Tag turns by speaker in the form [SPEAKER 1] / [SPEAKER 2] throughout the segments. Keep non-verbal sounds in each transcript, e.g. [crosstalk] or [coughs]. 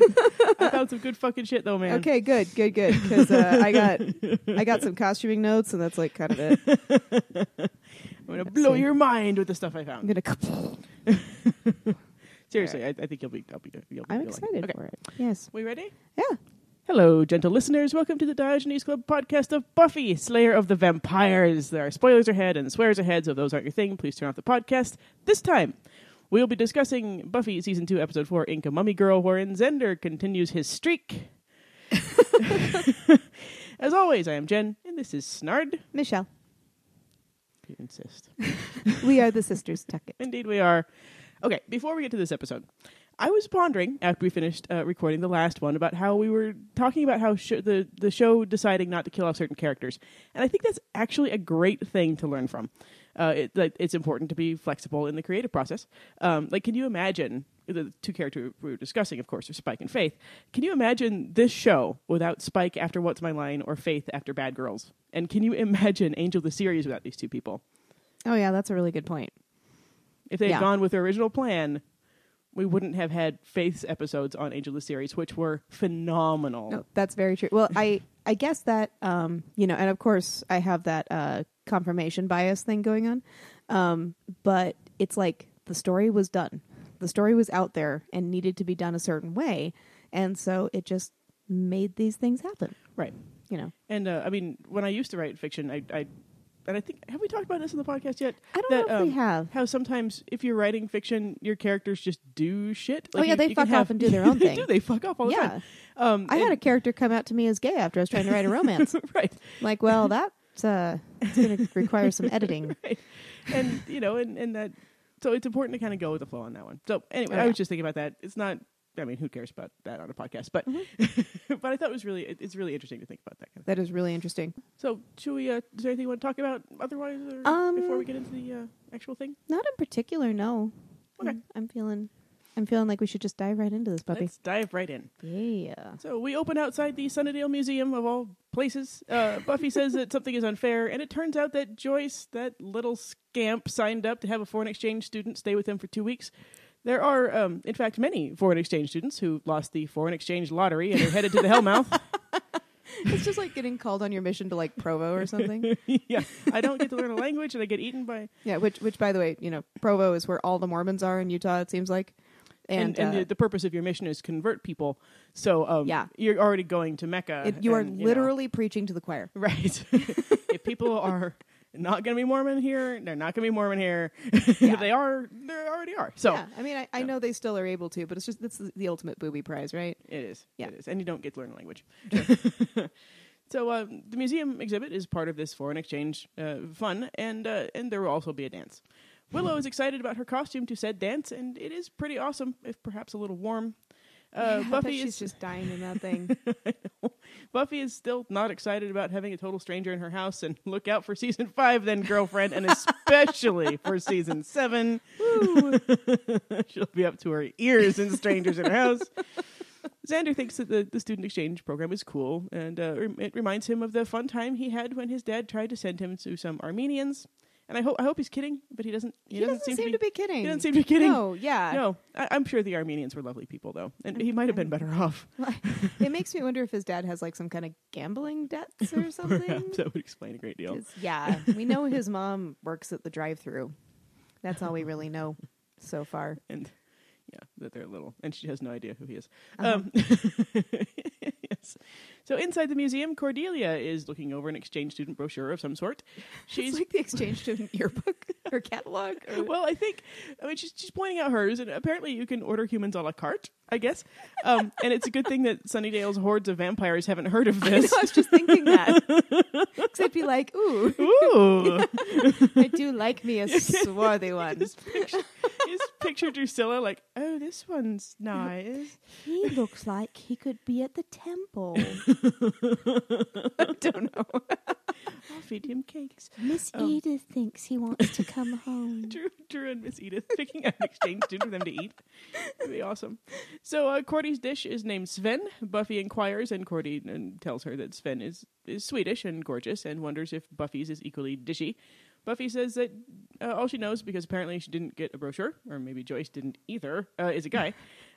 [SPEAKER 1] I found some good fucking shit though, man.
[SPEAKER 2] Okay, good, good, good. Because uh, I got I got some costuming notes, and that's like kind of it.
[SPEAKER 1] I'm gonna blow
[SPEAKER 2] so-
[SPEAKER 1] your mind with the stuff I
[SPEAKER 2] I'm
[SPEAKER 1] found.
[SPEAKER 2] gonna. Couple.
[SPEAKER 1] Seriously, I, I think you'll be. I'll be. You'll be
[SPEAKER 2] I'm
[SPEAKER 1] you'll like it.
[SPEAKER 2] excited
[SPEAKER 1] Okay.
[SPEAKER 2] for it. Yes.
[SPEAKER 1] We ready?
[SPEAKER 2] Yeah.
[SPEAKER 1] Hello, gentle listeners. Welcome to the Diogenes Club podcast of Buffy, Slayer of the Vampires. There are spoilers ahead and swears ahead, so if those aren't your thing, please turn off the podcast. This time, we'll be discussing Buffy Season 2, Episode 4, Inca Mummy Girl, wherein Zender continues his
[SPEAKER 2] [laughs]
[SPEAKER 1] streak. [laughs] As always, I am Jen, and this is Snard.
[SPEAKER 2] Michelle,
[SPEAKER 1] You insist.
[SPEAKER 2] we are the sisters Tuckett.
[SPEAKER 1] Indeed, we are. Okay, before we get to this episode, I was pondering after we finished uh, recording the last one about how we were talking about how sh- the the show deciding not to kill off certain characters, and I think that's actually a great thing to learn from. Uh, it, like, it's important to be flexible in the creative process. Um, like, can you imagine the two characters we were discussing, of course, are Spike and Faith? Can you imagine this show without Spike after What's My Line or Faith after Bad Girls? And can you imagine Angel the series without these two people?
[SPEAKER 2] Oh yeah, that's a really good point.
[SPEAKER 1] If they had
[SPEAKER 2] Yeah.
[SPEAKER 1] gone with their original plan, we wouldn't have had Faith's episodes on Angel the series, which were phenomenal.
[SPEAKER 2] No, that's very true. Well, I I guess that um, you know, and of course I have that uh confirmation bias thing going on. Um, but it's like the story was done. The story was out there and needed to be done a certain way, and so it just made these things happen,
[SPEAKER 1] Right.
[SPEAKER 2] you know.
[SPEAKER 1] And uh, I mean, when I used to write fiction, I, I and I think have we talked about this in the podcast yet?
[SPEAKER 2] I don't
[SPEAKER 1] That,
[SPEAKER 2] know if we
[SPEAKER 1] um,
[SPEAKER 2] have.
[SPEAKER 1] How sometimes if you're writing fiction, your characters just do shit.
[SPEAKER 2] Oh, yeah, they
[SPEAKER 1] can
[SPEAKER 2] fuck off and
[SPEAKER 1] [laughs]
[SPEAKER 2] do their own
[SPEAKER 1] they
[SPEAKER 2] thing.
[SPEAKER 1] do. They fuck off all the
[SPEAKER 2] Yeah.
[SPEAKER 1] time. Um,
[SPEAKER 2] I had a [laughs] character come out to me as gay after I was trying to write a [laughs] romance.
[SPEAKER 1] a [laughs] right.
[SPEAKER 2] like, well, that's uh it's going to require some editing.
[SPEAKER 1] right. And you know, and and that so it's important to kind of go with the flow on that one. So anyway,
[SPEAKER 2] Oh,
[SPEAKER 1] I
[SPEAKER 2] yeah.
[SPEAKER 1] was just thinking about that. It's not. I mean, who cares about that on a podcast? But [laughs] but I thought it was really it- it's really interesting to think about that kind of.
[SPEAKER 2] Mm-hmm. That is really interesting.
[SPEAKER 1] So should we? Uh, is there anything you want to talk about otherwise, or
[SPEAKER 2] Um,
[SPEAKER 1] before we get into the uh, actual thing?
[SPEAKER 2] Not in particular, no.
[SPEAKER 1] Okay.
[SPEAKER 2] I'm- I'm feeling I'm feeling like we should just dive right into this puppy.
[SPEAKER 1] Let's dive right in.
[SPEAKER 2] Yeah.
[SPEAKER 1] So we open outside the Sunnydale Museum of all places. Uh, Buffy says that something is unfair, and it turns out that Joyce, that little scamp, signed up to have a foreign exchange student stay with him for two weeks. There are, um, in fact, many foreign exchange students who lost the foreign exchange lottery and are headed to the
[SPEAKER 2] [laughs]
[SPEAKER 1] Hellmouth. [laughs]
[SPEAKER 2] It's just like getting called on your mission to like Provo or [laughs] something.
[SPEAKER 1] yeah, I don't get to learn a language, and I get eaten by.
[SPEAKER 2] yeah, which which by the way, you know, Provo is where all the Mormons are in Utah it seems like.
[SPEAKER 1] And,
[SPEAKER 2] And,
[SPEAKER 1] and
[SPEAKER 2] uh,
[SPEAKER 1] the, the purpose of your mission is convert people. So um,
[SPEAKER 2] Yeah.
[SPEAKER 1] you're already going to Mecca.
[SPEAKER 2] it, you are
[SPEAKER 1] and, know,
[SPEAKER 2] literally preaching to the choir.
[SPEAKER 1] [laughs] Right. [laughs] if people are not going to be Mormon here, they're not going to be Mormon here. [laughs]
[SPEAKER 2] Yeah.
[SPEAKER 1] if they are, they already are. So
[SPEAKER 2] yeah, I mean, I, I know they still are able to, but it's just that's the, the ultimate booby prize, right?
[SPEAKER 1] it is.
[SPEAKER 2] Yeah.
[SPEAKER 1] It is. And you don't get to learn a language. [laughs] so um, the museum exhibit is part of this foreign exchange uh, fun, and, uh, and there will also be a dance. Willow is excited about her costume to said dance, and it is pretty awesome, if perhaps a little warm.
[SPEAKER 2] [laughs]
[SPEAKER 1] Uh, Buffy is
[SPEAKER 2] she's just dying in that [laughs] thing.
[SPEAKER 1] Buffy is still not excited about having a total stranger in her house, and look out for season five, then girlfriend, and especially for season seven. [laughs] She'll be up to her ears in strangers in her house. [laughs] Xander thinks that the, the student exchange program is cool, and uh, rem- it reminds him of the fun time he had when his dad tried to send him to some Armenians. And I hope I hope he's kidding, but he doesn't. He,
[SPEAKER 2] he doesn't seem, to, be, kidding.
[SPEAKER 1] He doesn't seem to be kidding.
[SPEAKER 2] No, yeah. [laughs]
[SPEAKER 1] No, I, I'm sure the Armenians were lovely people, though, and he might have been better off.
[SPEAKER 2] it makes me wonder if his dad has like some kind of gambling [laughs] debts or
[SPEAKER 1] [laughs]
[SPEAKER 2] something.
[SPEAKER 1] Perhaps that would explain a great deal.
[SPEAKER 2] 'Cause, yeah, we know his mom works at the drive-through. That's all we really know so [laughs] far.
[SPEAKER 1] and yeah, that they're little, and she has no idea who he is.
[SPEAKER 2] Uh-huh.
[SPEAKER 1] Um, [laughs] yes. So inside the museum, Cordelia is looking over an exchange student brochure of some sort. She's
[SPEAKER 2] [laughs]
[SPEAKER 1] uh,
[SPEAKER 2] It's like the exchange student yearbook [laughs] or catalog. Or,
[SPEAKER 1] well, I think, I mean, she's, she's pointing out hers, and apparently you can order humans a la carte, I guess. Um, and it's a good thing that Sunnydale's hordes of vampires haven't heard of
[SPEAKER 2] [laughs] I know,
[SPEAKER 1] this.
[SPEAKER 2] I was just thinking that. [laughs] Because I'd be like, ooh,
[SPEAKER 1] [laughs]
[SPEAKER 2] [laughs]
[SPEAKER 1] Ooh,
[SPEAKER 2] I do like [laughs] me a swarthy one.
[SPEAKER 1] this picture, is picture Drusilla like, oh, this one's nice.
[SPEAKER 2] [laughs] He looks like he could be at the [laughs] temple. I don't know.
[SPEAKER 1] I'll feed him cakes.
[SPEAKER 2] [laughs]
[SPEAKER 3] Miss
[SPEAKER 1] Um,
[SPEAKER 3] Edith thinks he wants to come
[SPEAKER 1] [laughs]
[SPEAKER 3] home.
[SPEAKER 1] Drew, Drew and Miss Edith picking out an exchange student for them to eat. That'd be awesome. So uh, Cordy's dish is named Sven. Buffy inquires, and Cordy uh, tells her that Sven is, is Swedish and gorgeous, and wonders if Buffy's is equally dishy. Buffy says that uh, all she knows, because apparently she didn't get a brochure, or maybe Joyce didn't either, uh, is a
[SPEAKER 2] [laughs]
[SPEAKER 1] guy.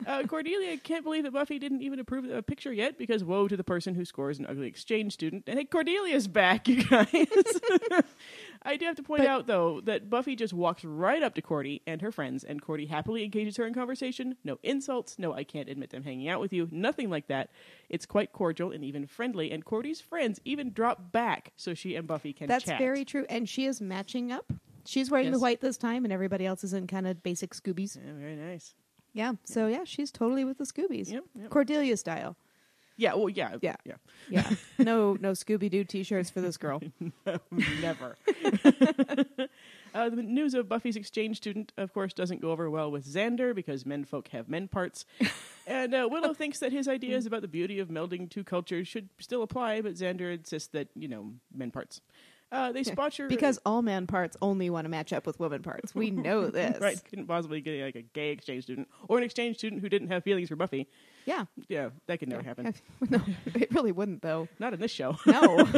[SPEAKER 1] Uh, Cordelia can't believe that Buffy didn't even approve a picture yet, because woe to the person who scores an ugly exchange student. And hey, Cordelia's back, [laughs] you guys. I do have to point
[SPEAKER 2] But-
[SPEAKER 1] out, though, that Buffy just walks right up to Cordy and her friends, and Cordy happily engages her in conversation. No insults, no, I can't admit them hanging out with you, nothing like that. It's quite cordial and even friendly, and Cordy's friends even drop back so she and Buffy can
[SPEAKER 2] That's
[SPEAKER 1] chat.
[SPEAKER 2] very true. And she is matching up. She's wearing the
[SPEAKER 1] Yes.
[SPEAKER 2] white this time, and everybody else is in kind of basic Scoobies.
[SPEAKER 1] Yeah, very nice.
[SPEAKER 2] Yeah. So yeah, she's totally with the Scoobies.
[SPEAKER 1] Yep, yep.
[SPEAKER 2] Cordelia style.
[SPEAKER 1] Yeah, well, yeah,
[SPEAKER 2] Yeah.
[SPEAKER 1] yeah. [laughs]
[SPEAKER 2] Yeah. [laughs] no, no Scooby Doo T-shirts for this girl. [laughs]
[SPEAKER 1] Never. uh, the news of Buffy's exchange student, of course, doesn't go over well with Xander because menfolk have men
[SPEAKER 2] [laughs]
[SPEAKER 1] parts. and uh, Willow thinks that his ideas about the beauty of melding two cultures should still apply, but Xander insists that, you know, men parts. Uh, they spot your.
[SPEAKER 2] because all man parts only want to match up with woman parts.
[SPEAKER 1] [laughs]
[SPEAKER 2] We know this.
[SPEAKER 1] Right, couldn't possibly get like a gay exchange student or an exchange student who didn't have feelings for Buffy.
[SPEAKER 2] Yeah.
[SPEAKER 1] Yeah, that could never happen.
[SPEAKER 2] [laughs] no, it really wouldn't though.
[SPEAKER 1] Not in this show. [laughs]
[SPEAKER 2] No. [laughs]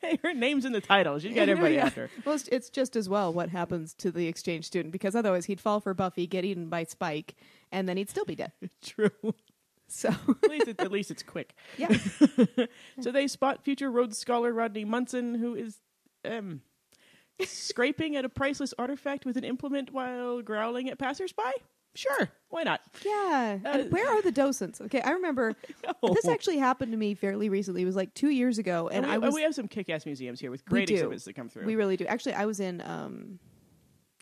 [SPEAKER 1] hey, her name's in the title.
[SPEAKER 2] [laughs]
[SPEAKER 1] She's got everybody
[SPEAKER 2] Yeah.
[SPEAKER 1] after.
[SPEAKER 2] Well, it's, it's just as well what happens to the exchange student because otherwise he'd fall for Buffy, get eaten by Spike, and then he'd still be dead.
[SPEAKER 1] True.
[SPEAKER 2] So [laughs]
[SPEAKER 1] at least, it, at least it's quick.
[SPEAKER 2] yeah,
[SPEAKER 1] So they spot future Rhodes Scholar Rodney Munson, who is um, scraping at a priceless artifact with an implement while growling at passersby. Sure, why not?
[SPEAKER 2] yeah.
[SPEAKER 1] Uh,
[SPEAKER 2] And where are the docents? Okay,
[SPEAKER 1] [laughs]
[SPEAKER 2] I remember this actually happened to me fairly recently. It was like two years ago,
[SPEAKER 1] And,
[SPEAKER 2] and
[SPEAKER 1] we,
[SPEAKER 2] I
[SPEAKER 1] and
[SPEAKER 2] was
[SPEAKER 1] we have some kick-ass museums here with great
[SPEAKER 2] do.
[SPEAKER 1] exhibits that come through.
[SPEAKER 2] we really do actually. I was in um,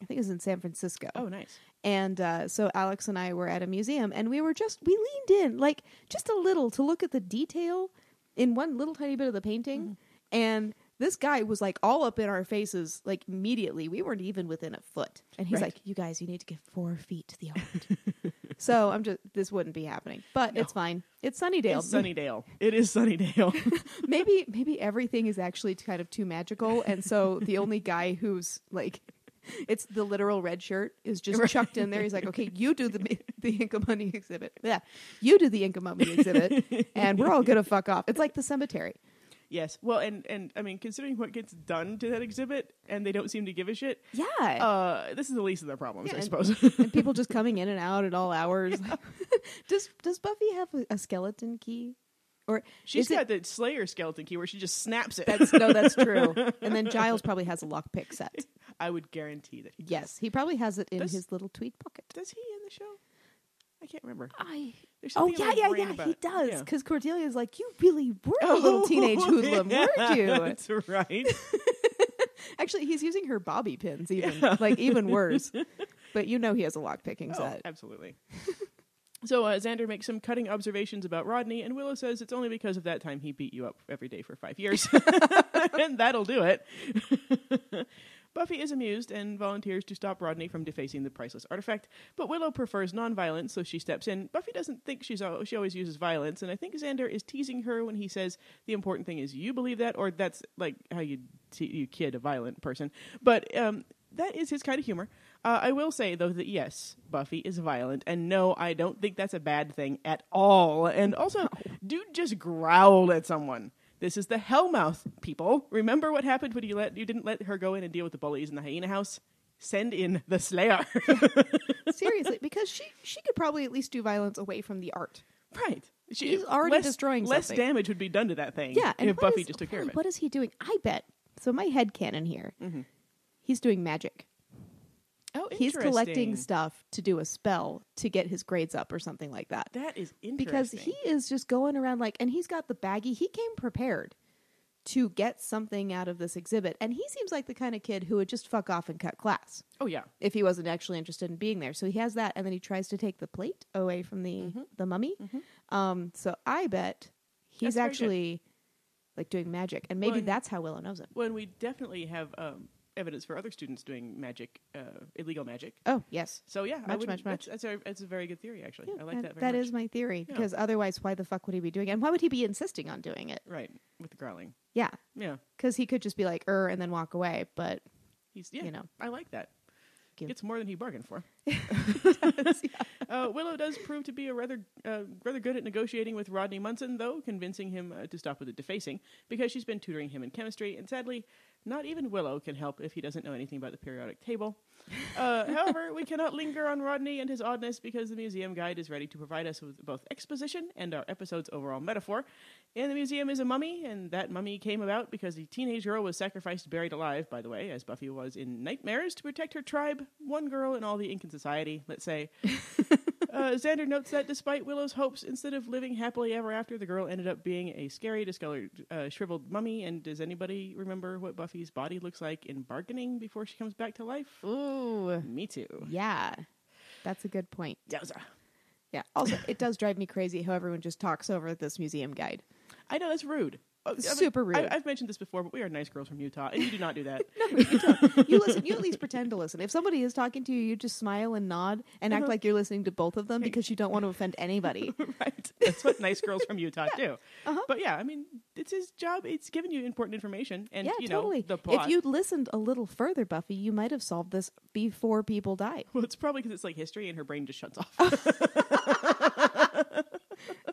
[SPEAKER 2] I think it was in San Francisco.
[SPEAKER 1] oh, nice.
[SPEAKER 2] And uh, so Alex and I were at a museum, and we were just we leaned in like just a little to look at the detail in one little tiny bit of the painting.
[SPEAKER 1] Mm-hmm.
[SPEAKER 2] And this guy was like all up in our faces, like immediately. We weren't even within a foot, and he's
[SPEAKER 1] Right.
[SPEAKER 2] like, "You guys, you need to give four feet to [laughs] the art." so I'm just this wouldn't be happening, but it's fine. It's Sunnydale.
[SPEAKER 1] It's Sunnydale. It is
[SPEAKER 2] [laughs]
[SPEAKER 1] Sunnydale.
[SPEAKER 2] maybe maybe everything is actually kind of too magical, and so the only guy who's like. It's the literal red shirt is just chucked in there. He's like, "Okay, you do the the Inca Mummy exhibit. Yeah, you do the Inca Mummy exhibit, and we're all gonna fuck off." It's like the cemetery.
[SPEAKER 1] yes. Well, and and I mean, considering what gets done to that exhibit, and they don't seem to give a shit.
[SPEAKER 2] Yeah,
[SPEAKER 1] Uh, this is the least of their problems,
[SPEAKER 2] Um, Yeah,
[SPEAKER 1] I
[SPEAKER 2] and-
[SPEAKER 1] suppose. [laughs]
[SPEAKER 2] [laughs] and people just coming in and out at all hours. [laughs] does Does Buffy have a, a skeleton key? Or
[SPEAKER 1] She's
[SPEAKER 2] is it-
[SPEAKER 1] got the Slayer skeleton key where she just snaps it.
[SPEAKER 2] [laughs] that's no, that's [laughs] true. And then Giles probably has a lockpick set.
[SPEAKER 1] [laughs] I would guarantee that. He does.
[SPEAKER 2] Yes, he probably has it in
[SPEAKER 1] Does-
[SPEAKER 2] his little tweed pocket.
[SPEAKER 1] Does he in the show? I can't remember.
[SPEAKER 3] I
[SPEAKER 1] There's
[SPEAKER 2] Oh
[SPEAKER 1] something in
[SPEAKER 2] yeah,
[SPEAKER 1] my
[SPEAKER 2] yeah,
[SPEAKER 1] brain
[SPEAKER 2] yeah.
[SPEAKER 1] about
[SPEAKER 2] He
[SPEAKER 1] it.
[SPEAKER 2] does
[SPEAKER 1] Yeah. Oh,
[SPEAKER 2] because Cordelia's like, "You really were
[SPEAKER 1] [laughs]
[SPEAKER 2] a little teenage hoodlum, weren't you?"
[SPEAKER 1] That's
[SPEAKER 2] [laughs]
[SPEAKER 1] right. Oh, [laughs]
[SPEAKER 2] Actually, he's using her bobby pins, even like even worse. But you know he has a lock picking
[SPEAKER 1] Oh,
[SPEAKER 2] set. [laughs]
[SPEAKER 1] absolutely. So uh, Xander makes some cutting observations about Rodney, and Willow says it's only because of that time he beat you up every day for five years, [laughs] and that'll do it. Buffy is amused and volunteers to stop Rodney from defacing the priceless artifact, but Willow prefers nonviolence, so she steps in. Buffy doesn't think she's al- she always uses violence, and I think Xander is teasing her when he says the important thing is you believe that, or that's like how you te- you kid a violent person. But um, that is his kind of humor. Uh, I will say though that yes, Buffy is violent, and no, I don't think that's a bad thing at all. And also, dude just growled at someone. This is the Hellmouth people. Remember what happened when you let you didn't let her go in and deal with the bullies in the hyena house? Send in the Slayer. [laughs]
[SPEAKER 2] Seriously, because she she could probably at least do violence away from the art.
[SPEAKER 1] right. She,
[SPEAKER 2] He's already
[SPEAKER 1] less,
[SPEAKER 2] destroying
[SPEAKER 1] Less
[SPEAKER 2] something.
[SPEAKER 1] damage would be done to that thing.
[SPEAKER 2] Yeah, and
[SPEAKER 1] if
[SPEAKER 2] what
[SPEAKER 1] Buffy
[SPEAKER 2] is-
[SPEAKER 1] just took care of it.
[SPEAKER 2] really,
[SPEAKER 1] Mm-hmm.
[SPEAKER 2] What is he doing? I bet. So my head cannon here. He's doing magic.
[SPEAKER 1] oh,
[SPEAKER 2] He's collecting
[SPEAKER 1] interesting.
[SPEAKER 2] stuff to do a spell to get his grades up or something like that.
[SPEAKER 1] That is interesting.
[SPEAKER 2] because he is just going around like and he's got the baggie he came prepared to get something out of this exhibit and he seems like the kind of kid who would just fuck off and cut class
[SPEAKER 1] oh yeah,
[SPEAKER 2] if he wasn't actually interested in being there so he has that and then he tries to take the plate away from the
[SPEAKER 1] Mm-hmm.
[SPEAKER 2] the mummy um so i bet
[SPEAKER 1] That's
[SPEAKER 2] he's
[SPEAKER 1] very good.
[SPEAKER 2] actually like doing magic and maybe
[SPEAKER 1] Well, and-
[SPEAKER 2] that's how willow knows him
[SPEAKER 1] when we definitely have um, evidence for other students doing magic, uh, illegal magic.
[SPEAKER 2] oh yes
[SPEAKER 1] So yeah, I
[SPEAKER 2] Much,
[SPEAKER 1] would,
[SPEAKER 2] much, much.
[SPEAKER 1] That's, that's, a, that's a very good theory, actually. I like that. Very
[SPEAKER 2] that
[SPEAKER 1] much.
[SPEAKER 2] is my theory
[SPEAKER 1] Yeah.
[SPEAKER 2] because otherwise why the fuck would he be doing it and why would he be insisting on doing it
[SPEAKER 1] right with the growling.
[SPEAKER 2] yeah
[SPEAKER 1] Yeah,
[SPEAKER 2] because he could just be like er and then walk away but
[SPEAKER 1] he's yeah.
[SPEAKER 2] You know.
[SPEAKER 1] I like that.
[SPEAKER 2] you.
[SPEAKER 1] Gets more than he bargained for. [laughs] uh, Willow does prove to be a rather uh, rather good at negotiating with Rodney Munson, though, convincing him uh, to stop with the defacing because she's been tutoring him in chemistry, and sadly, not even Willow can help if he doesn't know anything about the periodic table. Uh, however, we cannot linger on Rodney and his oddness because the museum guide is ready to provide us with both exposition and our episode's overall metaphor. In the museum is a mummy, and that mummy came about because the teenage girl was sacrificed buried alive, by the way, as Buffy was in Nightmares, to protect her tribe, one girl in all the Incan society, let's say. Uh, Xander notes that despite Willow's hopes, instead of living happily ever after, the girl ended up being a scary, discolored, uh, shriveled mummy. And does anybody remember what Buffy's body looks like in bargaining before she comes back to life?
[SPEAKER 2] [laughs] Ooh.
[SPEAKER 1] Me too.
[SPEAKER 2] Yeah. That's a good point.
[SPEAKER 1] Yowza.
[SPEAKER 2] Yeah. [laughs] Also, it does drive me crazy how everyone just talks over this museum
[SPEAKER 1] [laughs]
[SPEAKER 2] guide.
[SPEAKER 1] I know that's rude. Oh, I mean,
[SPEAKER 2] Super rude.
[SPEAKER 1] I, I've mentioned this before, but we are nice girls from Utah, and you do not do
[SPEAKER 2] [laughs]
[SPEAKER 1] that.
[SPEAKER 2] You listen, you at least pretend to listen. If somebody is talking to you, you just smile and nod and
[SPEAKER 1] Uh-huh.
[SPEAKER 2] act like you're listening to both of them because you don't want to offend anybody.
[SPEAKER 1] right. That's what nice girls from Utah do.
[SPEAKER 2] Uh-huh.
[SPEAKER 1] But yeah, I mean, it's his job. It's giving you important information, [laughs] and
[SPEAKER 2] yeah,
[SPEAKER 1] you know
[SPEAKER 2] totally.
[SPEAKER 1] the plot.
[SPEAKER 2] If you'd listened a little further, Buffy, you might have solved this before
[SPEAKER 1] [laughs]
[SPEAKER 2] people died.
[SPEAKER 1] [laughs] well, it's probably because it's like history, and her brain just shuts off. [laughs]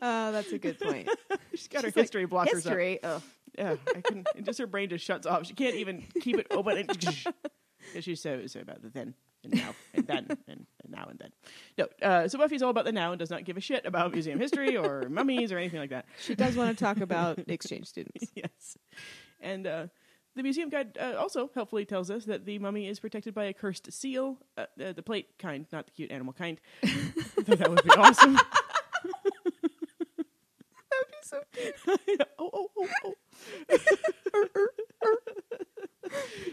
[SPEAKER 1] Uh,
[SPEAKER 2] Oh, that's a good [laughs] point.
[SPEAKER 1] She's got
[SPEAKER 2] She's
[SPEAKER 1] her
[SPEAKER 2] like,
[SPEAKER 1] history blockers up.
[SPEAKER 2] History. Oh.
[SPEAKER 1] [laughs] Yeah, I can. and just her brain just shuts off. She can't even keep it open. And [laughs] Yeah, she's so so about the then and now and then and, and now and then. No, uh, so Buffy's all about the now and does not give a shit about museum history or mummies or anything like that.
[SPEAKER 2] She does want to talk
[SPEAKER 1] [laughs]
[SPEAKER 2] about exchange students.
[SPEAKER 1] yes, and uh, the museum guide uh, also helpfully tells us that the mummy is protected by a cursed seal, uh, uh, the plate kind, not the cute animal kind. Though that would be
[SPEAKER 2] [laughs]
[SPEAKER 1] awesome.
[SPEAKER 2] so
[SPEAKER 1] [laughs] Yeah. oh, oh, oh,
[SPEAKER 2] [laughs]
[SPEAKER 1] oh.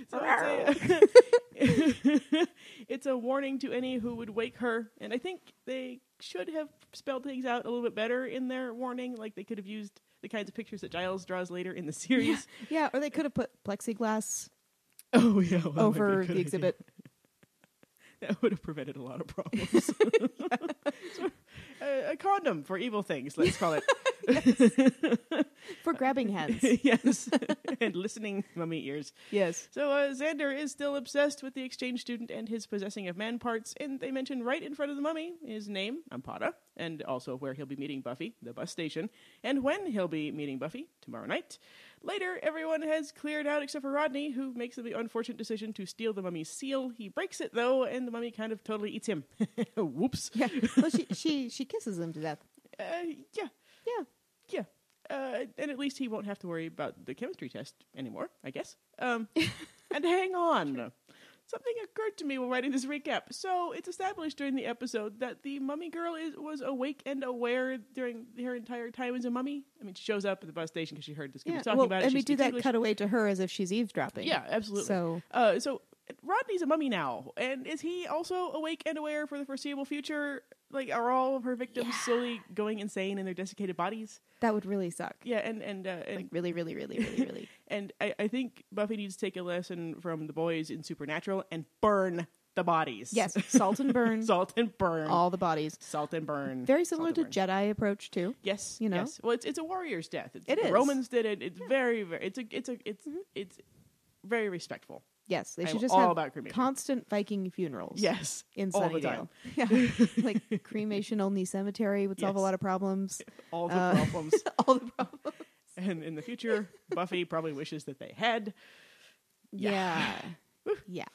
[SPEAKER 1] so it's, a, [laughs] it's a warning to any who would wake her. And I think they should have spelled things out a little bit better in their warning. Like they could have used the kinds of pictures that Giles draws later in the series. [laughs]
[SPEAKER 2] Yeah, or they could have put plexiglass
[SPEAKER 1] Oh, yeah. well, that might be a
[SPEAKER 2] over
[SPEAKER 1] good
[SPEAKER 2] the exhibit.
[SPEAKER 1] idea. That would have prevented a lot of
[SPEAKER 2] [laughs]
[SPEAKER 1] problems. [laughs] So, uh, a condom for evil things, let's call it.
[SPEAKER 2] for grabbing hands.
[SPEAKER 1] [laughs] yes. and listening mummy ears.
[SPEAKER 2] yes.
[SPEAKER 1] So uh, Xander is still obsessed with the exchange student and his possessing of man parts, and they mention right in front of the mummy his name, Ampada, and also where he'll be meeting Buffy, the bus station, and when he'll be meeting Buffy tomorrow night. Later, everyone has cleared out except for Rodney, who makes the unfortunate decision to steal the mummy's seal. He breaks it though, and the mummy kind of totally eats him. [laughs] Whoops. [laughs]
[SPEAKER 2] Yeah. Well, she she she kisses him to death.
[SPEAKER 1] Uh, yeah,
[SPEAKER 2] Yeah.
[SPEAKER 1] yeah. Uh, and at least he won't have to worry about the chemistry test anymore, I guess.
[SPEAKER 2] [laughs]
[SPEAKER 1] Um, and hang on. Something occurred to me while writing this recap. So it's established during the episode that the mummy girl is was awake and aware during her entire time as a mummy. I mean, she shows up at the bus station because she heard this kid
[SPEAKER 2] Yeah.
[SPEAKER 1] was talking
[SPEAKER 2] well,
[SPEAKER 1] about it.
[SPEAKER 2] and
[SPEAKER 1] She
[SPEAKER 2] we do
[SPEAKER 1] speaks
[SPEAKER 2] that
[SPEAKER 1] English.
[SPEAKER 2] cutaway to her as if she's eavesdropping.
[SPEAKER 1] Yeah, absolutely.
[SPEAKER 2] So-
[SPEAKER 1] uh, so Rodney's a mummy now, and is he also awake and aware for the foreseeable future? Like, are all of her victims slowly going insane in their desiccated bodies?
[SPEAKER 2] That would really suck.
[SPEAKER 1] Yeah, and and uh, and
[SPEAKER 2] Like really, really,
[SPEAKER 1] [laughs]
[SPEAKER 2] really, really, really.
[SPEAKER 1] and I, I think Buffy needs to take a lesson from the boys in Supernatural and burn the bodies.
[SPEAKER 2] yes. Salt and burn.
[SPEAKER 1] [laughs] Salt and burn.
[SPEAKER 2] All the bodies.
[SPEAKER 1] Salt and burn.
[SPEAKER 2] Very similar
[SPEAKER 1] Salt
[SPEAKER 2] to
[SPEAKER 1] and burn.
[SPEAKER 2] Jedi approach too.
[SPEAKER 1] Yes,
[SPEAKER 2] you know?
[SPEAKER 1] Yes. Well, it's it's a warrior's death. It's,
[SPEAKER 2] It
[SPEAKER 1] the
[SPEAKER 2] is. Mm-hmm.
[SPEAKER 1] Romans did it. It's very very. It's a it's a it's it's very respectful.
[SPEAKER 2] Yes. They
[SPEAKER 1] I'm
[SPEAKER 2] should just
[SPEAKER 1] all
[SPEAKER 2] have
[SPEAKER 1] about cremation.
[SPEAKER 2] constant Viking funerals.
[SPEAKER 1] Yes.
[SPEAKER 2] In
[SPEAKER 1] all the time.
[SPEAKER 2] Sunnydale. [laughs] Yeah. like cremation only cemetery would solve a
[SPEAKER 1] Yes.
[SPEAKER 2] lot of problems.
[SPEAKER 1] [laughs] All the
[SPEAKER 2] Uh, [laughs]
[SPEAKER 1] problems.
[SPEAKER 2] All the problems.
[SPEAKER 1] and in the future, Buffy probably wishes that they had.
[SPEAKER 2] Yeah. yeah.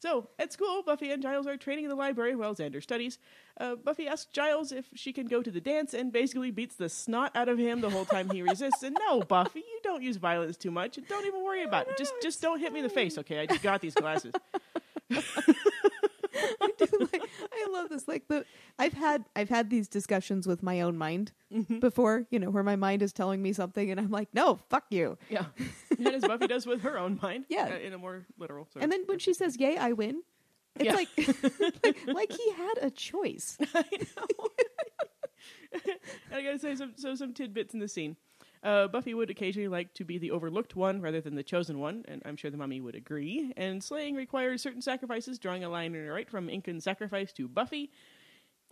[SPEAKER 1] So, at school, Buffy and Giles are training in the library while Xander studies. Uh, Buffy asks Giles if she can go to the dance and basically beats the snot out of him the whole time he resists. And no, Buffy, you don't use violence too much. Don't even worry about it. Just just don't hit me in the face, okay? I just got these
[SPEAKER 2] [laughs]
[SPEAKER 1] glasses.
[SPEAKER 2] like, I love this. Like the I've had I've had these discussions with my own mind
[SPEAKER 1] Mm-hmm.
[SPEAKER 2] before, you know, where my mind is telling me something and I'm like, no, fuck you.
[SPEAKER 1] yeah. That is Buffy does with her own mind.
[SPEAKER 2] Yeah.
[SPEAKER 1] uh, in a more literal sort
[SPEAKER 2] And then when she says, "Yay, I win," it's
[SPEAKER 1] Yeah. [laughs]
[SPEAKER 2] like, like like he had a choice.
[SPEAKER 1] And I gotta say some so some tidbits in the scene. Uh, Buffy would occasionally like to be the overlooked one rather than the chosen one, and I'm sure the mummy would agree. And slaying requires certain sacrifices, drawing a line right from Incan sacrifice to Buffy.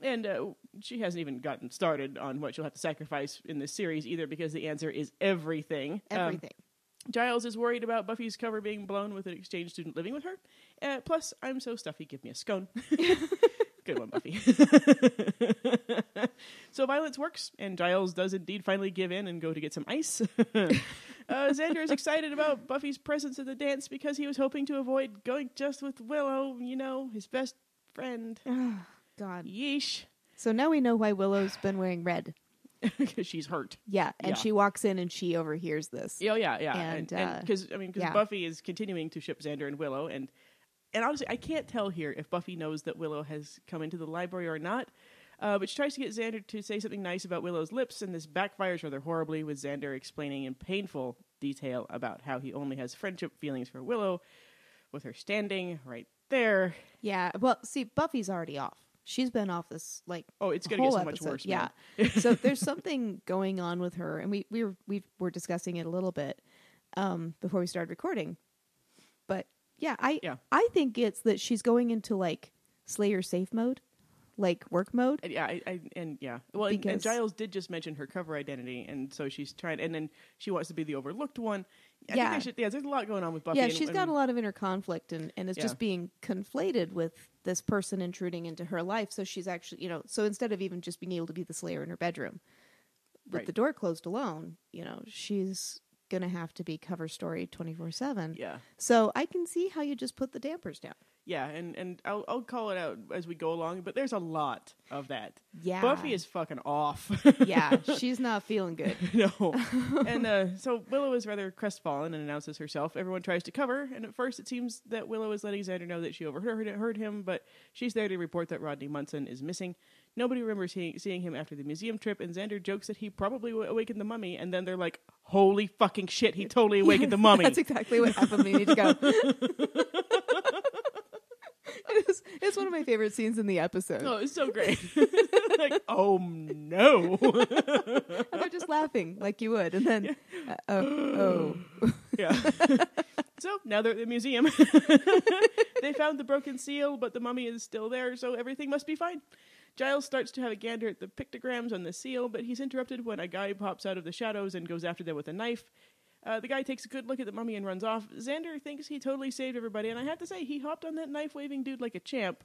[SPEAKER 1] And uh, she hasn't even gotten started on what she'll have to sacrifice in this series either, because the answer is everything. Um,
[SPEAKER 2] Everything.
[SPEAKER 1] Giles is worried about Buffy's cover being blown with an exchange student living with her. Uh, plus, I'm so stuffy, give me a scone. [laughs] Good one, Buffy. [laughs] so violence works, and Giles does indeed finally give in and go to get some ice. [laughs] uh, Xander is excited about Buffy's presence at the dance because he was hoping to avoid going just with Willow, you know, his best friend.
[SPEAKER 2] [sighs] God.
[SPEAKER 1] Yeesh. [laughs]
[SPEAKER 2] So now we know why Willow's been wearing red.
[SPEAKER 1] Because she's hurt.
[SPEAKER 2] Yeah, and
[SPEAKER 1] Yeah.
[SPEAKER 2] she walks in and she overhears this.
[SPEAKER 1] Yeah, Oh yeah, yeah.
[SPEAKER 2] And,
[SPEAKER 1] And
[SPEAKER 2] uh,
[SPEAKER 1] because I mean, because
[SPEAKER 2] yeah.
[SPEAKER 1] Buffy is continuing to ship Xander and Willow, and and honestly, I can't tell here if Buffy knows that Willow has come into the library or not. Uh, but she tries to get Xander to say something nice about Willow's lips, and this backfires rather horribly with Xander explaining in painful detail about how he only has friendship feelings for Willow, with her standing right there.
[SPEAKER 2] Yeah. Well, see, Buffy's already off. She's been off this like
[SPEAKER 1] Oh, it's going to
[SPEAKER 2] whole
[SPEAKER 1] get so much
[SPEAKER 2] episode.
[SPEAKER 1] worse.
[SPEAKER 2] Yeah.
[SPEAKER 1] man. [laughs]
[SPEAKER 2] so there's something going on with her, and we we were, we were discussing it a little bit um, before we started recording. But yeah, I
[SPEAKER 1] Yeah.
[SPEAKER 2] I think it's that she's going into like Slayer safe mode, like work mode.
[SPEAKER 1] And yeah, I, I, and yeah. Well, and, and
[SPEAKER 2] Because-
[SPEAKER 1] Giles did just mention her cover identity, and so she's trying, and then she wants to be the overlooked one. I
[SPEAKER 2] Yeah.
[SPEAKER 1] think they should, yeah. There's a lot going on with Buffy.
[SPEAKER 2] yeah,
[SPEAKER 1] and-
[SPEAKER 2] she's
[SPEAKER 1] and-
[SPEAKER 2] got a lot of inner conflict, and and it's
[SPEAKER 1] Yeah.
[SPEAKER 2] just being conflated with this person intruding into her life. So she's actually, you know, so instead of even just being able to be the Slayer in her bedroom with
[SPEAKER 1] Right.
[SPEAKER 2] the door closed alone, you know, she's gonna have to be cover story twenty four seven.
[SPEAKER 1] Yeah,
[SPEAKER 2] So I can see how you just put the dampers down.
[SPEAKER 1] yeah, and and I'll I'll call it out as we go along, but there's a lot of that.
[SPEAKER 2] Yeah.
[SPEAKER 1] Buffy is fucking off. [laughs]
[SPEAKER 2] [laughs] yeah, she's not feeling good.
[SPEAKER 1] no. and uh, so Willow is rather crestfallen and announces herself. Everyone tries to cover, and at first it seems that Willow is letting Xander know that she overheard heard him, but she's there to report that Rodney Munson is missing. Nobody remembers seeing, seeing him after the museum trip, and Xander jokes that he probably wa- awakened the mummy, and then they're like, holy fucking shit, he totally awakened
[SPEAKER 2] [laughs]
[SPEAKER 1] the mummy.
[SPEAKER 2] That's exactly what happened. They need to
[SPEAKER 1] [laughs]
[SPEAKER 2] go. It is- it's one of my favorite scenes in the episode.
[SPEAKER 1] Oh, it's so great. [laughs] like, oh no. [laughs]
[SPEAKER 2] And they're just laughing like you would. And then, uh, oh, oh.
[SPEAKER 1] [laughs] Yeah. so now they're at the museum. [laughs] they found the broken seal, but the mummy is still there, so everything must be fine. Giles starts to have a gander at the pictograms on the seal, but he's interrupted when a guy pops out of the shadows and goes after them with a knife. Uh, the guy takes a good look at the mummy and runs off. Xander thinks he totally saved everybody, and I have to say, he hopped on that knife waving dude like a champ.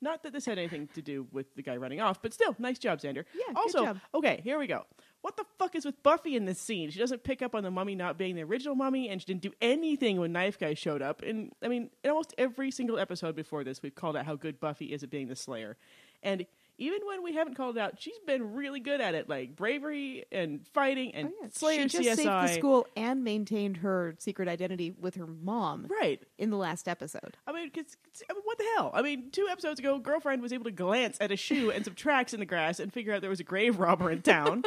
[SPEAKER 1] Not that this had anything to do with the guy running off, but still, nice job, Xander.
[SPEAKER 2] Yeah, good
[SPEAKER 1] also,
[SPEAKER 2] job.
[SPEAKER 1] Okay, here we go. What the fuck is with Buffy in this scene? She doesn't pick up on the mummy not being the original mummy, and she didn't do anything when Knife Guy showed up. And I mean, in almost every single episode before this, we've called out how good Buffy is at being the Slayer. And even when we haven't called it out, she's been really good at it, like bravery and fighting [gasps] and
[SPEAKER 2] Oh, yeah.
[SPEAKER 1] Slayer
[SPEAKER 2] she just
[SPEAKER 1] CSI.
[SPEAKER 2] saved the school and maintained her secret identity with her mom
[SPEAKER 1] Right.
[SPEAKER 2] in the last episode.
[SPEAKER 1] I mean, 'cause- 'cause- I mean, what the hell? I mean, two episodes ago, girlfriend was able to glance at a shoe and some tracks in the grass and figure out there was a grave robber in town.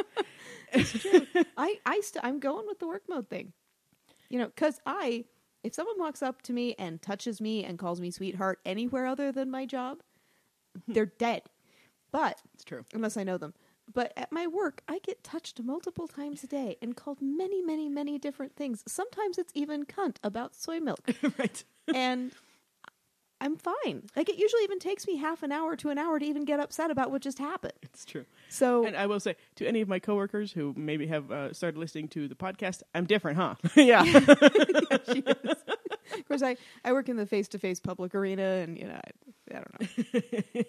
[SPEAKER 2] I, I st- I'm going with the work mode thing. You know, because I, if someone walks up to me and touches me and calls me sweetheart anywhere other than my job, they're dead. But
[SPEAKER 1] [laughs] it's true.
[SPEAKER 2] unless I know them. But at my work, I get touched multiple times a day and called many, many, many different things. Sometimes it's even cunt about soy milk.
[SPEAKER 1] [laughs] right.
[SPEAKER 2] and I'm fine. Like, it usually even takes me half an hour to an hour to even get upset about what just happened.
[SPEAKER 1] It's true.
[SPEAKER 2] So,
[SPEAKER 1] And I will say to any of my coworkers who maybe have uh, started listening to the podcast, I'm different, huh? [laughs] yeah.
[SPEAKER 2] Yeah, she is. of course, I, I work in the face to face public arena, and you know, I, I don't know.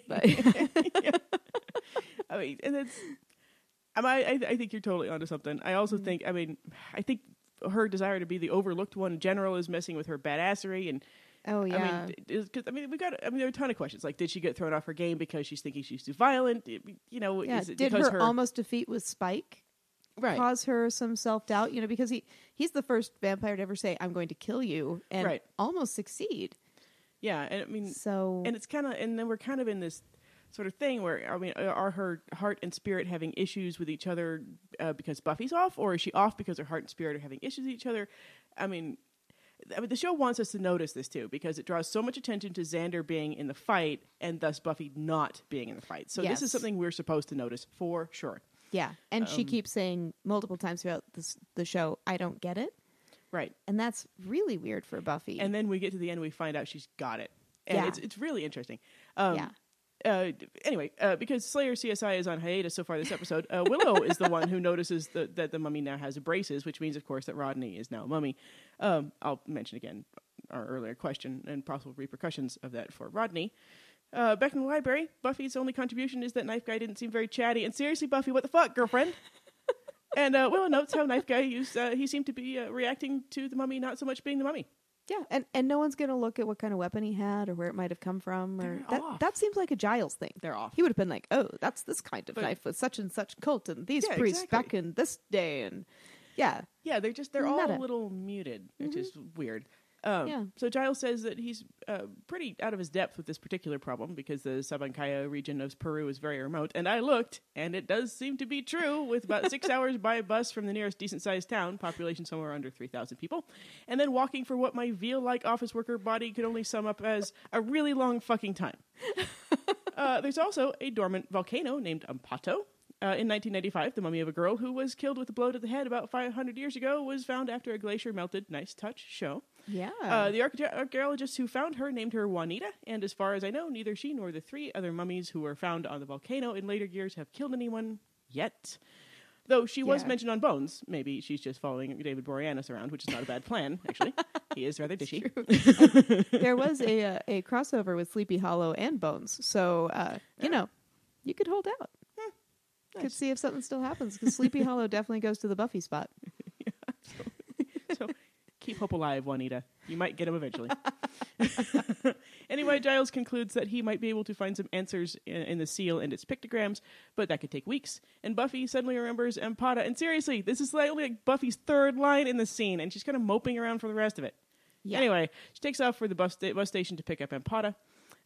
[SPEAKER 1] [laughs]
[SPEAKER 2] But [laughs]
[SPEAKER 1] I mean, and it's. I, mean, I I- I think you're totally onto something. I also think. I mean, I think her desire to be the overlooked one in general is messing with her badassery and.
[SPEAKER 2] oh yeah,
[SPEAKER 1] I mean, is, cause, I mean, we got. I mean, there are a ton of questions. Like, did she get thrown off her game because she's thinking she's too violent? It- you know,
[SPEAKER 2] yeah.
[SPEAKER 1] is it
[SPEAKER 2] Did
[SPEAKER 1] because
[SPEAKER 2] her almost defeat with Spike
[SPEAKER 1] right?
[SPEAKER 2] cause her some self doubt? You know, because he he's the first vampire to ever say, "I'm going to kill you," and
[SPEAKER 1] Right.
[SPEAKER 2] almost succeed.
[SPEAKER 1] Yeah, and I mean,
[SPEAKER 2] So
[SPEAKER 1] and it's kind of and then we're kind of in this sort of thing where i mean uh, are her heart and spirit having issues with each other uh, because buffy's off or is she off because her heart and spirit are having issues with each other i mean I mean, the show wants us to notice this too because it draws so much attention to Xander being in the fight and thus Buffy not being in the fight. So this
[SPEAKER 2] Yes.
[SPEAKER 1] is something we're supposed to notice for sure,
[SPEAKER 2] yeah, and
[SPEAKER 1] um,
[SPEAKER 2] she keeps saying multiple times throughout this, the show, "I don't get it,"
[SPEAKER 1] right?
[SPEAKER 2] and that's really weird for Buffy.
[SPEAKER 1] And then we get to the end, we find out she's got it, and
[SPEAKER 2] Yeah.
[SPEAKER 1] it's it's really interesting. Um,
[SPEAKER 2] yeah,
[SPEAKER 1] uh, anyway, uh, because Slayer CSI is on hiatus so far this episode, uh, Willow is the one who notices the, that the mummy now has braces, which means, of course, that Rodney is now a mummy. Um, I'll mention again our earlier question and possible repercussions of that for Rodney. Uh, back in the library, Buffy's only contribution is that Knife Guy didn't seem very chatty. And seriously, Buffy, what the fuck,
[SPEAKER 2] [laughs]
[SPEAKER 1] girlfriend? and uh, Willow notes how Knife Guy used, uh, he seemed to be uh, reacting to the mummy, not so much being the mummy.
[SPEAKER 2] Yeah, and, and no one's gonna look at what kind of weapon he had or where it might have come from or that that seems like a Giles thing.
[SPEAKER 1] They're off.
[SPEAKER 2] He would have been like, Oh, that's this kind of
[SPEAKER 1] But-
[SPEAKER 2] knife with such and such cult and these
[SPEAKER 1] Yeah,
[SPEAKER 2] priests
[SPEAKER 1] exactly.
[SPEAKER 2] back in this day and yeah.
[SPEAKER 1] Yeah, they're just they're all
[SPEAKER 2] Nada.
[SPEAKER 1] a little muted, which is weird. Um,
[SPEAKER 2] Yeah.
[SPEAKER 1] So Giles says that he's uh, pretty out of his depth with this particular problem because the Sabancaya region of Peru is very remote. And I looked, and it does seem to be true. With about six hours by bus from the nearest decent-sized town, population somewhere under three thousand people, and then walking for what my veal-like office worker body could only sum up as a really long fucking time. Uh, there's also a dormant volcano named Ampato. Uh, in 1995, the mummy of a girl who was killed with a blow to the head about 500 years ago was found after a glacier melted. Nice touch, show.
[SPEAKER 2] Yeah.
[SPEAKER 1] Uh, the archae- archaeologist who found her named her Juanita, and as far as I know, neither she nor the three other mummies who were found on the volcano in later years have killed anyone yet. Though she was
[SPEAKER 2] Yeah.
[SPEAKER 1] mentioned on Bones, maybe she's just following David Boreanaz around, which is not a bad plan, actually. he is rather dishy.
[SPEAKER 2] there was a uh, a crossover with Sleepy Hollow and Bones, so uh, you know you could hold out. Could
[SPEAKER 1] Nice.
[SPEAKER 2] see if something still happens because [laughs] Sleepy Hollow definitely goes to the Buffy spot.
[SPEAKER 1] so keep hope alive, Juanita. You might get him eventually. [laughs] anyway, Giles concludes that he might be able to find some answers in, in the seal and its pictograms, but that could take weeks. And Buffy suddenly remembers Empada. And seriously, this is like, only like Buffy's third line in the scene, and she's kind of moping around for the rest of it.
[SPEAKER 2] Yeah.
[SPEAKER 1] Anyway, she takes off for the bus, sta- bus station to pick up Empada.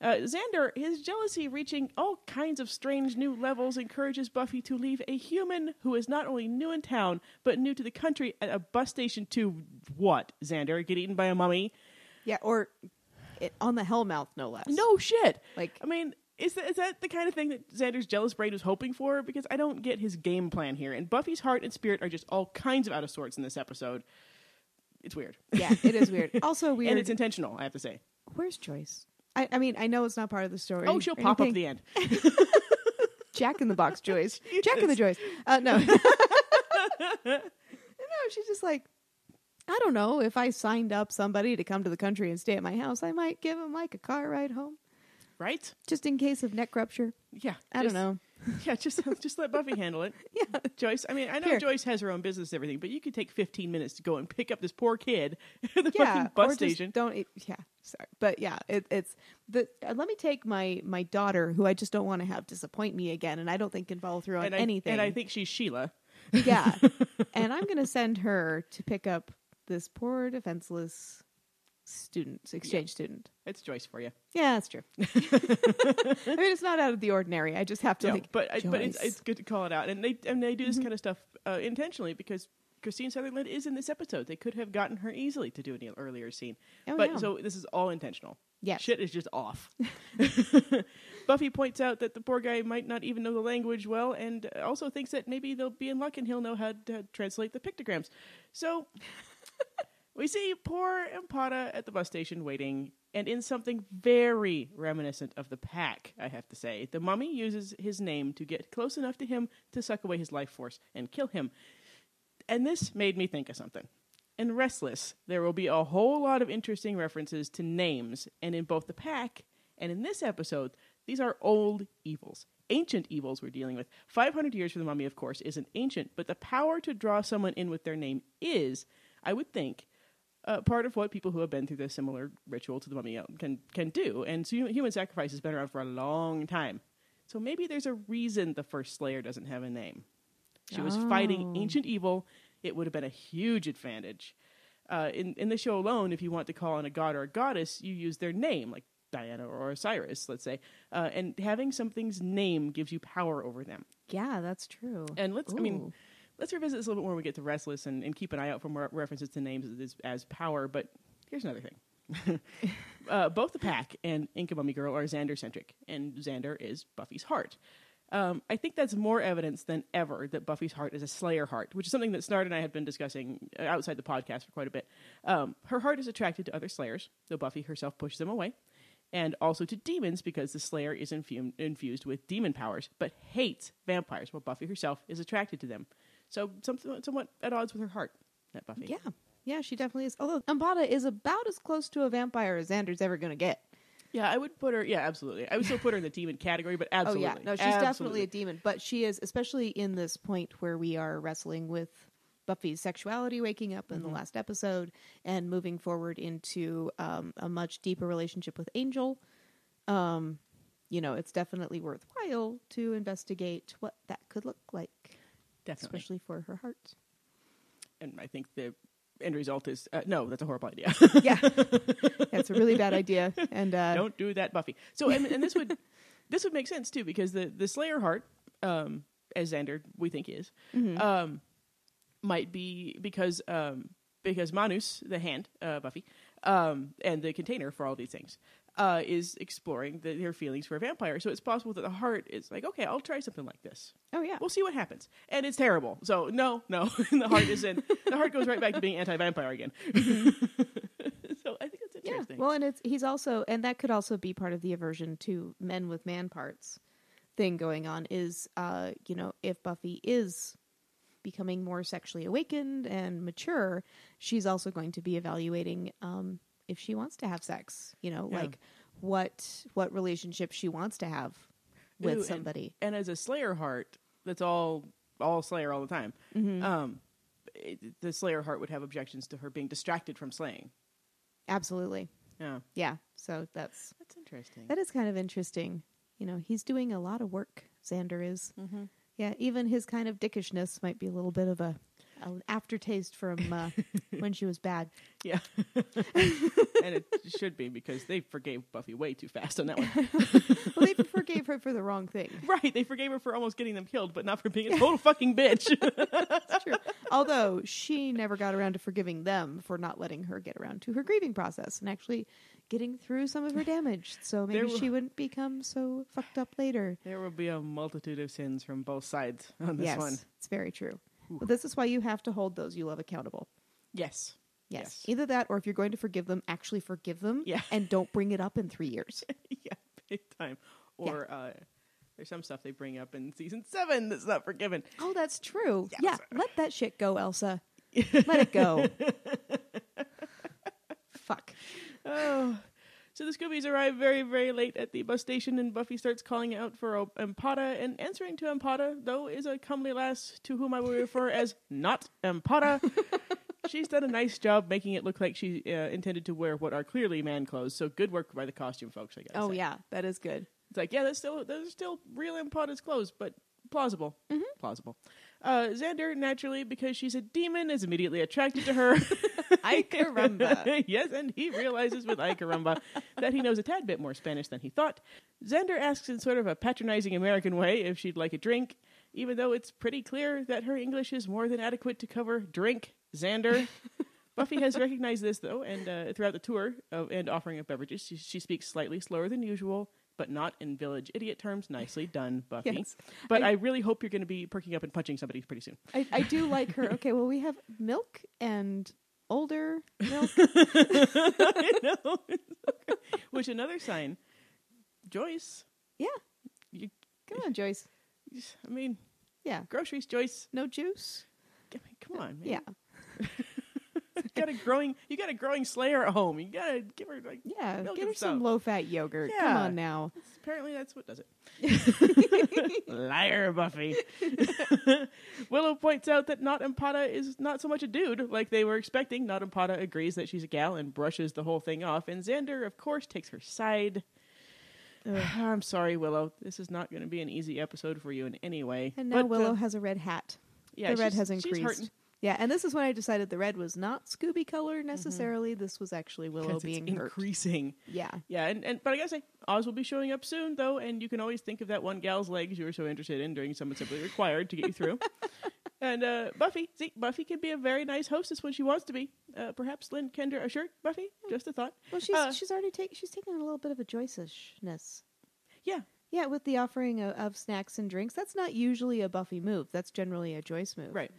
[SPEAKER 1] Uh, Xander, his jealousy reaching all kinds of strange new levels, encourages Buffy to leave a human who is not only new in town, but new to the country at a bus station to what, Xander? Get eaten by a mummy?
[SPEAKER 2] Yeah, or it, on the Hellmouth, no less.
[SPEAKER 1] No shit.
[SPEAKER 2] Like-
[SPEAKER 1] I mean, is that, is that the kind of thing that Xander's jealous brain was hoping for? Because I don't get his game plan here. And Buffy's heart and spirit are just all kinds of out of sorts in this episode. It's weird. [laughs]
[SPEAKER 2] yeah, it is weird. [laughs] Also weird.
[SPEAKER 1] And it's intentional, I have to say.
[SPEAKER 2] Where's Joyce? I, I mean, I know it's not part of the story.
[SPEAKER 1] Oh, she'll
[SPEAKER 2] or
[SPEAKER 1] pop up
[SPEAKER 2] anything.
[SPEAKER 1] the
[SPEAKER 2] [laughs]
[SPEAKER 1] end.
[SPEAKER 2] Jack in
[SPEAKER 1] [laughs]
[SPEAKER 2] the Box Joyce. Jack in the Joyce. Uh, no, [laughs] no, she's just like. I don't know if I signed up somebody to come to the country and stay at my house, I might give them like a car ride home,
[SPEAKER 1] Right?
[SPEAKER 2] just in case of neck rupture.
[SPEAKER 1] Yeah.
[SPEAKER 2] I
[SPEAKER 1] just-
[SPEAKER 2] don't know.
[SPEAKER 1] [laughs] Yeah, just just let Buffy handle it.
[SPEAKER 2] Yeah.
[SPEAKER 1] Joyce. I mean, I know
[SPEAKER 2] Here.
[SPEAKER 1] Joyce has her own business and everything, but you could take 15 minutes to go and pick up this poor kid [laughs] at the
[SPEAKER 2] yeah,
[SPEAKER 1] fucking bus
[SPEAKER 2] or just
[SPEAKER 1] station.
[SPEAKER 2] Don't eat- yeah, sorry, but yeah, it, it's the uh, let me take my my daughter who I just don't want to have disappoint me again, and I don't think can follow through on
[SPEAKER 1] and I,
[SPEAKER 2] anything.
[SPEAKER 1] And I think she's Sheila. [laughs]
[SPEAKER 2] yeah, and I'm gonna send her to pick up this poor defenseless student, exchange student.
[SPEAKER 1] It's Joyce for you.
[SPEAKER 2] Yeah,
[SPEAKER 1] [laughs]
[SPEAKER 2] that's true. I mean, it's not out of the ordinary. I just have to
[SPEAKER 1] No,
[SPEAKER 2] like,
[SPEAKER 1] but I, but it's,
[SPEAKER 2] Joyce. Mm-hmm.
[SPEAKER 1] it's good to call it out, and they and they do this kind of stuff uh, intentionally because Christine Sutherland is in this episode. They could have gotten her easily to do an earlier scene,
[SPEAKER 2] Oh,
[SPEAKER 1] but
[SPEAKER 2] yeah.
[SPEAKER 1] so this is all intentional.
[SPEAKER 2] Yes.
[SPEAKER 1] shit is just off. [laughs] Buffy points out that the poor guy might not even know the language well, and uh, also thinks that maybe they'll be in luck and he'll know how to translate the pictograms. So we see poor Empada at the bus station waiting, and in something very reminiscent of the pack, I have to say, the mummy uses his name to get close enough to him to suck away his life force and kill him. And this made me think of something. In Restless, there will be a whole lot of interesting references to names, and in both the pack and in this episode, these are old evils, ancient evils we're dealing with. 500 years for the mummy, of course, isn't ancient, but the power to draw someone in with their name is, I would think, uh, part of what people who have been through the similar ritual to the mummy uh, can can do. And so human sacrifice has been around for a long time. So maybe there's a reason the first Slayer doesn't have a name. She was fighting ancient evil. It would have been a huge advantage. Uh, in in the show alone, if you want to call on a god or a goddess, you use their name, like Diana or Osiris, let's say. Uh, and having something's name gives you power over them.
[SPEAKER 2] yeah, that's true.
[SPEAKER 1] And let's, I mean,
[SPEAKER 2] Ooh.
[SPEAKER 1] let's revisit this a little bit more when we get to Restless and, and keep an eye out for more references to names as, as power. But here's another thing. uh, both the pack and Inca Mummy Girl are Xander centric, and Xander is Buffy's heart. Um, I think that's more evidence than ever that Buffy's heart is a Slayer heart, which is something that Snart and I have been discussing uh, outside the podcast for quite a bit. Um, her heart is attracted to other Slayers, though Buffy herself pushes them away. and also to demons because the Slayer is infu- infused with demon powers, but hates vampires, while Buffy herself is attracted to them. So, something somewhat at odds with her heart, that Buffy.
[SPEAKER 2] Yeah. Yeah, she definitely is. Although Ambata is about as close to a vampire as Xander's ever going to get.
[SPEAKER 1] Yeah, I would put her. Yeah, absolutely. I would still put her in the demon category, but absolutely.
[SPEAKER 2] Oh yeah, no, she's definitely a demon, but she is especially in this point where we are wrestling with Buffy's sexuality waking up in
[SPEAKER 1] Mm-hmm.
[SPEAKER 2] the last episode and moving forward into um, a much deeper relationship with Angel. Um, you know, it's definitely worthwhile to investigate what that could look like,
[SPEAKER 1] definitely.
[SPEAKER 2] especially for her
[SPEAKER 1] [laughs]
[SPEAKER 2] heart.
[SPEAKER 1] And I think the end result is uh, no. That's a horrible idea.
[SPEAKER 2] yeah, that's a really bad idea, and [laughs] uh,
[SPEAKER 1] don't do that, Buffy. So, and, and this
[SPEAKER 2] [laughs]
[SPEAKER 1] would this would make sense too because the the Slayer heart, um, as Xander we think is,
[SPEAKER 2] Mm-hmm.
[SPEAKER 1] um, might be because um, because Manus the hand, uh, Buffy, um, and the container for all these things. Uh, is exploring the, their feelings for a vampire, so it's possible that the heart is like, okay, I'll try something like this.
[SPEAKER 2] oh yeah,
[SPEAKER 1] We'll see what happens, and it's terrible. So no, no, [laughs] the heart is in. The heart goes right back to being anti-vampire again. [laughs] so I think that's
[SPEAKER 2] Mm-hmm. yeah.
[SPEAKER 1] interesting.
[SPEAKER 2] Well, and it's he's also, and that could also be part of the aversion to men with man parts thing going on. Is uh, you know, if Buffy is becoming more sexually awakened and mature, she's also going to be evaluating um, if she wants to have sex. You know,
[SPEAKER 1] Yeah.
[SPEAKER 2] like what what relationship she wants to have
[SPEAKER 1] Ooh,
[SPEAKER 2] with
[SPEAKER 1] and-
[SPEAKER 2] somebody.
[SPEAKER 1] and as a Slayer heart, that's all all Slayer all the time. Um, it- the Slayer heart would have objections to her being distracted from slaying.
[SPEAKER 2] Absolutely,
[SPEAKER 1] Yeah,
[SPEAKER 2] yeah. So that's
[SPEAKER 1] that's interesting.
[SPEAKER 2] That is kind of interesting. You know, he's doing a lot of work. Xander is.
[SPEAKER 1] Mhm.
[SPEAKER 2] Yeah, even his kind of dickishness might be a little bit of a an aftertaste from
[SPEAKER 1] [laughs]
[SPEAKER 2] uh, when she was bad.
[SPEAKER 1] yeah, [laughs] and it should be because they forgave Buffy way too fast on that [laughs] one.
[SPEAKER 2] Well, they forgave her for the wrong thing.
[SPEAKER 1] right? They forgave her for almost getting them killed, but not for being a [laughs] total fucking bitch.
[SPEAKER 2] It's true. Although she never got around to forgiving them for not letting her get around to her grieving process and actually getting through some of her damage, so maybe
[SPEAKER 1] There were-
[SPEAKER 2] she wouldn't become so fucked up later.
[SPEAKER 1] There will be a multitude of sins from both sides on this
[SPEAKER 2] yes,
[SPEAKER 1] one.
[SPEAKER 2] it's very true. But this is why you have to hold those you love accountable.
[SPEAKER 1] Yes. [laughs] Yes.
[SPEAKER 2] Yes. Either that or if you're going to forgive them, actually forgive them
[SPEAKER 1] Yeah.
[SPEAKER 2] and don't bring it up in three years.
[SPEAKER 1] yeah, big time. Or uh, there's some stuff they bring up in season seven that's not forgiven.
[SPEAKER 2] oh, that's true.
[SPEAKER 1] Yeah.
[SPEAKER 2] Yeah. Let that shit go, Elsa. let it go. [laughs] Fuck.
[SPEAKER 1] Oh. So the Scoobies arrive very, very late at the bus station, and Buffy starts calling out for O- Empata. And answering to Empata, though, is a comely lass to whom I will refer as not
[SPEAKER 2] [laughs]
[SPEAKER 1] Empata. She's done a nice job making it look like she uh, intended to wear what are clearly man clothes. So good work by the costume folks, I guess.
[SPEAKER 2] Oh, yeah. That is [laughs] good.
[SPEAKER 1] It's like, yeah, that's still those are still real Impata's clothes, but plausible,
[SPEAKER 2] Mm-hmm.
[SPEAKER 1] plausible. Uh, Xander naturally, because she's a demon, is immediately attracted to
[SPEAKER 2] [laughs]
[SPEAKER 1] her.
[SPEAKER 2] I caramba.
[SPEAKER 1] [laughs] yes, and he realizes with Ay caramba that he knows a tad bit more Spanish than he thought. Xander asks in sort of a patronizing American way if she'd like a drink, even though it's pretty clear that her English is more than adequate to cover drink, Xander. Buffy has recognized this, though, and uh, throughout the tour of, and offering of beverages, she, she speaks slightly slower than usual. But not in village idiot terms. Nicely done, Buffy.
[SPEAKER 2] [laughs] Yes.
[SPEAKER 1] But I, really hope you're going to be perking up and punching somebody pretty soon.
[SPEAKER 2] I, I do like her. Okay, well, we have milk and older milk.
[SPEAKER 1] [laughs] I
[SPEAKER 2] [laughs]
[SPEAKER 1] know. Which another sign, Joyce.
[SPEAKER 2] Yeah.
[SPEAKER 1] You-
[SPEAKER 2] Come on, Joyce.
[SPEAKER 1] I mean,
[SPEAKER 2] Yeah.
[SPEAKER 1] groceries, Joyce.
[SPEAKER 2] No juice?
[SPEAKER 1] I mean, come on, man.
[SPEAKER 2] Yeah.
[SPEAKER 1] You got a growing, you got a growing Slayer at home. You gotta give her like.
[SPEAKER 2] Yeah.
[SPEAKER 1] Milk
[SPEAKER 2] Get
[SPEAKER 1] and
[SPEAKER 2] her some
[SPEAKER 1] stuff.
[SPEAKER 2] low fat yogurt. Come
[SPEAKER 1] Yeah.
[SPEAKER 2] on now.
[SPEAKER 1] Apparently, that's what does it. [laughs] Liar, Buffy. [laughs] Willow points out that Not Empata is not so much a dude like they were expecting. Not Empata agrees that she's a gal and brushes the whole thing off. And Xander, of course, takes her side. [sighs] I'm sorry, Willow. This is not going to be an easy episode for you in any way.
[SPEAKER 2] And now
[SPEAKER 1] But, uh,
[SPEAKER 2] Willow has a red hat.
[SPEAKER 1] yeah,
[SPEAKER 2] the red
[SPEAKER 1] she's-
[SPEAKER 2] has
[SPEAKER 1] she's hurting.
[SPEAKER 2] increased. Yeah, and this is when I decided the red was not Scooby color necessarily. This was actually Willow
[SPEAKER 1] 'Cause it's
[SPEAKER 2] being hurt.
[SPEAKER 1] increasing.
[SPEAKER 2] Yeah,
[SPEAKER 1] Yeah, and, and but I gotta say, Oz will be showing up soon though, and you can always think of that one gal's legs you were so interested in during Someone Simply Required to get you
[SPEAKER 2] [laughs]
[SPEAKER 1] through. and uh, Buffy, see, Buffy can be a very nice hostess when she wants to be. Uh, perhaps Lynn Kendra a shirt, Buffy.
[SPEAKER 2] Hmm.
[SPEAKER 1] Just a thought.
[SPEAKER 2] well, she's
[SPEAKER 1] Uh,
[SPEAKER 2] she's already taken she's taken a little bit of a Joyce-ishness.
[SPEAKER 1] Yeah,
[SPEAKER 2] Yeah, with the offering of, of snacks and drinks, that's not usually a Buffy move. That's generally a Joyce move.
[SPEAKER 1] right.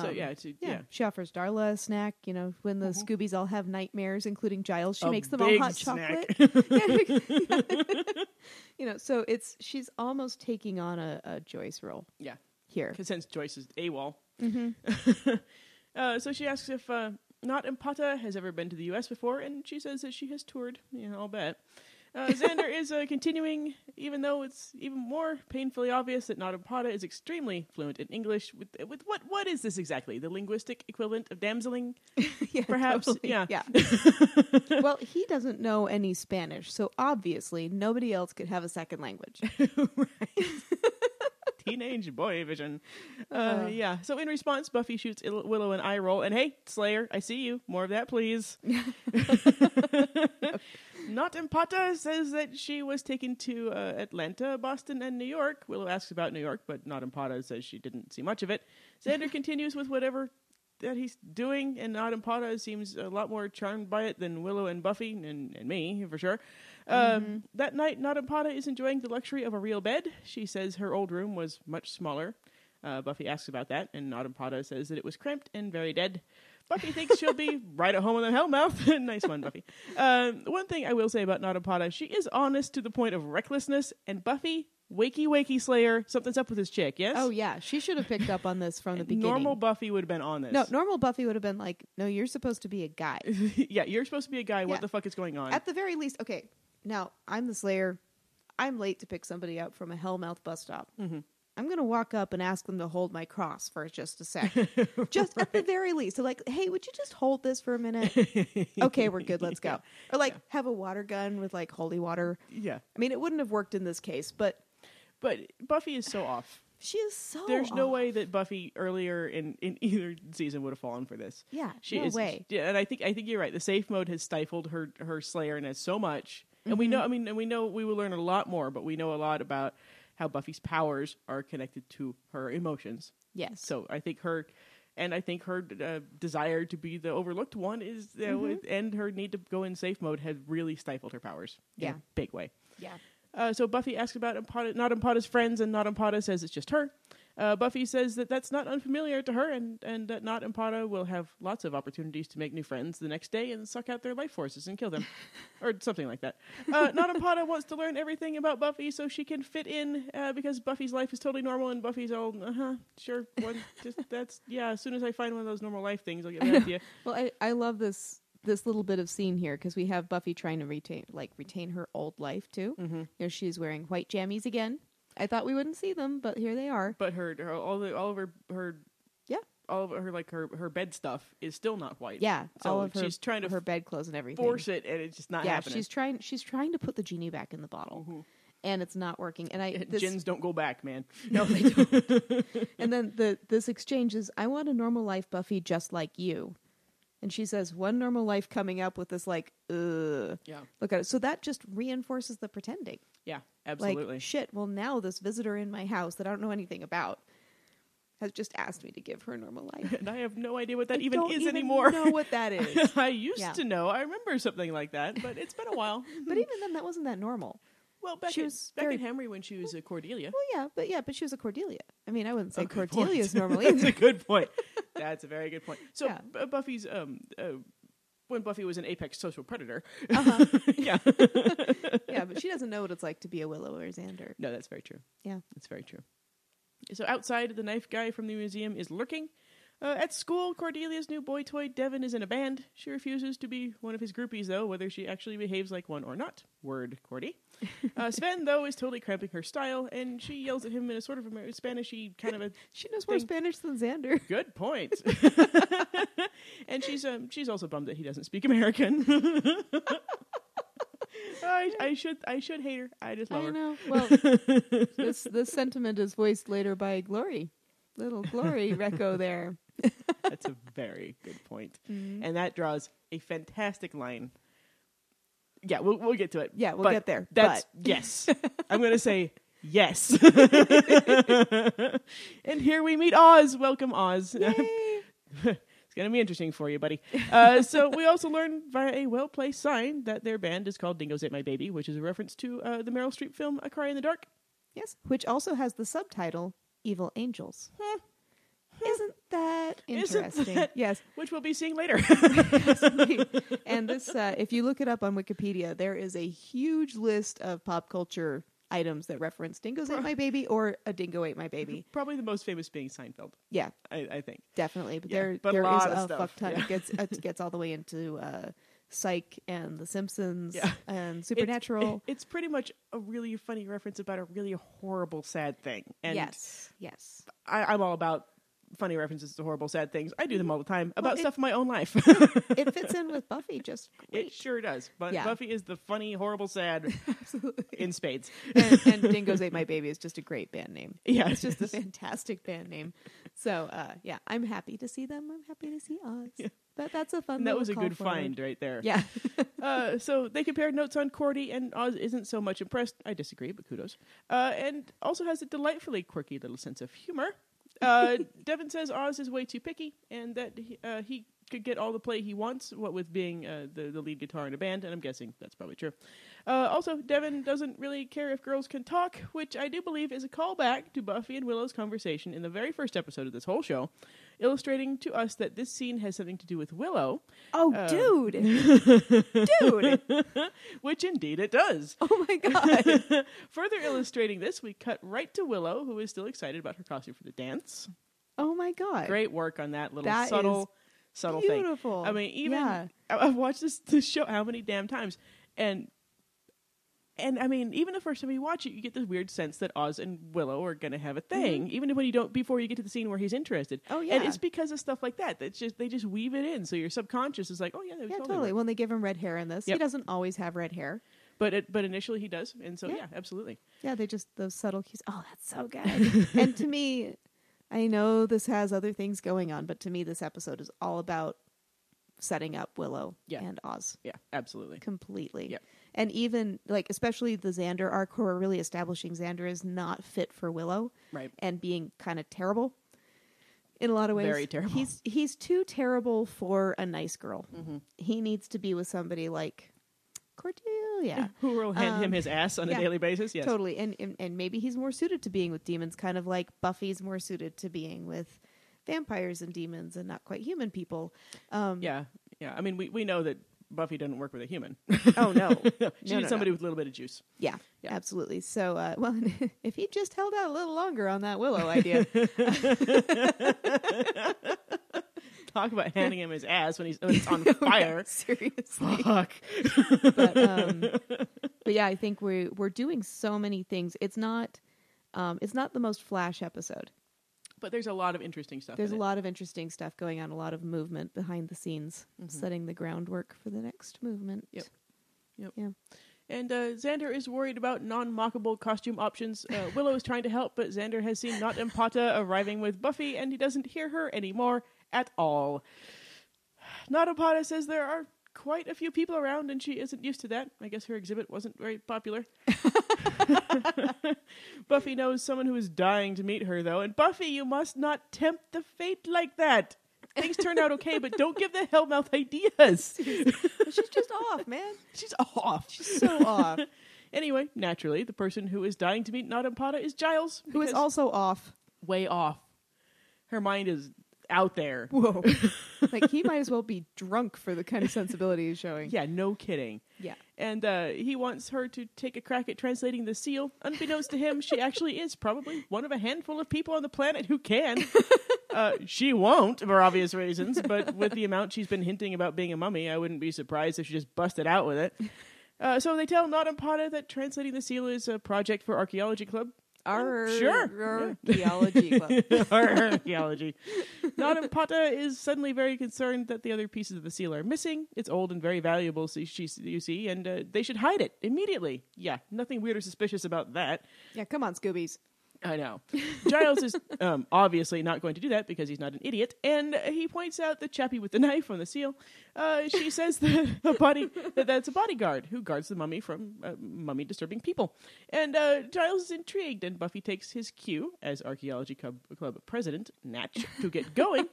[SPEAKER 1] so
[SPEAKER 2] Um,
[SPEAKER 1] yeah, it's, yeah, Mm-hmm.
[SPEAKER 2] yeah. She offers Darla a snack, you know, when the Scoobies all have nightmares, including Giles. She
[SPEAKER 1] A
[SPEAKER 2] makes them all
[SPEAKER 1] big
[SPEAKER 2] hot
[SPEAKER 1] snack.
[SPEAKER 2] chocolate. Yeah. [laughs] you know, so it's she's almost taking on a, a Joyce role
[SPEAKER 1] [laughs] yeah.
[SPEAKER 2] here.
[SPEAKER 1] Because since Joyce is AWOL. [laughs] uh, so she asks if uh, not Impata has ever been to the U.S. before, and she says that she has toured. Yeah, I'll bet. Uh, Xander is uh, continuing, even though it's even more painfully obvious that Not Impata is extremely fluent in English. With with what what is this exactly? The linguistic equivalent of damseling?
[SPEAKER 2] [laughs] yeah,
[SPEAKER 1] Perhaps,
[SPEAKER 2] totally.
[SPEAKER 1] yeah. [laughs]
[SPEAKER 2] yeah. well, he doesn't know any Spanish, so obviously nobody else could have a second
[SPEAKER 1] [laughs]
[SPEAKER 2] language.
[SPEAKER 1] teenage boy vision. Uh, yeah. So in response, Buffy shoots Il- Willow an eye roll, and hey, Slayer, I see you. More of that, please. Not Impata says that she was taken to uh, Atlanta, Boston, and New York. Willow asks about New York, but Not Impata says she didn't see much of it. Xander continues with whatever that he's doing, and Not Impata seems a lot more charmed by it than Willow and Buffy, and, and me, for sure.
[SPEAKER 2] Mm-hmm.
[SPEAKER 1] Um, that night, Nadapada is enjoying the luxury of a real bed. She says her old room was much smaller. Uh, Buffy asks about that, and Nadapada says that it was cramped and very dead. Buffy thinks she'll
[SPEAKER 2] [laughs]
[SPEAKER 1] be right at home in the Hellmouth. [laughs] nice one, Buffy. Um, one thing I will say about Nadapada, she is honest to the point of recklessness, and Buffy, wakey wakey slayer, something's up with this chick, yes?
[SPEAKER 2] oh yeah, she should have picked up on this from the beginning.
[SPEAKER 1] Normal Buffy would have been on this.
[SPEAKER 2] no, normal Buffy would have been like, "No, you're supposed to be
[SPEAKER 1] [laughs]
[SPEAKER 2] a guy."
[SPEAKER 1] yeah, you're supposed to be a guy.
[SPEAKER 2] Yeah.
[SPEAKER 1] What the fuck is going on?
[SPEAKER 2] At the very least, okay. Now I'm the Slayer. I'm late to pick somebody up from a Hellmouth bus stop.
[SPEAKER 1] Mm-hmm.
[SPEAKER 2] I'm gonna walk up and ask them to hold my cross for just
[SPEAKER 1] [laughs]
[SPEAKER 2] a sec, just at the very least. So like, hey, would you just hold this for
[SPEAKER 1] [laughs]
[SPEAKER 2] a minute? okay, we're good. Let's go. Or like, have a water gun with like holy water.
[SPEAKER 1] yeah.
[SPEAKER 2] I mean, it wouldn't have worked in this case, but
[SPEAKER 1] But Buffy is so off.
[SPEAKER 2] she is so.
[SPEAKER 1] There's no
[SPEAKER 2] off.
[SPEAKER 1] way that Buffy earlier in, in [laughs] either season would have fallen for this.
[SPEAKER 2] Yeah,
[SPEAKER 1] she
[SPEAKER 2] no
[SPEAKER 1] is,
[SPEAKER 2] way.
[SPEAKER 1] Yeah, and I think I think you're right. The safe mode has stifled her her slayerness so much, and
[SPEAKER 2] Mm-hmm.
[SPEAKER 1] we know. I mean, and we know we will learn a lot more, but we know a lot about how Buffy's powers are connected to her emotions.
[SPEAKER 2] Yes.
[SPEAKER 1] So I think her, and I think her uh, desire to be the overlooked one is, uh,
[SPEAKER 2] Mm-hmm.
[SPEAKER 1] and her need to go in safe mode has really stifled her powers. in
[SPEAKER 2] Yeah.
[SPEAKER 1] a big way.
[SPEAKER 2] yeah.
[SPEAKER 1] Uh, so Buffy asks about Impata, not Impata's friends, and not Impata says it's just her. Uh, Buffy says that that's not unfamiliar to her, and, and that not Impata will have lots of opportunities to make new friends the next day and suck out their life forces and kill
[SPEAKER 2] [laughs]
[SPEAKER 1] them, or something like that. Uh, not Impata wants to learn everything about Buffy so she can fit in uh, because Buffy's life is totally normal, and Buffy's all, uh huh, sure, one,
[SPEAKER 2] [laughs]
[SPEAKER 1] just that's yeah. As soon as I find one of those normal life things, I'll get back to you.
[SPEAKER 2] Well, I, I love this this little bit of scene here because we have Buffy trying to retain like retain her old life too. Mm-hmm. You know, she's wearing white jammies again. I thought we wouldn't see them, but here they are.
[SPEAKER 1] But her, her all the all of her her
[SPEAKER 2] Yeah,
[SPEAKER 1] all of her like her her bed stuff is still not white.
[SPEAKER 2] yeah.
[SPEAKER 1] so
[SPEAKER 2] all of her,
[SPEAKER 1] she's trying to
[SPEAKER 2] her bedclothes and everything.
[SPEAKER 1] force it, and it's just not
[SPEAKER 2] yeah,
[SPEAKER 1] happening.
[SPEAKER 2] she's trying. She's trying to put the genie back in the bottle, and it's not working. And I this,
[SPEAKER 1] Gins don't go back, man.
[SPEAKER 2] [laughs] no, they don't. and then the this exchange is, I want a normal life, Buffy, just like you. And she says, one normal life coming up with this like, ugh.
[SPEAKER 1] [laughs] Yeah.
[SPEAKER 2] Look at it. So that just reinforces the pretending.
[SPEAKER 1] Yeah,
[SPEAKER 2] Like,
[SPEAKER 1] absolutely.
[SPEAKER 2] shit, well, now this visitor in my house that I don't know anything about has just asked me to give her a normal life.
[SPEAKER 1] [laughs] and I have no idea what [laughs] that
[SPEAKER 2] I
[SPEAKER 1] even
[SPEAKER 2] don't
[SPEAKER 1] is
[SPEAKER 2] even
[SPEAKER 1] anymore.
[SPEAKER 2] know what
[SPEAKER 1] [laughs]
[SPEAKER 2] that is.
[SPEAKER 1] I used
[SPEAKER 2] Yeah.
[SPEAKER 1] to know. I remember something like that, but it's been a while.
[SPEAKER 2] [laughs] but even then, that wasn't that normal.
[SPEAKER 1] well, back
[SPEAKER 2] she
[SPEAKER 1] at,
[SPEAKER 2] was
[SPEAKER 1] back
[SPEAKER 2] very-
[SPEAKER 1] at Henry when she was a Cordelia.
[SPEAKER 2] Well, yeah, but yeah, but she was a Cordelia. I mean, I wouldn't say
[SPEAKER 1] A Oh, good
[SPEAKER 2] Cordelia's
[SPEAKER 1] point. [laughs]
[SPEAKER 2] normal
[SPEAKER 1] That's
[SPEAKER 2] either.
[SPEAKER 1] a good point. That's a very good point. So
[SPEAKER 2] Yeah.
[SPEAKER 1] B- Buffy's um. Uh, when Buffy was an apex social predator,
[SPEAKER 2] Uh-huh.
[SPEAKER 1] [laughs] yeah,
[SPEAKER 2] [laughs] yeah, but she doesn't know what it's like to be a Willow or a Xander.
[SPEAKER 1] no, that's very true.
[SPEAKER 2] Yeah.
[SPEAKER 1] That's very true. So outside, the knife guy from the museum is lurking. Uh, at school, Cordelia's new boy toy, Devin, is in a band. She refuses to be one of his groupies, though, whether she actually behaves like one or not. Word,
[SPEAKER 2] [laughs]
[SPEAKER 1] Cordy. Uh, Sven, though, is totally cramping her style, and she yells at him in a sort of Amer- Spanishy kind of
[SPEAKER 2] [laughs]
[SPEAKER 1] a
[SPEAKER 2] She knows more
[SPEAKER 1] thing.
[SPEAKER 2] Spanish
[SPEAKER 1] [laughs]
[SPEAKER 2] than Xander.
[SPEAKER 1] Good
[SPEAKER 2] [laughs]
[SPEAKER 1] point. and she's um, she's also bummed that he doesn't speak American. [laughs] I, I should I should hate her. I just love
[SPEAKER 2] I
[SPEAKER 1] her.
[SPEAKER 2] know. Well, this this sentiment is voiced later by Glory, little
[SPEAKER 1] [laughs]
[SPEAKER 2] Glory Recco there.
[SPEAKER 1] That's a very good point.
[SPEAKER 2] Mm-hmm.
[SPEAKER 1] And that draws a fantastic line. Yeah, we'll, we'll get to it.
[SPEAKER 2] Yeah, we'll
[SPEAKER 1] But
[SPEAKER 2] get there,
[SPEAKER 1] That's
[SPEAKER 2] [laughs]
[SPEAKER 1] yes. I'm going to say yes. and here we meet Oz. Welcome, Oz. [laughs] it's going to be interesting for you, buddy. Uh, so we also learn via a well placed sign that their band is called Dingoes Ate My Baby, which is a reference to uh, the Meryl Streep film A Cry in the Dark.
[SPEAKER 2] Yes, which also has the subtitle "Evil Angels." Isn't that that
[SPEAKER 1] Isn't
[SPEAKER 2] interesting?
[SPEAKER 1] that-
[SPEAKER 2] Yes.
[SPEAKER 1] which we'll be seeing later. [laughs]
[SPEAKER 2] [laughs] and this, uh, if you look it up on Wikipedia, there is a huge list of pop culture items that reference dingoes ate my baby or a dingo ate my baby.
[SPEAKER 1] Probably the most famous being Seinfeld,
[SPEAKER 2] Yeah,
[SPEAKER 1] I, I think.
[SPEAKER 2] definitely. But
[SPEAKER 1] Yeah,
[SPEAKER 2] there,
[SPEAKER 1] but a
[SPEAKER 2] there is
[SPEAKER 1] lot of
[SPEAKER 2] a
[SPEAKER 1] stuff,
[SPEAKER 2] fuck ton.
[SPEAKER 1] yeah.
[SPEAKER 2] It gets it gets all the way into uh, Psych and The Simpsons
[SPEAKER 1] Yeah.
[SPEAKER 2] and
[SPEAKER 1] It's-
[SPEAKER 2] Supernatural.
[SPEAKER 1] [laughs] it's pretty much a really funny reference about a really horrible, sad thing. And
[SPEAKER 3] yes, yes.
[SPEAKER 1] I, I'm all about funny references to horrible, sad things. I do them all the time about
[SPEAKER 2] it-
[SPEAKER 1] stuff in my own
[SPEAKER 2] [laughs]
[SPEAKER 1] life.
[SPEAKER 2] it fits in with Buffy just
[SPEAKER 1] [laughs] it
[SPEAKER 2] great.
[SPEAKER 1] sure does. But
[SPEAKER 2] Yeah.
[SPEAKER 1] Buffy is the funny, horrible,
[SPEAKER 2] [laughs]
[SPEAKER 1] sad in spades.
[SPEAKER 2] and, and Dingoes Ate My Baby is just a great band name.
[SPEAKER 1] Yeah,
[SPEAKER 2] It's
[SPEAKER 1] it
[SPEAKER 2] just a fantastic band name. So uh, yeah, I'm happy to see them. I'm happy to see Oz. But that's a fun.
[SPEAKER 1] And that
[SPEAKER 2] little
[SPEAKER 1] was a
[SPEAKER 2] call
[SPEAKER 1] good
[SPEAKER 2] forward.
[SPEAKER 1] find right [laughs] there.
[SPEAKER 2] Yeah.
[SPEAKER 1] Uh, so they compared notes on Cordy, and Oz isn't so much impressed. I disagree, but kudos. Uh, and also has a delightfully quirky little sense of humor. Uh, Devin says Oz is way too picky, and that he, uh, he could get all the play he wants, what with being uh, the, the lead guitar in a band, and I'm guessing that's probably true. Uh, also, Devin doesn't really care if girls can talk, which I do believe is a callback to Buffy and Willow's conversation in the very first episode of this whole show, illustrating to us that this scene has something to do with Willow,
[SPEAKER 2] Oh,
[SPEAKER 1] Uh, [laughs]
[SPEAKER 2] dude, dude.
[SPEAKER 1] which indeed it does.
[SPEAKER 2] Oh my god.
[SPEAKER 1] [laughs] Further illustrating this, we cut right to Willow, who is still excited about her costume for the dance.
[SPEAKER 2] Oh my god.
[SPEAKER 1] Great work on that little
[SPEAKER 2] That is
[SPEAKER 1] subtle, subtle thing.
[SPEAKER 2] Beautiful.
[SPEAKER 1] I mean, even
[SPEAKER 2] Yeah.
[SPEAKER 1] I- I've watched this, this show how many damn times, and and I mean, even the first time you watch it, you get this weird sense that Oz and Willow are going to have a thing, even when you don't before you get to the scene where he's interested.
[SPEAKER 2] Mm-hmm. Oh,
[SPEAKER 1] and
[SPEAKER 2] yeah.
[SPEAKER 1] it's because of stuff like that. That's just they just weave it in, so your subconscious is like, oh yeah, that would
[SPEAKER 2] Yeah,
[SPEAKER 1] totally.
[SPEAKER 2] totally.
[SPEAKER 1] work.
[SPEAKER 2] When they give him red hair in this,
[SPEAKER 1] Yep.
[SPEAKER 2] he doesn't always have red hair.
[SPEAKER 1] But it, but initially he does, and so
[SPEAKER 2] Yeah.
[SPEAKER 1] yeah absolutely.
[SPEAKER 2] Yeah, they just those subtle cues. Oh, that's so
[SPEAKER 1] [laughs]
[SPEAKER 2] good. and to me, I know this has other things going on, but to me, this episode is all about setting up Willow
[SPEAKER 1] Yeah.
[SPEAKER 2] and Oz
[SPEAKER 1] Yeah, absolutely.
[SPEAKER 2] completely.
[SPEAKER 1] Yep.
[SPEAKER 2] And even like, especially the Xander arc, who are really establishing Xander is not fit for Willow
[SPEAKER 1] Right.
[SPEAKER 2] and being kind of terrible in a lot of ways.
[SPEAKER 1] Very terrible.
[SPEAKER 2] He's he's too terrible for a nice girl.
[SPEAKER 1] Mm-hmm.
[SPEAKER 2] He needs to be with somebody like Cordelia.
[SPEAKER 1] [laughs] Who will hand him
[SPEAKER 2] Um,
[SPEAKER 1] his ass on a
[SPEAKER 2] yeah.
[SPEAKER 1] daily basis? Yes.
[SPEAKER 2] Totally. And, and and maybe he's more suited to being with demons, kind of like Buffy's more suited to being with vampires and demons and not quite human people. Um,
[SPEAKER 1] Yeah, yeah. I mean, we, we know that Buffy doesn't work with a human.
[SPEAKER 2] [laughs] Oh no.
[SPEAKER 1] [laughs] she
[SPEAKER 2] No,
[SPEAKER 1] needs
[SPEAKER 2] no,
[SPEAKER 1] somebody
[SPEAKER 2] no.
[SPEAKER 1] with a little bit of juice.
[SPEAKER 2] Yeah,
[SPEAKER 1] Yeah.
[SPEAKER 2] absolutely. So, uh, [laughs] well, if he just held out a little longer on
[SPEAKER 1] [laughs]
[SPEAKER 2] that Willow idea,
[SPEAKER 1] Talk about handing him his ass when he's when [laughs]
[SPEAKER 2] [laughs]
[SPEAKER 1] it's on fire.
[SPEAKER 2] seriously.
[SPEAKER 1] Fuck.
[SPEAKER 2] [laughs] But, um, but yeah, I think we we're doing so many things. It's not, um, it's not the most flash episode.
[SPEAKER 1] But there's a lot of interesting stuff.
[SPEAKER 2] There's a
[SPEAKER 1] in it.
[SPEAKER 2] lot of interesting stuff going on, a lot of movement behind the scenes, setting the groundwork for the next movement.
[SPEAKER 1] Mm-hmm.
[SPEAKER 2] [laughs]
[SPEAKER 1] Yep. Yep.
[SPEAKER 2] Yeah.
[SPEAKER 1] And uh, Xander is worried about non-mockable costume options. [laughs] Uh, Willow is trying to help, but Xander has seen Not Empata arriving with Buffy, and he doesn't hear her anymore at all. [sighs] Not Empata says there are quite a few people around, and she isn't used to that. I guess her exhibit wasn't very popular. [laughs] Buffy knows someone who is dying to meet her, though, and Buffy, you must not tempt the fate like that. Things turned out okay, but don't give the hellmouth ideas.
[SPEAKER 2] She's just off, man.
[SPEAKER 1] [laughs] She's off. [laughs]
[SPEAKER 2] So off.
[SPEAKER 1] Anyway, naturally, the person who is dying to meet Nadampada is Giles,
[SPEAKER 2] Who is
[SPEAKER 1] because-
[SPEAKER 2] also off.
[SPEAKER 1] way off. Her mind is out there.
[SPEAKER 2] Whoa. [laughs] like he might as well be drunk for the kind of sensibility he's showing.
[SPEAKER 1] Yeah, no kidding.
[SPEAKER 2] Yeah.
[SPEAKER 1] And uh, he wants her to take a crack at translating the seal. Unbeknownst to him,
[SPEAKER 2] [laughs]
[SPEAKER 1] she actually is probably one of a handful of people on the planet who
[SPEAKER 2] [laughs]
[SPEAKER 1] can. Uh, she won't, for obvious reasons, but with the amount she's been hinting about being a mummy, I wouldn't be surprised if she just busted out
[SPEAKER 2] [laughs]
[SPEAKER 1] with it. Uh, so they tell Nadampada that translating the seal is a project for Archaeology Club.
[SPEAKER 2] Our
[SPEAKER 1] Sure. [laughs]
[SPEAKER 2] archaeology club.
[SPEAKER 1] Our archaeology. Nanampata is suddenly very concerned that the other pieces of the seal are missing. It's old and very valuable, so she, you see, and uh, they should hide it immediately. Yeah, nothing weird or suspicious about that.
[SPEAKER 2] Yeah, come on, Scoobies.
[SPEAKER 1] I know. Giles is um, obviously not going to do that because he's not an idiot, and he points out the chappie with the knife on the seal. Uh, she says that a body that that's a bodyguard who guards the mummy from uh, mummy disturbing people. And uh, Giles is intrigued, and Buffy takes his cue as archaeology club, club president Natch to get going,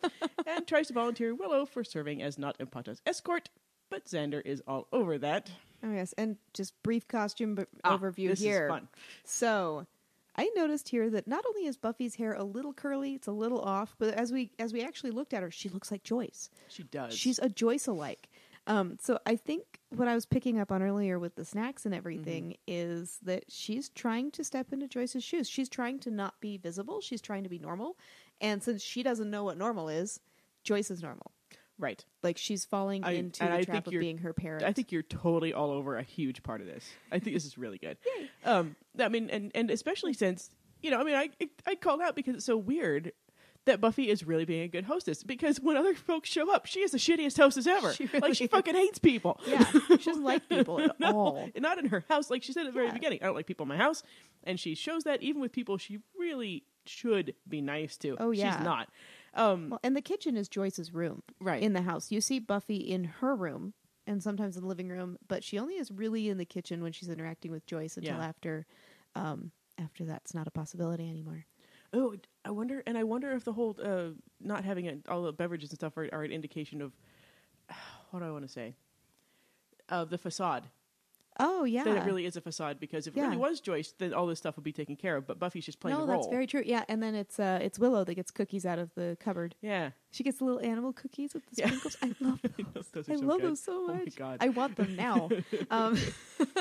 [SPEAKER 1] and tries to volunteer Willow for serving as not Empata's escort. But Xander is all over that.
[SPEAKER 2] Oh yes, and just brief costume b-
[SPEAKER 1] Ah,
[SPEAKER 2] overview
[SPEAKER 1] this is
[SPEAKER 2] here.
[SPEAKER 1] fun.
[SPEAKER 2] So, I noticed here that not only is Buffy's hair a little curly, it's a little off, but as we as we actually looked at her, she looks like Joyce.
[SPEAKER 1] She does.
[SPEAKER 2] She's a Joyce alike. Um, so I think what I was picking up on earlier with the snacks and everything
[SPEAKER 1] Mm-hmm.
[SPEAKER 2] is that she's trying to step into Joyce's shoes. She's trying to not be visible. She's trying to be normal, and since she doesn't know what normal is, Joyce is normal.
[SPEAKER 1] right.
[SPEAKER 2] Like she's falling
[SPEAKER 1] I-
[SPEAKER 2] into
[SPEAKER 1] and
[SPEAKER 2] the
[SPEAKER 1] I
[SPEAKER 2] trap
[SPEAKER 1] think
[SPEAKER 2] of
[SPEAKER 1] you're-
[SPEAKER 2] being her parent.
[SPEAKER 1] I think you're totally all over a huge part of this. I think this is really
[SPEAKER 2] [laughs]
[SPEAKER 1] good. Um, I mean, and and especially since you know, I mean, I it- I called out because it's so weird that Buffy is really being a good hostess because when other folks show up, she is the shittiest hostess ever.
[SPEAKER 2] She really
[SPEAKER 1] like she
[SPEAKER 2] is.
[SPEAKER 1] fucking hates people.
[SPEAKER 2] yeah, she doesn't like people at
[SPEAKER 1] No,
[SPEAKER 2] all.
[SPEAKER 1] [laughs] not in her house. Like she said at the very
[SPEAKER 2] Yeah.
[SPEAKER 1] beginning, I don't like people in my house, and she shows that even with people she really should be nice to.
[SPEAKER 2] Oh, yeah.
[SPEAKER 1] she's not. Um,
[SPEAKER 2] Well, and the kitchen is Joyce's room,
[SPEAKER 1] Right.
[SPEAKER 2] In the house, you see Buffy in her room and sometimes in the living room, but she only is really in the kitchen when she's interacting with Joyce until
[SPEAKER 1] Yeah.
[SPEAKER 2] after, um, after that's not a possibility anymore.
[SPEAKER 1] Oh, I wonder, and I wonder if the whole uh, not having it, all the beverages and stuff are, are an indication of [sighs] what do I want to say of the facade
[SPEAKER 2] Oh yeah,
[SPEAKER 1] that it really is a facade because if it really
[SPEAKER 2] Yeah.
[SPEAKER 1] was Joyce, then all this stuff would be taken care of. But Buffy's just playing
[SPEAKER 2] no,
[SPEAKER 1] the role.
[SPEAKER 2] that's very true. Yeah, and then it's uh, it's Willow that gets cookies out of the cupboard.
[SPEAKER 1] yeah. [laughs]
[SPEAKER 2] She gets the little animal cookies with the
[SPEAKER 1] Yeah.
[SPEAKER 2] sprinkles. I
[SPEAKER 1] [laughs]
[SPEAKER 2] love
[SPEAKER 1] Those- those are
[SPEAKER 2] I
[SPEAKER 1] so
[SPEAKER 2] love
[SPEAKER 1] good.
[SPEAKER 2] those so much.
[SPEAKER 1] Oh my god,
[SPEAKER 2] I want
[SPEAKER 1] [laughs]
[SPEAKER 2] them now. Um,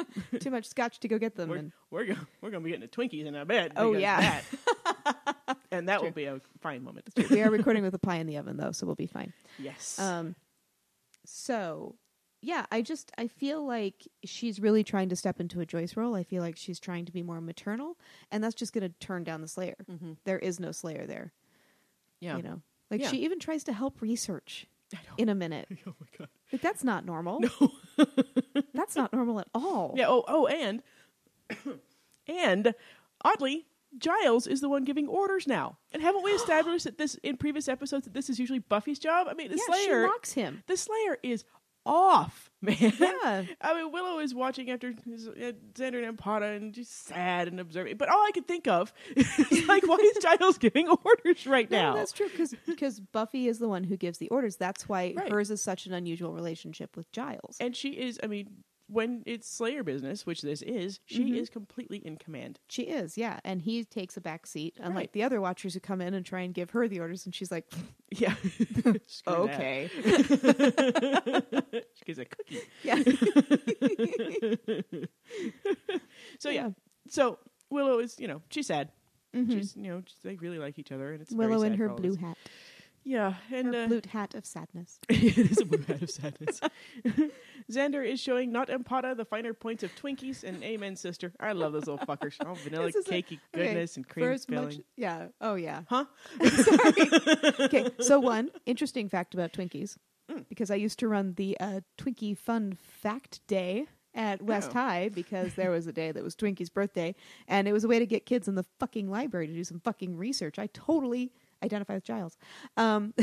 [SPEAKER 2] [laughs] too much scotch to go get
[SPEAKER 1] [laughs]
[SPEAKER 2] them.
[SPEAKER 1] we're
[SPEAKER 2] and-
[SPEAKER 1] we're gonna, we're gonna be getting the Twinkies in our bed.
[SPEAKER 2] Oh,
[SPEAKER 1] because of
[SPEAKER 2] yeah. [laughs]
[SPEAKER 1] that. and that
[SPEAKER 2] True.
[SPEAKER 1] will be a fine moment.
[SPEAKER 2] we are recording with a pie in the oven though, so we'll be fine.
[SPEAKER 1] Yes.
[SPEAKER 2] Um, so yeah, I just I feel like she's really trying to step into a Joyce role. I feel like she's trying to be more maternal, and that's just going to turn down the Slayer. There is no Slayer there.
[SPEAKER 1] Mm-hmm. yeah.
[SPEAKER 2] You know, like
[SPEAKER 1] Yeah.
[SPEAKER 2] she even tries to help research
[SPEAKER 1] I know.
[SPEAKER 2] in
[SPEAKER 1] [laughs]
[SPEAKER 2] a minute.
[SPEAKER 1] [laughs] oh my god.
[SPEAKER 2] Like that's not normal. [laughs] that's not normal at all.
[SPEAKER 1] [coughs] Yeah. Oh. Oh. And and oddly, Giles is the one giving orders now. And haven't we established that this in previous episodes that this is usually Buffy's job? I mean, the
[SPEAKER 2] Yeah,
[SPEAKER 1] Slayer.
[SPEAKER 2] she locks him.
[SPEAKER 1] the Slayer is off, [laughs] man.
[SPEAKER 2] Yeah.
[SPEAKER 1] I mean, Willow is watching after his- uh, Xander and Potta and just sad and observing. But all I could think of [laughs] is like, why is Giles [laughs] giving orders right
[SPEAKER 2] No,
[SPEAKER 1] now?
[SPEAKER 2] that's true because Buffy is the one who gives the orders. That's why
[SPEAKER 1] Right.
[SPEAKER 2] hers is such an unusual relationship with Giles.
[SPEAKER 1] and she is. I mean. When it's Slayer business, which this is, she
[SPEAKER 2] Mm-hmm.
[SPEAKER 1] is completely in command.
[SPEAKER 2] She is, yeah. And he takes a back seat, unlike
[SPEAKER 1] Right.
[SPEAKER 2] the other watchers who come in and try and give her the orders. And she's like, [laughs]
[SPEAKER 1] Yeah. Oh, Screw that.
[SPEAKER 2] okay. [laughs]
[SPEAKER 1] She gives a cookie.
[SPEAKER 2] yeah.
[SPEAKER 1] So yeah.
[SPEAKER 2] Yeah.
[SPEAKER 1] So Willow is, you know, she's sad. She's, you know, she's, they really like each other, and it's very
[SPEAKER 2] Mm-hmm. Willow in
[SPEAKER 1] sad
[SPEAKER 2] her
[SPEAKER 1] for all
[SPEAKER 2] blue
[SPEAKER 1] of us.
[SPEAKER 2] hat.
[SPEAKER 1] Yeah, and
[SPEAKER 2] her
[SPEAKER 1] uh, [laughs]
[SPEAKER 2] blue hat of sadness.
[SPEAKER 1] it is a blue hat of sadness. [laughs] Xander is showing not Empata the finer points of Twinkies and Amen Sister. I love those little fuckers.
[SPEAKER 2] [laughs]
[SPEAKER 1] Oh, vanilla
[SPEAKER 2] This is a-
[SPEAKER 1] cakey
[SPEAKER 2] okay,
[SPEAKER 1] goodness and
[SPEAKER 2] for
[SPEAKER 1] cream
[SPEAKER 2] as much-
[SPEAKER 1] filling.
[SPEAKER 2] yeah. Oh, yeah. [laughs]
[SPEAKER 1] Huh?
[SPEAKER 2] Okay. So, one interesting fact about Twinkies, because I used to run the uh, Twinkie Fun Fact Day at West
[SPEAKER 1] Oh.
[SPEAKER 2] High because there was a day that was Twinkie's birthday, and it was a way to get kids in the fucking library to do some fucking research. I totally identify with Giles. Um,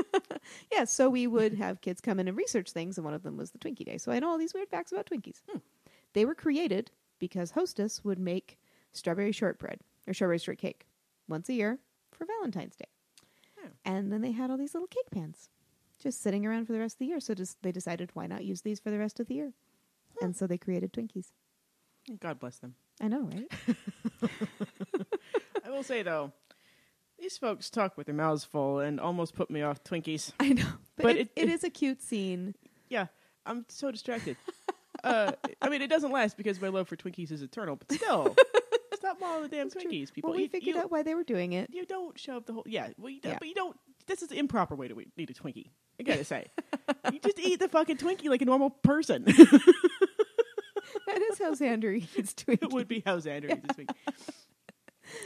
[SPEAKER 2] [laughs] yeah, so we would have kids come in and research things, and one of them was the Twinkie Day. So I know all these weird facts about Twinkies.
[SPEAKER 1] Hmm.
[SPEAKER 2] They were created because Hostess would make strawberry shortbread or strawberry shortcake once a year for Valentine's Day.
[SPEAKER 1] Oh.
[SPEAKER 2] And then they had all these little cake pans just sitting around for the rest of the year. So just, they decided why not use these for the rest of the year? And so they created Twinkies.
[SPEAKER 1] God bless them.
[SPEAKER 2] I know, right?
[SPEAKER 1] I will say though, these folks talk with their mouths full and almost put me off Twinkies.
[SPEAKER 2] [laughs] I know. But,
[SPEAKER 1] But
[SPEAKER 2] it,
[SPEAKER 1] it-
[SPEAKER 2] it is a cute scene.
[SPEAKER 1] Yeah, I'm so
[SPEAKER 2] [laughs]
[SPEAKER 1] distracted. uh, I mean, it doesn't last because my love for Twinkies is eternal. But
[SPEAKER 2] [laughs]
[SPEAKER 1] still, stop all the damn
[SPEAKER 2] It's true.
[SPEAKER 1] Twinkies, people.
[SPEAKER 2] Well, we
[SPEAKER 1] You-
[SPEAKER 2] figured
[SPEAKER 1] you,
[SPEAKER 2] out why they were doing it.
[SPEAKER 1] you don't shove the whole. Yeah, well, you don't,
[SPEAKER 2] Yeah.
[SPEAKER 1] but you don't. This is the improper way to we- eat a Twinkie. I gotta
[SPEAKER 2] [laughs]
[SPEAKER 1] say, you just eat the fucking Twinkie like a normal person.
[SPEAKER 2] [laughs] that is
[SPEAKER 1] [laughs]
[SPEAKER 2] how Xander eats Twinkies.
[SPEAKER 1] it would be how Xander eats this Twinkie.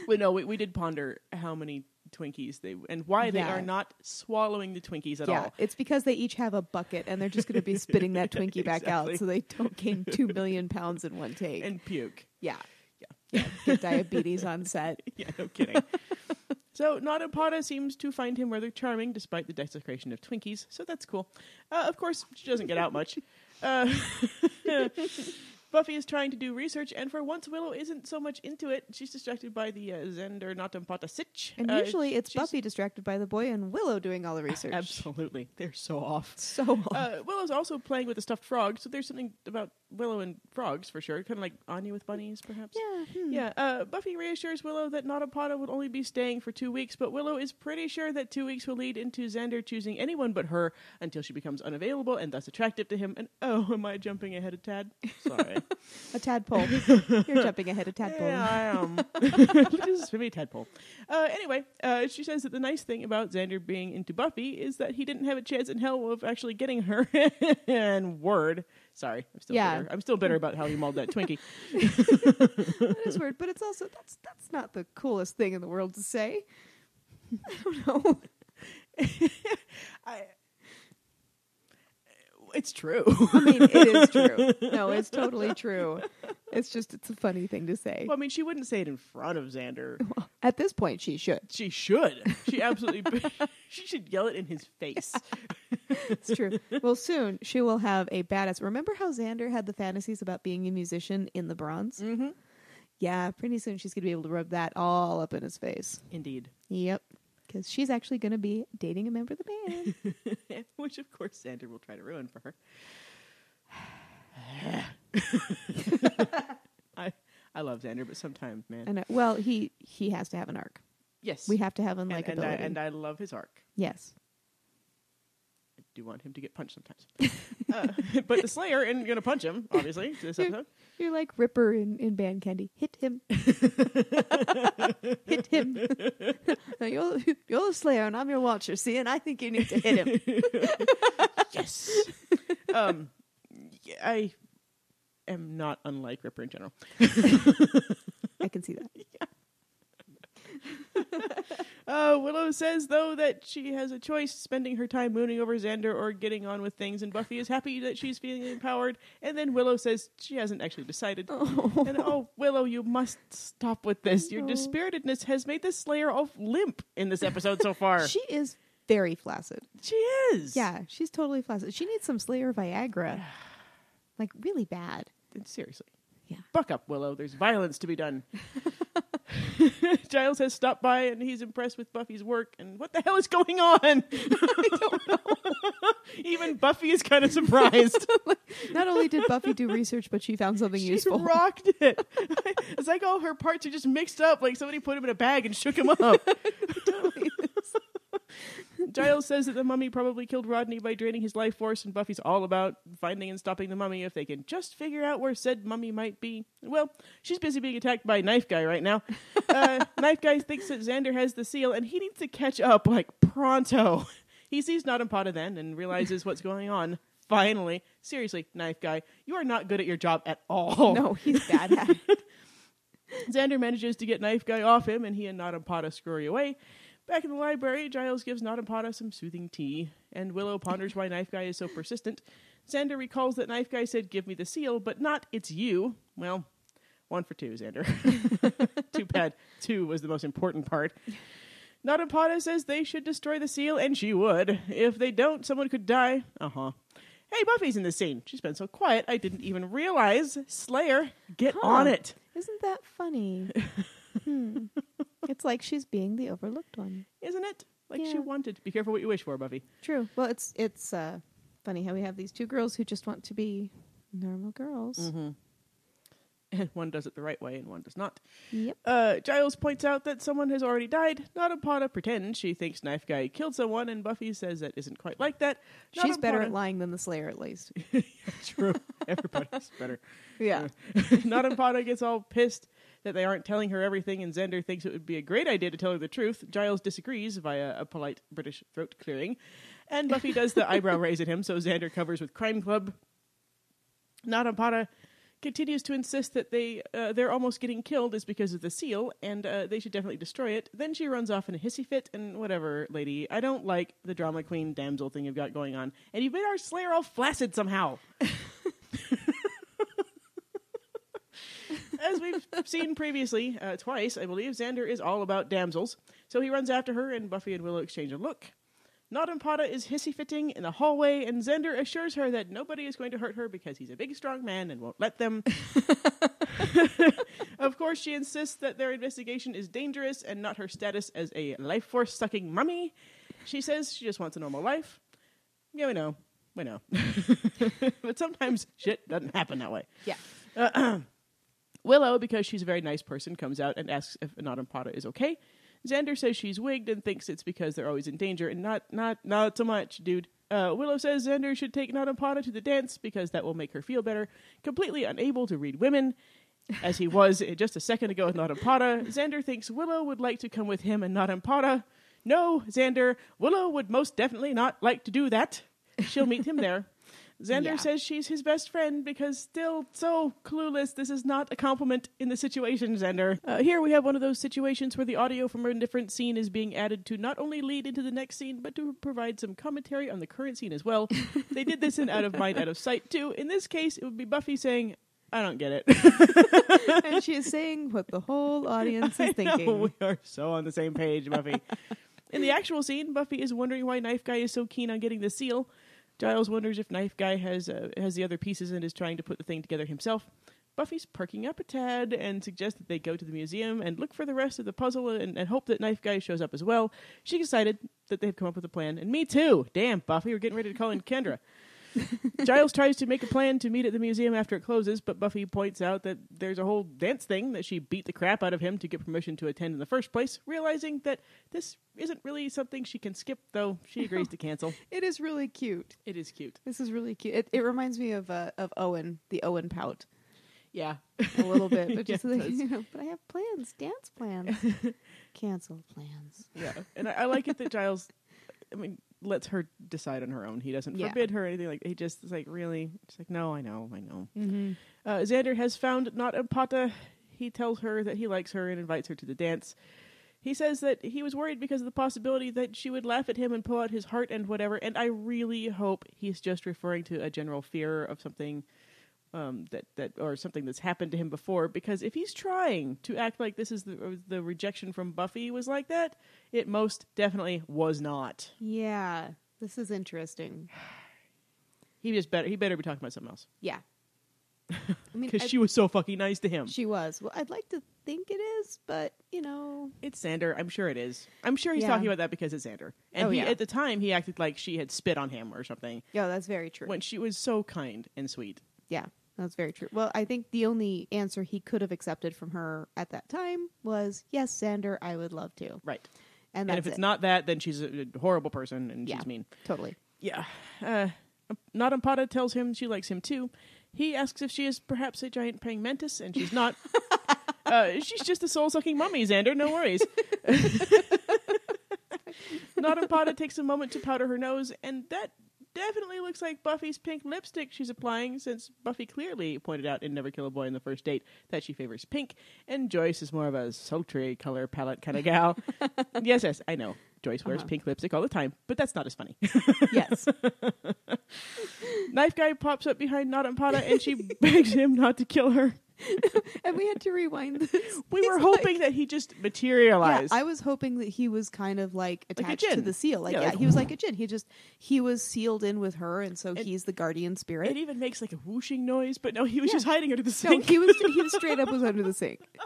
[SPEAKER 1] But no, we, we did ponder how many Twinkies they and why they
[SPEAKER 2] Yeah.
[SPEAKER 1] are not swallowing the Twinkies at
[SPEAKER 2] yeah,
[SPEAKER 1] all.
[SPEAKER 2] it's because they each have a bucket and they're just going to be
[SPEAKER 1] [laughs]
[SPEAKER 2] spitting that Twinkie back
[SPEAKER 1] Exactly.
[SPEAKER 2] out so they don't gain 2 million pounds in one take.
[SPEAKER 1] And puke.
[SPEAKER 2] yeah.
[SPEAKER 1] Yeah.
[SPEAKER 2] Yeah. Get diabetes on set.
[SPEAKER 1] [laughs] Yeah, no kidding. [laughs] so Nadapada seems to find him rather charming despite the desecration of Twinkies, so that's cool. Uh, of course, she doesn't get out
[SPEAKER 2] [laughs]
[SPEAKER 1] much. Uh, [laughs] Buffy is trying to do research, and for once, Willow isn't so much into it. She's distracted by the uh, Zender Nadapada sitch.
[SPEAKER 2] And
[SPEAKER 1] Uh,
[SPEAKER 2] usually it's
[SPEAKER 1] she's-
[SPEAKER 2] Buffy distracted by the boy and Willow doing all the research.
[SPEAKER 1] Absolutely. They're so off.
[SPEAKER 2] So
[SPEAKER 1] Uh, Willow's also playing with a stuffed frog, so there's something about Willow and frogs for sure, kind of like Anya with bunnies, perhaps.
[SPEAKER 2] Yeah. hmm.
[SPEAKER 1] Yeah, uh, Buffy reassures Willow that Notapata would only be staying for two weeks, but Willow is pretty sure that two weeks will lead into Xander choosing anyone but her until she becomes unavailable and thus attractive to him. And oh, [laughs] am I jumping ahead of Tad? [laughs] Sorry. [laughs]
[SPEAKER 2] A tadpole. You're jumping ahead of tadpole.
[SPEAKER 1] Yeah, I am. [laughs] Which is for me, tadpole. Uh, anyway, uh, she says that the nice thing about Xander being into Buffy is that he didn't have a chance in hell of actually getting her. [laughs] and word, sorry, I'm still
[SPEAKER 2] Yeah.
[SPEAKER 1] bitter. I'm still bitter about how he mauled that
[SPEAKER 2] [laughs]
[SPEAKER 1] Twinkie.
[SPEAKER 2] that is weird, but it's also that's that's not the coolest thing in the world to say. [laughs] I don't know. [laughs]
[SPEAKER 1] I, it's true.
[SPEAKER 2] I mean, it is true. No, it's totally true. It's just it's a funny thing to say.
[SPEAKER 1] Well, I mean, she wouldn't say it in front of
[SPEAKER 2] [laughs]
[SPEAKER 1] Xander.
[SPEAKER 2] At this point, she should.
[SPEAKER 1] She should. She absolutely. [laughs] she should yell it in his face.
[SPEAKER 2] It's true. Well, soon she will have a badass. Remember how Xander had the fantasies about being a musician in the Bronze? [laughs]
[SPEAKER 1] Mm.
[SPEAKER 2] Mm-hmm. Yeah, pretty soon she's going to be able to rub that all up in his face.
[SPEAKER 1] Indeed. [laughs]
[SPEAKER 2] Yep. Because she's actually going to be dating a member of the
[SPEAKER 1] [laughs]
[SPEAKER 2] band.
[SPEAKER 1] Which, of course, Xander will try to ruin for her. [sighs] I I love Xander, but sometimes, man.
[SPEAKER 2] and uh, well, he he has to have an arc.
[SPEAKER 1] yes,
[SPEAKER 2] We have to have
[SPEAKER 1] and,
[SPEAKER 2] unlikability.
[SPEAKER 1] and I, and I love his arc.
[SPEAKER 2] yes.
[SPEAKER 1] I do want him to get punched sometimes, [laughs] uh, but the Slayer isn't going to punch him. Obviously, this episode.
[SPEAKER 2] You're like Ripper in, in Band Candy. Hit him. [laughs] hit him.
[SPEAKER 1] [laughs]
[SPEAKER 2] no, you're, [laughs] you're a Slayer and I'm your Watcher, see? And I think you need to hit him.
[SPEAKER 1] yes. [laughs] um, yeah, I am not unlike Ripper in general.
[SPEAKER 2] [laughs] I can see that.
[SPEAKER 1] Uh, Willow says, though, that she has a choice spending her time mooning over Xander or getting on with things, and Buffy is happy that she's feeling empowered. And then Willow says she hasn't actually decided. And oh, Willow, you must stop with this. Your
[SPEAKER 2] No.
[SPEAKER 1] dispiritedness has made the Slayer of limp in this episode so far.
[SPEAKER 2] She is very flaccid.
[SPEAKER 1] she is.
[SPEAKER 2] Yeah, she's totally flaccid. She needs some Slayer Viagra. Like, really [laughs] bad.
[SPEAKER 1] Seriously.
[SPEAKER 2] Yeah.
[SPEAKER 1] Buck up, Willow. There's violence to be
[SPEAKER 2] [laughs]
[SPEAKER 1] done. Giles has stopped by and he's impressed with Buffy's work. And what the hell is going on?
[SPEAKER 2] [laughs]
[SPEAKER 1] [laughs] Even Buffy is kind of surprised.
[SPEAKER 2] Not only did Buffy do research, but she found something
[SPEAKER 1] she
[SPEAKER 2] [laughs] useful.
[SPEAKER 1] rocked it. [laughs] it's like all her parts are just mixed up. Like somebody put him in a bag and shook him up. Giles says that the mummy probably killed Rodney by draining his life force, and Buffy's all about finding and stopping the mummy if they can just figure out where said mummy might be. Well, she's busy being attacked by Knife Guy right now. Uh, Knife Guy thinks that Xander has the seal, and he needs to catch up like pronto. [laughs] He sees Nottampata then and realizes what's going on. Finally, seriously, Knife Guy, you are not good at your job at all.
[SPEAKER 2] [laughs] No, he's [laughs] bad at it.
[SPEAKER 1] Xander manages to get Knife Guy off him, and he and Nottampata scurry away. Back in the library, Giles gives Nottampata some soothing tea, and Willow ponders why Knife Guy is so persistent. Xander recalls that Knife Guy said, Give me the seal, but not, it's you. Well, one for two, Xander. [laughs] Too bad two was the most important part. Nottampata says they should destroy the seal, and she would. If they don't, someone could die. Uh huh. Hey, Buffy's in this scene. She's been so quiet, I didn't even realize. Slayer, get
[SPEAKER 2] Huh.
[SPEAKER 1] on it.
[SPEAKER 2] Isn't that [laughs] funny? Hmm. It's like she's being the overlooked one.
[SPEAKER 1] isn't it? Like she
[SPEAKER 2] Yeah.
[SPEAKER 1] wanted. Be careful what you wish for, Buffy.
[SPEAKER 2] True. Well, it's it's uh, funny how we have these two girls who just want to be normal girls.
[SPEAKER 1] [laughs] And one does it the right way and one does not.
[SPEAKER 2] Yep.
[SPEAKER 1] Uh, Giles points out that someone has already died. Nottampata pretends she thinks Knife Guy killed someone, and Buffy says that isn't quite like that.
[SPEAKER 2] She's better
[SPEAKER 1] Nottampata-
[SPEAKER 2] at lying than the Slayer,
[SPEAKER 1] [laughs]
[SPEAKER 2] at least.
[SPEAKER 1] True. Everybody's better.
[SPEAKER 2] Yeah.
[SPEAKER 1] [laughs] Nottampata gets all pissed that they aren't telling her everything, and Xander thinks it would be a great idea to tell her the truth. Giles disagrees via a polite British throat clearing, and Buffy does the eyebrow raise at him, so Xander covers with Crime Club. Nottampata continues to insist that they uh, they're almost getting killed is because of the seal, and uh, they should definitely destroy it. Then she runs off in a hissy fit, and whatever, lady. I don't like the drama queen damsel thing you've got going on, and you've made our Slayer all flaccid somehow. As we've seen previously, uh, twice, I believe, Xander is all about damsels. So he runs after her, and Buffy and Willow exchange a look. Nottampata is hissy fitting in the hallway, and Xander assures her that nobody is going to hurt her because he's a big, strong man and won't let them. of course, she insists that their investigation is dangerous and not her status as a life force sucking mummy. She says she just wants a normal life. Yeah, we know. We know. [laughs] but sometimes shit doesn't happen that way.
[SPEAKER 2] Yeah.
[SPEAKER 1] Willow, because she's a very nice person, comes out and asks if an Anampata is okay. Xander says she's wigged and thinks it's because they're always in danger and not not not so much, dude. Uh, Willow says Xander should take Anampata to the dance because that will make her feel better. Completely unable to read women, as he was uh, just a second ago with Anampata, Xander thinks Willow would like to come with him and Anampata. No, Xander, Willow would most definitely not like to do that. She'll meet him there. Xander
[SPEAKER 2] Yeah.
[SPEAKER 1] says she's his best friend because still so clueless. This is not a compliment in the situation, Xander. Uh, here we have one of those situations where the audio from a different scene is being added to not only lead into the next scene, but to provide some commentary on the current scene as well. they did this in Out of Mind, Out of Sight too. In this case, it would be Buffy saying, I don't get it. [laughs]
[SPEAKER 2] and she is saying what the whole
[SPEAKER 1] [laughs]
[SPEAKER 2] audience is
[SPEAKER 1] I know,
[SPEAKER 2] thinking.
[SPEAKER 1] we are so on the same page,
[SPEAKER 2] [laughs]
[SPEAKER 1] Buffy. In the actual scene, Buffy is wondering why Knife Guy is so keen on getting the seal. Giles wonders if Knife Guy has uh, has the other pieces and is trying to put the thing together himself. Buffy's perking up a tad and suggests that they go to the museum and look for the rest of the puzzle and, and hope that Knife Guy shows up as well. She decided that they've come up with a plan, and me too. Damn, Buffy, we're getting ready to call in Kendra. Giles tries to make a plan to meet at the museum after it closes, but Buffy points out that there's a whole dance thing that she beat the crap out of him to get permission to attend in the first place, realizing that this isn't really something she can skip, though she agrees to cancel.
[SPEAKER 2] It is really cute.
[SPEAKER 1] [laughs] It is cute.
[SPEAKER 2] This is really cute. It, it reminds me of uh, of Owen, the Owen pout,
[SPEAKER 1] Yeah.
[SPEAKER 2] a little
[SPEAKER 1] [laughs]
[SPEAKER 2] bit. But just
[SPEAKER 1] Yeah, it
[SPEAKER 2] like, [laughs]
[SPEAKER 1] does.
[SPEAKER 2] you know, but I have plans, dance
[SPEAKER 1] [laughs]
[SPEAKER 2] plans, cancel plans.
[SPEAKER 1] Yeah. And I, I like it that Giles, I mean, lets her decide on her own. He doesn't
[SPEAKER 2] Yeah.
[SPEAKER 1] forbid her or anything like He just is like, really? She's like, no, I know, I know.
[SPEAKER 2] Mm-hmm.
[SPEAKER 1] Uh, Xander has found not Empata. He tells her that he likes her and invites her to the dance. He says that he was worried because of the possibility that she would laugh at him and pull out his heart and whatever. And I really hope he's just referring to a general fear of something um, that that or something that's happened to him before. Because if he's trying to act like this is the uh, the rejection from Buffy was like that, it most definitely was not.
[SPEAKER 2] Yeah, this is interesting.
[SPEAKER 1] He just better he better be talking about something else
[SPEAKER 2] Yeah, I
[SPEAKER 1] [laughs]
[SPEAKER 2] mean,
[SPEAKER 1] because
[SPEAKER 2] I-
[SPEAKER 1] she was so fucking nice to him.
[SPEAKER 2] she was. Well, I'd like to think it is, but you know,
[SPEAKER 1] It's Xander. I'm sure it is. I'm sure he's
[SPEAKER 2] Yeah.
[SPEAKER 1] talking about that because it's Xander. And
[SPEAKER 2] Oh,
[SPEAKER 1] he,
[SPEAKER 2] yeah.
[SPEAKER 1] at the time, he acted like she had spit on him or something
[SPEAKER 2] yeah, that's very true.
[SPEAKER 1] when she was so kind and sweet.
[SPEAKER 2] Yeah, that's very true. Well, I think the only answer he could have accepted from her at that time was, "Yes, Xander, I would love to."
[SPEAKER 1] Right.
[SPEAKER 2] And
[SPEAKER 1] And,
[SPEAKER 2] that's
[SPEAKER 1] if it's
[SPEAKER 2] it.
[SPEAKER 1] not that, then she's a a horrible person and
[SPEAKER 2] Yeah.
[SPEAKER 1] she's mean. [laughs]
[SPEAKER 2] totally.
[SPEAKER 1] Yeah. Uh, Nadampada tells him she likes him too. He asks if she is perhaps a giant praying mantis, and she's not. uh, she's just a soul sucking mummy, Xander. No worries. Nadampada takes a moment to powder her nose, and that definitely looks like Buffy's pink lipstick she's applying, since Buffy clearly pointed out in Never Kill a Boy in the First Date that she favors pink, and Joyce is more of a sultry color palette kind of gal. yes, yes, I know. Joyce wears
[SPEAKER 2] Uh-huh.
[SPEAKER 1] pink lipstick all the time, but that's not as funny.
[SPEAKER 2] Yes.
[SPEAKER 1] Knife guy pops up behind Nadampata and
[SPEAKER 2] [laughs]
[SPEAKER 1] she begs him not to kill her.
[SPEAKER 2] and we had to rewind this.
[SPEAKER 1] We
[SPEAKER 2] He's
[SPEAKER 1] were
[SPEAKER 2] like-
[SPEAKER 1] hoping that he just
[SPEAKER 2] Yeah,
[SPEAKER 1] materialized.
[SPEAKER 2] I was hoping that he was kind of like
[SPEAKER 1] a
[SPEAKER 2] attached to
[SPEAKER 1] djinn.
[SPEAKER 2] the seal. Like,
[SPEAKER 1] Yeah,
[SPEAKER 2] yeah,
[SPEAKER 1] like-
[SPEAKER 2] he was like a djinn. He just he was sealed in with her, and so
[SPEAKER 1] It-
[SPEAKER 2] he's the guardian
[SPEAKER 1] it
[SPEAKER 2] spirit.
[SPEAKER 1] even makes like a whooshing noise, but no, he was
[SPEAKER 2] Yeah.
[SPEAKER 1] just hiding under the [laughs]
[SPEAKER 2] no,
[SPEAKER 1] sink.
[SPEAKER 2] he was he was straight up was under the sink. [laughs]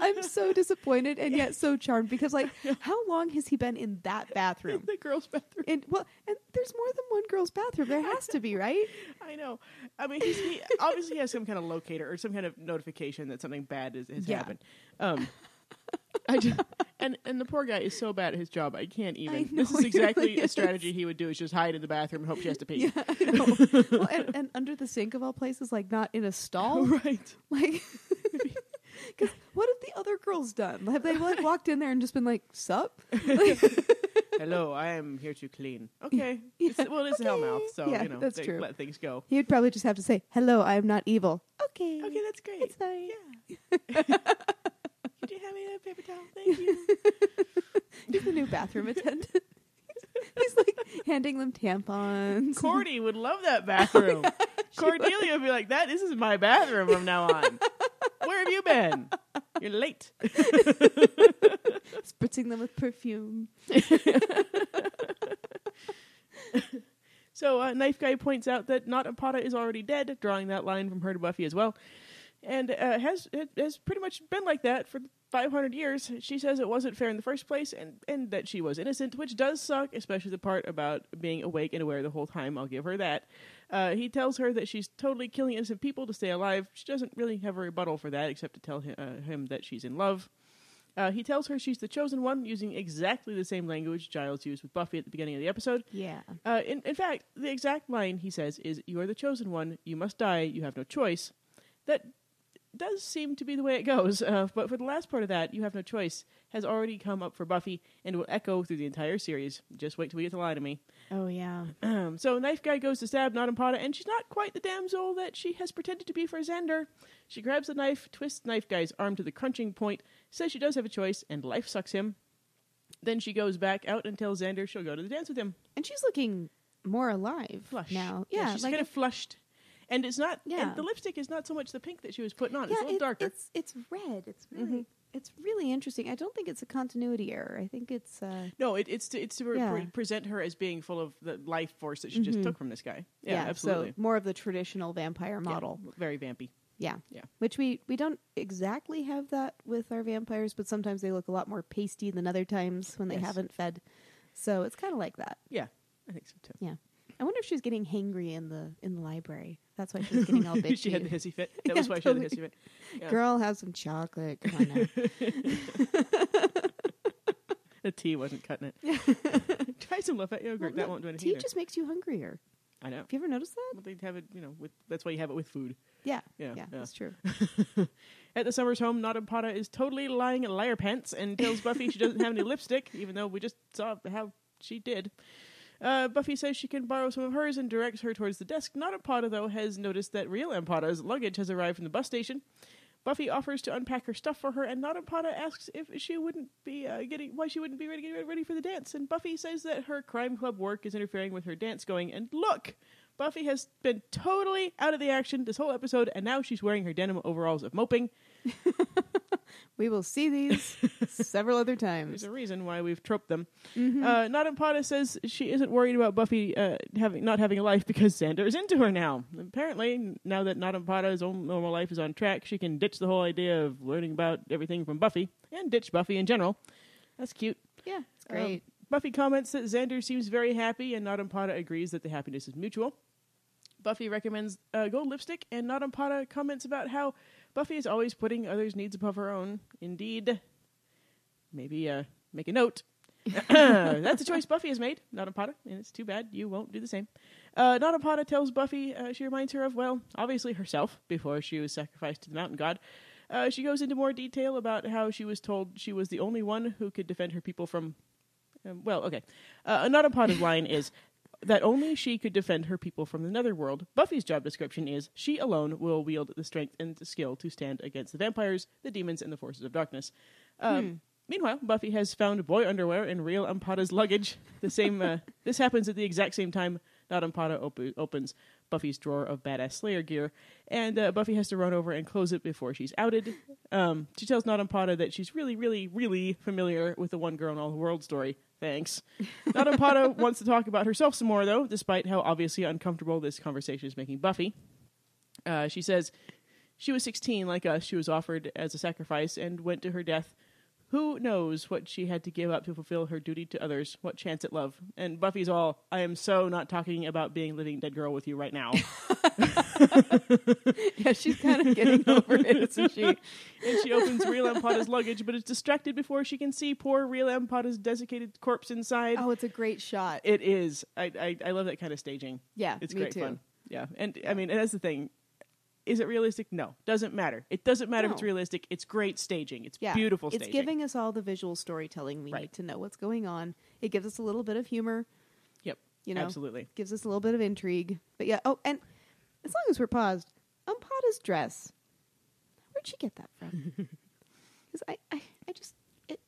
[SPEAKER 2] I'm so disappointed and yet so charmed because like how long has he been in that bathroom?
[SPEAKER 1] in the girls' bathroom.
[SPEAKER 2] And well, and there's more than one girl's bathroom. There has to be, right?
[SPEAKER 1] I know. I mean, he's, he obviously has some kind of locator or some kind of notification that something bad is, has
[SPEAKER 2] Yeah.
[SPEAKER 1] happened. Um, I just, and and the poor guy is so bad at his job. I can't even.
[SPEAKER 2] know,
[SPEAKER 1] this is
[SPEAKER 2] he
[SPEAKER 1] exactly
[SPEAKER 2] really
[SPEAKER 1] a
[SPEAKER 2] is.
[SPEAKER 1] strategy he would do: is just hide in the bathroom and hope she has to pee.
[SPEAKER 2] Yeah. I know. well, and, and under the sink of all places, like not in a
[SPEAKER 1] [laughs]
[SPEAKER 2] stall.
[SPEAKER 1] Right.
[SPEAKER 2] [laughs] Like, because what have the other girls done? Have they like walked in there and just been like, "Sup"?
[SPEAKER 1] Hello, I am here to clean. Okay.
[SPEAKER 2] [laughs]
[SPEAKER 1] It's, well, it's Hellmouth, so
[SPEAKER 2] Yeah,
[SPEAKER 1] you know
[SPEAKER 2] that's
[SPEAKER 1] they
[SPEAKER 2] true.
[SPEAKER 1] let things go.
[SPEAKER 2] He would probably just have to say, "Hello, I am not evil."
[SPEAKER 3] Okay.
[SPEAKER 1] Okay, that's great.
[SPEAKER 3] It's fine.
[SPEAKER 1] yeah.
[SPEAKER 2] [laughs]
[SPEAKER 1] Could you hand me that paper towel? Thank you.
[SPEAKER 2] He's the new bathroom attendant. [laughs] He's like handing them tampons.
[SPEAKER 1] Cordy would love that
[SPEAKER 2] [laughs]
[SPEAKER 1] bathroom. Cordelia would be like, "That this is my bathroom from now
[SPEAKER 2] [laughs]
[SPEAKER 1] on." Where have you been? You're late.
[SPEAKER 2] spritzing them with perfume.
[SPEAKER 1] So uh, knife guy points out that Not Apata is already dead, drawing that line from her to Buffy as well. and uh, has it has pretty much been like that for 500 years. She says it wasn't fair in the first place, and and that she was innocent, which does suck, especially the part about being awake and aware the whole time. I'll give her that. Uh, he tells her that she's totally killing innocent people to stay alive. She doesn't really have a rebuttal for that, except to tell him, uh, him that she's in love. Uh, he tells her she's the chosen one, using exactly the same language Giles used with Buffy at the beginning of the episode.
[SPEAKER 2] Yeah.
[SPEAKER 1] Uh, in, in fact, the exact line he says is, You are the chosen one, you must die, you have no choice. That does seem to be the way it goes, uh, but for the last part of that, You have no choice, has already come up for Buffy and will echo through the entire series. Just wait till we get to Lie to Me. [clears throat]
[SPEAKER 2] Oh yeah.
[SPEAKER 1] Um, so Knife Guy goes to stab Nonampata, and she's not quite the damsel that she has pretended to be for Xander. She grabs the knife, twists Knife Guy's arm to the crunching point, says she does have a choice, and life sucks him. Then she goes back out and tells Xander she'll go to the dance with him.
[SPEAKER 2] And she's looking more alive
[SPEAKER 1] Flush.
[SPEAKER 2] now.
[SPEAKER 1] Yeah,
[SPEAKER 2] Yeah,
[SPEAKER 1] she's
[SPEAKER 2] like
[SPEAKER 1] kind of flushed. And it's not,
[SPEAKER 2] Yeah.
[SPEAKER 1] and the lipstick is not so much the pink that she was putting on,
[SPEAKER 2] yeah,
[SPEAKER 1] it's a little
[SPEAKER 2] it-
[SPEAKER 1] darker. Mm-hmm.
[SPEAKER 2] it's it's red. It's really it's really interesting. I don't think it's a continuity error. I think it's uh
[SPEAKER 1] No, it, it's to, it's to re-
[SPEAKER 2] Yeah. Mm-hmm.
[SPEAKER 1] pre- present her as being full of the life force that she just took from this guy. Yeah, absolutely.
[SPEAKER 2] So more of the traditional vampire
[SPEAKER 1] Yeah,
[SPEAKER 2] model.
[SPEAKER 1] very vampy.
[SPEAKER 2] Yeah.
[SPEAKER 1] Yeah.
[SPEAKER 2] Which we we don't exactly have that with our vampires, but sometimes they look a lot more pasty than other times when they
[SPEAKER 1] Yes.
[SPEAKER 2] haven't fed. So it's kind of like that.
[SPEAKER 1] Yeah, I think so too.
[SPEAKER 2] Yeah. I wonder if she's getting hangry in the in the library. That's why she's getting all
[SPEAKER 1] [laughs]
[SPEAKER 2] bitchy.
[SPEAKER 1] she had the hissy
[SPEAKER 2] [laughs]
[SPEAKER 1] fit. That
[SPEAKER 2] Yeah,
[SPEAKER 1] was why
[SPEAKER 2] totally.
[SPEAKER 1] she had the hissy fit. Yeah.
[SPEAKER 2] Girl, have some chocolate. Come on now.
[SPEAKER 1] [laughs] The tea wasn't cutting
[SPEAKER 2] [laughs]
[SPEAKER 1] it. Try some Lafayette yogurt. [laughs] that won't do anything.
[SPEAKER 2] Tea
[SPEAKER 1] either.
[SPEAKER 2] just makes you hungrier.
[SPEAKER 1] I know.
[SPEAKER 2] Have you ever noticed that?
[SPEAKER 1] Well, they have it, you know, with that's why you have it with food.
[SPEAKER 2] Yeah.
[SPEAKER 1] Yeah, yeah.
[SPEAKER 2] that's true.
[SPEAKER 1] At the Summers home, Nodampata is totally lying in liar pants and tells Buffy she doesn't have any lipstick, even though we just saw how she did. Uh, Buffy says she can borrow some of hers and directs her towards the desk. Nodampata, though, has noticed that real Ampata's luggage has arrived from the bus station. Buffy offers to unpack her stuff for her, and Nodampata asks if she wouldn't be uh, getting why she wouldn't be ready getting ready for the dance. And Buffy says that her crime club work is interfering with her dance going. And look, Buffy has been totally out of the action this whole episode, and now she's wearing her denim overalls of moping.
[SPEAKER 2] We will
[SPEAKER 1] [laughs]
[SPEAKER 2] see these several other times.
[SPEAKER 1] There's a reason why we've troped them. Uh, Nadampata says she isn't worried about Buffy uh, having not having a life because Xander is into her now. Apparently, now that Nadampata's own normal life is on track, she can ditch the whole idea of learning about everything from Buffy and ditch Buffy in general. That's cute.
[SPEAKER 2] Yeah, it's
[SPEAKER 1] Um, [laughs]
[SPEAKER 2] great.
[SPEAKER 1] Buffy comments that Xander seems very happy, and Nodampata agrees that the happiness is mutual. Buffy recommends uh, gold lipstick, and Nodampata comments about how Buffy is always putting others' needs above her own. Indeed. Maybe uh, make a note. [coughs] That's a choice Buffy has made, Nodampata, and it's too bad you won't do the same. Uh, Nodampata tells Buffy uh, she reminds her of, well, obviously herself, before she was sacrificed to the mountain god. Uh, she goes into more detail about how she was told she was the only one who could defend her people from um, well, okay. Uh, another part of line is that only she could defend her people from the netherworld. Buffy's job description is she alone will wield the strength and the skill to stand against the vampires, the demons, and the forces of darkness. Um, Meanwhile, Buffy has found boy underwear in real Ampata's luggage. The same. Uh, this happens at the exact same time. Not Ampata op- opens Buffy's drawer of badass Slayer gear, and uh, Buffy has to run over and close it before she's outed. Um, she tells Nodampata that she's really, really, really familiar with the one girl in all the world story. Thanks. Nodampata wants to talk about herself some more, though, despite how obviously uncomfortable this conversation is making Buffy. Uh, she says she was 16, like us. She was offered as a sacrifice and went to her death. Who knows what she had to give up to fulfill her duty to others? What chance at love? And Buffy's all, I am so not talking about being living dead girl with you right
[SPEAKER 2] [laughs]
[SPEAKER 1] now.
[SPEAKER 2] yeah, she's kind [laughs] of getting over it, isn't she?
[SPEAKER 1] and she opens Real Ampata's luggage, but is distracted before she can see poor Real Ampata's desiccated corpse inside.
[SPEAKER 2] [laughs] Oh, it's a great shot.
[SPEAKER 1] It is. I, I I love that kind of staging.
[SPEAKER 2] Yeah,
[SPEAKER 1] it's
[SPEAKER 2] me
[SPEAKER 1] great
[SPEAKER 2] too.
[SPEAKER 1] fun. Yeah, and I mean, and that's the thing. Is it realistic? No, doesn't matter. It doesn't matter if it's
[SPEAKER 2] No.
[SPEAKER 1] realistic. It's great staging. It's
[SPEAKER 2] yeah,
[SPEAKER 1] beautiful
[SPEAKER 2] It's
[SPEAKER 1] staging.
[SPEAKER 2] giving us all the visual storytelling we
[SPEAKER 1] Right.
[SPEAKER 2] need to know what's going on. It gives us a little bit of humor.
[SPEAKER 1] Yep.
[SPEAKER 2] you know.
[SPEAKER 1] Absolutely. [laughs]
[SPEAKER 2] gives us a little bit of intrigue. But yeah, oh, and as long as we're paused, Umpata's dress. Where'd she get that from? Because I, I, I just it.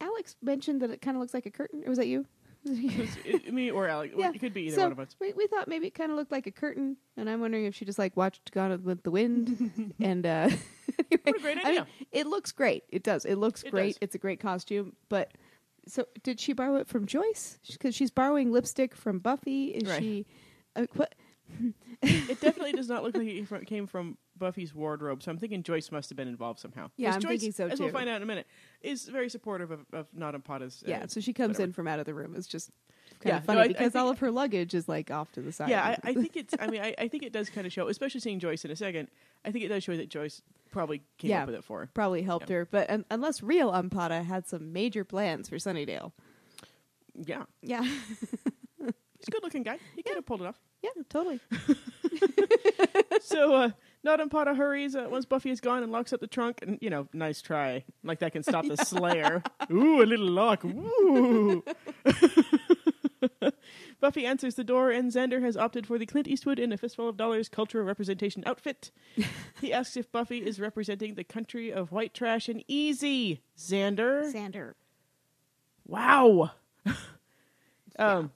[SPEAKER 2] Alex mentioned that it kind of looks like a curtain. Or was that you?
[SPEAKER 1] It's- it- me or Alec. It could be either
[SPEAKER 2] so
[SPEAKER 1] one of us.
[SPEAKER 2] We, we thought maybe it kind of looked like a curtain, and I'm wondering if she just like watched Gone with
[SPEAKER 1] [laughs]
[SPEAKER 2] the Wind. and uh,
[SPEAKER 1] What
[SPEAKER 2] [laughs]
[SPEAKER 1] a great
[SPEAKER 2] I mean,
[SPEAKER 1] idea.
[SPEAKER 2] it looks great. It does. It looks
[SPEAKER 1] It
[SPEAKER 2] great.
[SPEAKER 1] does.
[SPEAKER 2] It's a great costume. But so did she borrow it from Joyce? Because she's borrowing lipstick from Buffy. Is
[SPEAKER 1] Right.
[SPEAKER 2] she? Uh, what?
[SPEAKER 1] it definitely does not look like it fro- came from Buffy's wardrobe, so I'm thinking Joyce must have been involved somehow.
[SPEAKER 2] Yeah,
[SPEAKER 1] 'Cause
[SPEAKER 2] I'm
[SPEAKER 1] Joyce,
[SPEAKER 2] thinking so,
[SPEAKER 1] As we'll
[SPEAKER 2] too.
[SPEAKER 1] find out in a minute, is very supportive of, of Nada Potta's. uh,
[SPEAKER 2] yeah, so she comes
[SPEAKER 1] whatever.
[SPEAKER 2] in from out of the room. It's just kind
[SPEAKER 1] Yeah,
[SPEAKER 2] of
[SPEAKER 1] no,
[SPEAKER 2] funny
[SPEAKER 1] I- I
[SPEAKER 2] because all
[SPEAKER 1] think-
[SPEAKER 2] of her luggage is like off to the side.
[SPEAKER 1] yeah, I, I think it's. I mean, I, I think it does kind of show, especially seeing Joyce in a second. I think it does show that Joyce probably came
[SPEAKER 2] Yeah.
[SPEAKER 1] up with it for her.
[SPEAKER 2] probably helped her. But un- unless real Umpata had some major plans for Sunnydale.
[SPEAKER 1] Yeah,
[SPEAKER 2] Yeah,
[SPEAKER 1] he's a good-looking guy. He could have pulled it off.
[SPEAKER 2] [laughs] yeah,
[SPEAKER 1] [laughs]
[SPEAKER 2] totally.
[SPEAKER 1] so uh not in Potter hurries uh, once Buffy is gone and locks up the trunk and you know, nice try. Like that can stop the slayer. Ooh, a little lock. Ooh. [laughs] Buffy answers the door and Xander has opted for the Clint Eastwood in a fistful of dollars cultural representation outfit. he asks if Buffy is representing the country of white trash and easy. Xander.
[SPEAKER 3] Xander.
[SPEAKER 1] Wow. [laughs] um,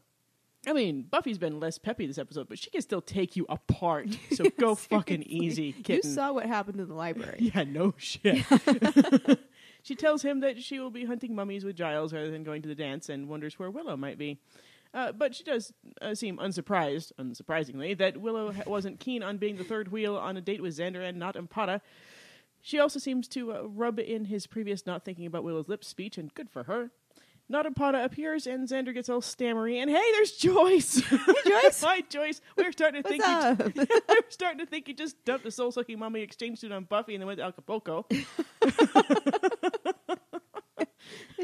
[SPEAKER 1] I mean, Buffy's been less peppy this episode, but she can still take you apart. So go fucking easy,
[SPEAKER 2] You
[SPEAKER 1] kitten.
[SPEAKER 2] saw what happened in the library.
[SPEAKER 1] [laughs] yeah, no shit. [laughs] she tells him that she will be hunting mummies with Giles rather than going to the dance, and wonders where Willow might be. Uh, but she does uh, seem unsurprised, unsurprisingly, that Willow ha- wasn't keen on being the third wheel on a date with Xander and not Impata. She also seems to uh, rub in his previous not thinking about Willow's lips speech, and good for her. Not Impata appears, and Xander gets all stammery, and hey, there's Joyce!
[SPEAKER 2] Joyce.
[SPEAKER 1] [laughs] Hi, Joyce! We were starting to
[SPEAKER 2] What's
[SPEAKER 1] think you
[SPEAKER 2] up?
[SPEAKER 1] [laughs] I was starting to think you just dumped a soul sucking mummy, exchanged it on Buffy, and then went to
[SPEAKER 2] [laughs]
[SPEAKER 1] Acapulco.
[SPEAKER 2] and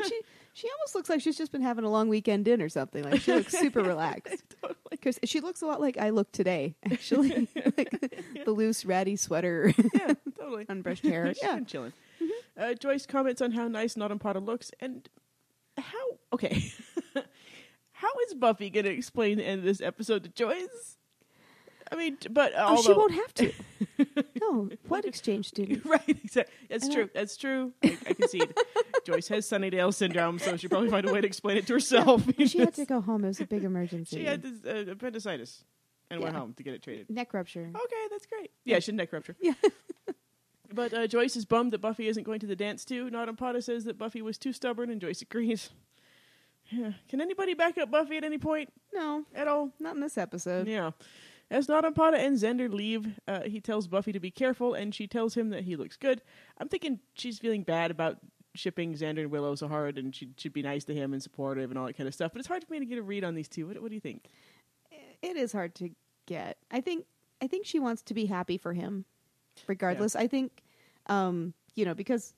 [SPEAKER 2] she she almost looks like she's just been having a long weekend in or something. Like she looks
[SPEAKER 1] [laughs]
[SPEAKER 2] super relaxed.
[SPEAKER 1] Totally.
[SPEAKER 2] Because she looks a lot like I look
[SPEAKER 1] [laughs]
[SPEAKER 2] today, actually. like the loose, ratty sweater,
[SPEAKER 1] Yeah, totally.
[SPEAKER 2] unbrushed hair.
[SPEAKER 1] She's
[SPEAKER 2] [laughs] Yeah,
[SPEAKER 1] been chilling. Uh, Joyce comments on how nice Not Potter looks and how okay. [laughs] how is Buffy going to explain the end of this episode to Joyce? I mean, t- but uh,
[SPEAKER 2] Oh, she
[SPEAKER 1] although- [laughs]
[SPEAKER 2] won't have to. No, what exchange student?
[SPEAKER 1] right, exactly. That's
[SPEAKER 2] I
[SPEAKER 1] true. That's true. I, I concede. Joyce has Sunnydale syndrome, so she probably find a way to explain it to herself.
[SPEAKER 2] She had to go home. It was a big emergency.
[SPEAKER 1] [laughs] She had this, uh, appendicitis and went
[SPEAKER 2] Yeah.
[SPEAKER 1] home to get it treated.
[SPEAKER 2] neck rupture.
[SPEAKER 1] Okay, that's great. Yeah, she's neck rupture.
[SPEAKER 2] Yeah.
[SPEAKER 1] [laughs] But uh, Joyce is bummed that Buffy isn't going to the dance too. Autumn Potter says that Buffy was too stubborn, and Joyce agrees. [laughs] Yeah. Can anybody back up Buffy at any point
[SPEAKER 2] No,
[SPEAKER 1] at all?
[SPEAKER 2] not in this episode.
[SPEAKER 1] Yeah. As Autumn Potter and Xander leave, uh, he tells Buffy to be careful, and she tells him that he looks good. I'm thinking she's feeling bad about shipping Xander and Willow so hard, and she should be nice to him and supportive and all that kind of stuff. But it's hard for me to get a read on these two. What, what do you think?
[SPEAKER 2] It is hard to get. I think. I think she wants to be happy for him, regardless. I think, um, you know, because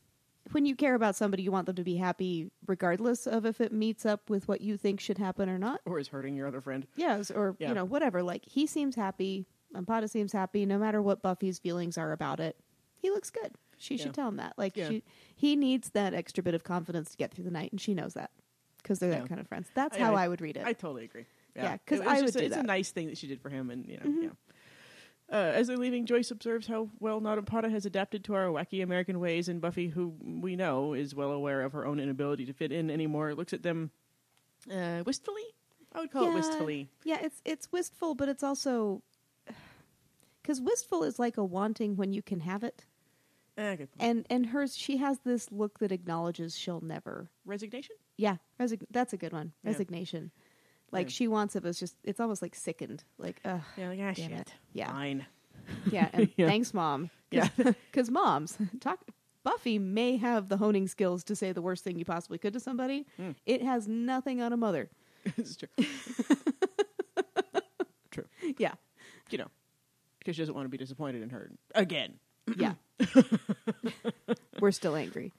[SPEAKER 2] when you care about somebody, you want them to be happy, regardless of if it meets up with what you think should happen or not.
[SPEAKER 1] Or is hurting your other friend?
[SPEAKER 2] Yes, or
[SPEAKER 1] Yeah.
[SPEAKER 2] you know, whatever. Like he seems happy. Lampata seems happy, no matter what Buffy's feelings are about it. He looks good. She
[SPEAKER 1] Yeah.
[SPEAKER 2] should tell him that. Like
[SPEAKER 1] Yeah.
[SPEAKER 2] she, he needs that extra bit of confidence to get through the night, and she knows that because they're
[SPEAKER 1] Yeah.
[SPEAKER 2] that kind of friends. That's
[SPEAKER 1] I-
[SPEAKER 2] how
[SPEAKER 1] I-
[SPEAKER 2] I, would read it.
[SPEAKER 1] I totally agree.
[SPEAKER 2] Yeah, 'cause
[SPEAKER 1] It was
[SPEAKER 2] I would
[SPEAKER 1] just a-
[SPEAKER 2] do
[SPEAKER 1] It's a
[SPEAKER 2] that. Mm-hmm.
[SPEAKER 1] nice thing that she did for him, and you know, yeah. Uh, as they're leaving, Joyce observes how well Nottampata has adapted to our wacky American ways, and Buffy, who we know is well aware of her own inability to fit in anymore, looks at them uh, wistfully. I would call it
[SPEAKER 2] Yeah.
[SPEAKER 1] wistfully.
[SPEAKER 2] Yeah, it's it's wistful, but it's also because wistful is like a wanting when you can have it,
[SPEAKER 1] Eh, good point.
[SPEAKER 2] and and hers she has this look that acknowledges she'll never.
[SPEAKER 1] Resignation.
[SPEAKER 2] Yeah, resig- that's a good one.
[SPEAKER 1] Yeah.
[SPEAKER 2] Resignation. Like
[SPEAKER 1] Yeah.
[SPEAKER 2] she wants it, but it's just it's almost like sickened. Like,
[SPEAKER 1] [laughs]
[SPEAKER 2] ugh,
[SPEAKER 1] Yeah, like ah,
[SPEAKER 2] Damn
[SPEAKER 1] shit.
[SPEAKER 2] it. Yeah.
[SPEAKER 1] Fine. [laughs]
[SPEAKER 2] yeah. And
[SPEAKER 1] Yeah.
[SPEAKER 2] thanks, mom.
[SPEAKER 1] [laughs] Yeah.
[SPEAKER 2] because moms [laughs] talk. Buffy may have the honing skills to say the worst thing you possibly could to somebody.
[SPEAKER 1] Mm.
[SPEAKER 2] It has nothing on a mother.
[SPEAKER 1] it's
[SPEAKER 2] [laughs]
[SPEAKER 1] true. true.
[SPEAKER 2] Yeah,
[SPEAKER 1] You know, because she doesn't want to be disappointed in her again. [laughs]
[SPEAKER 2] yeah. We're still angry.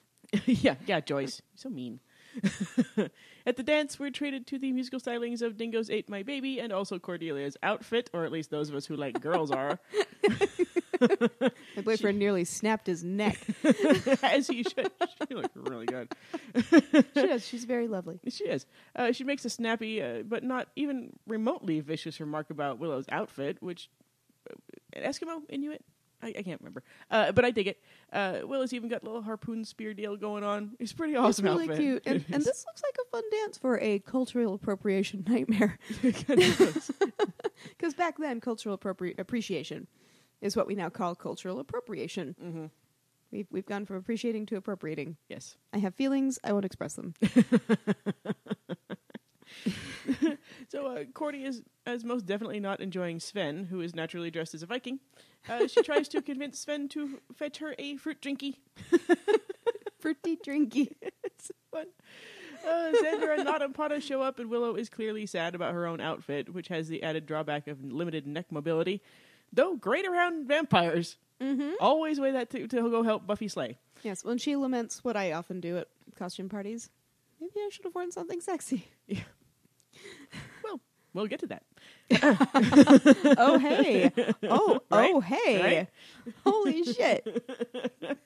[SPEAKER 1] [laughs] yeah, yeah, Joyce. So mean. [laughs] at the dance, we're treated to the musical stylings of Dingo's Ate My Baby and also Cordelia's outfit, or at least those of us who like girls are, [laughs]
[SPEAKER 2] My boyfriend nearly snapped his [laughs] neck.
[SPEAKER 1] as you should. [laughs] She looked really good.
[SPEAKER 2] she does. She's very lovely.
[SPEAKER 1] She is. Uh, she makes a snappy, uh, but not even remotely vicious remark about Willow's outfit, which uh, Eskimo Inuit. I, I can't remember, uh, but I dig it. Uh, Willow's even got a little harpoon spear deal going on. It's a pretty awesome.
[SPEAKER 2] it's really
[SPEAKER 1] outfit.
[SPEAKER 2] cute.
[SPEAKER 1] [laughs]
[SPEAKER 2] And, and this looks like a fun dance for a cultural appropriation
[SPEAKER 1] [laughs]
[SPEAKER 2] [laughs] nightmare. [laughs] Because back then, cultural appropri- appreciation is what we now call cultural appropriation.
[SPEAKER 1] Mhm.
[SPEAKER 2] We've, we've gone from appreciating to appropriating.
[SPEAKER 1] yes. [laughs]
[SPEAKER 2] I have feelings. I won't express them.
[SPEAKER 1] So uh, Cordy is, is most definitely not enjoying Sven, who is naturally dressed as a Viking. Uh, she tries to convince Sven to fetch her a fruit drinky.
[SPEAKER 2] Pretty drinky.
[SPEAKER 1] But uh, Xander and Nadampata show up, and Willow is clearly sad about her own outfit, which has the added drawback of limited neck mobility. Though great around vampires,
[SPEAKER 2] Mm-hmm.
[SPEAKER 1] always weigh that to, to go help Buffy slay.
[SPEAKER 2] Yes, when she laments what I often do at costume parties, maybe I should have worn
[SPEAKER 1] [laughs]
[SPEAKER 2] something sexy.
[SPEAKER 1] We'll get to that.
[SPEAKER 2] oh hey, oh
[SPEAKER 1] Right?
[SPEAKER 2] oh hey,
[SPEAKER 1] Right?
[SPEAKER 2] holy [laughs] shit!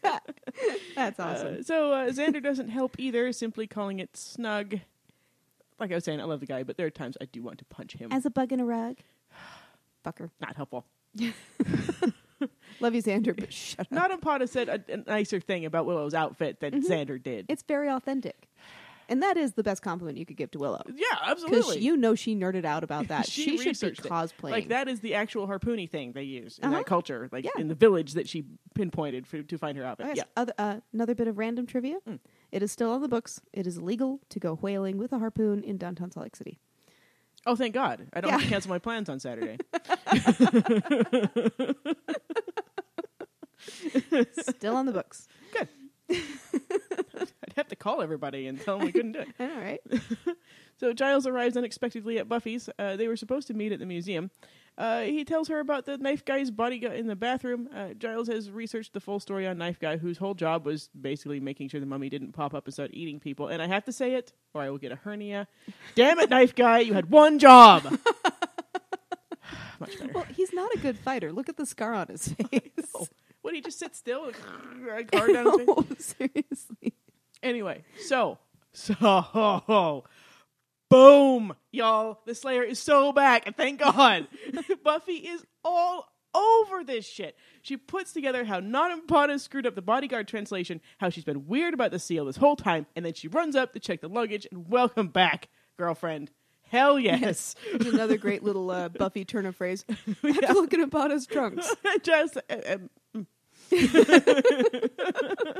[SPEAKER 2] That's awesome.
[SPEAKER 1] Uh, so uh, Xander doesn't help either, simply calling it snug. Like I was saying, I love the guy, but there are times I do want to punch him.
[SPEAKER 3] As a bug in a rug.
[SPEAKER 1] Uh,
[SPEAKER 2] Fucker,
[SPEAKER 1] Not helpful.
[SPEAKER 2] love you, Xander,
[SPEAKER 1] [laughs]
[SPEAKER 2] but shut up.
[SPEAKER 1] Nadampata said a, a nicer thing about Willow's outfit than Xander did.
[SPEAKER 2] Mm-hmm. It's very authentic, and that is the best compliment you could give to Willow
[SPEAKER 1] yeah,
[SPEAKER 2] because
[SPEAKER 1] absolutely.
[SPEAKER 2] you know she nerded out about that.
[SPEAKER 1] [laughs] She
[SPEAKER 2] should be
[SPEAKER 1] researched it.
[SPEAKER 2] cosplaying
[SPEAKER 1] like that is the actual harpoony thing they use in
[SPEAKER 2] Uh-huh.
[SPEAKER 1] that culture, like
[SPEAKER 2] Yeah.
[SPEAKER 1] in the village that she pinpointed for, to find her outfit.
[SPEAKER 2] Oh, yes.
[SPEAKER 1] Yeah, Hmm.
[SPEAKER 2] Other, uh, another bit of random trivia. It is still on the books. It is illegal to go whaling with a harpoon in downtown Salt
[SPEAKER 1] [laughs]
[SPEAKER 2] Lake City.
[SPEAKER 1] Oh, thank God. I don't have to
[SPEAKER 2] Yeah.
[SPEAKER 1] cancel my plans on
[SPEAKER 2] [laughs]
[SPEAKER 1] Saturday.
[SPEAKER 2] Still on the books.
[SPEAKER 1] Good. I'd have to call everybody and tell them we couldn't do it.
[SPEAKER 2] I know, right?
[SPEAKER 1] So Giles arrives unexpectedly at Buffy's. Uh, they were supposed to meet at the museum. Uh, he tells her about the knife guy's body gu- in the bathroom. Uh, Giles has researched the full story on knife guy, whose whole job was basically making sure the mummy didn't pop up and start eating people. And I have to say it, or I will get a hernia. Damn it, knife guy! You had one job. [sighs] Much better.
[SPEAKER 2] Well, he's not a good fighter. Look at the scar
[SPEAKER 1] [laughs]
[SPEAKER 2] on his face.
[SPEAKER 1] Oh, what he just sit still? and Guard
[SPEAKER 2] [laughs]
[SPEAKER 1] down his face?
[SPEAKER 2] No, Oh, seriously.
[SPEAKER 1] Anyway, so so boom, y'all. The Slayer is so back, and thank God. [laughs] Buffy is all over this shit. She puts together how Nanampana screwed up the bodyguard translation, how she's been weird about the seal this whole time, and then she runs up to check the luggage and welcome back, girlfriend. Hell yes.
[SPEAKER 2] Here's another great little uh, Buffy turn
[SPEAKER 1] [laughs]
[SPEAKER 2] of phrase. After looking at Bada's trunks.
[SPEAKER 1] Just uh, um, [laughs]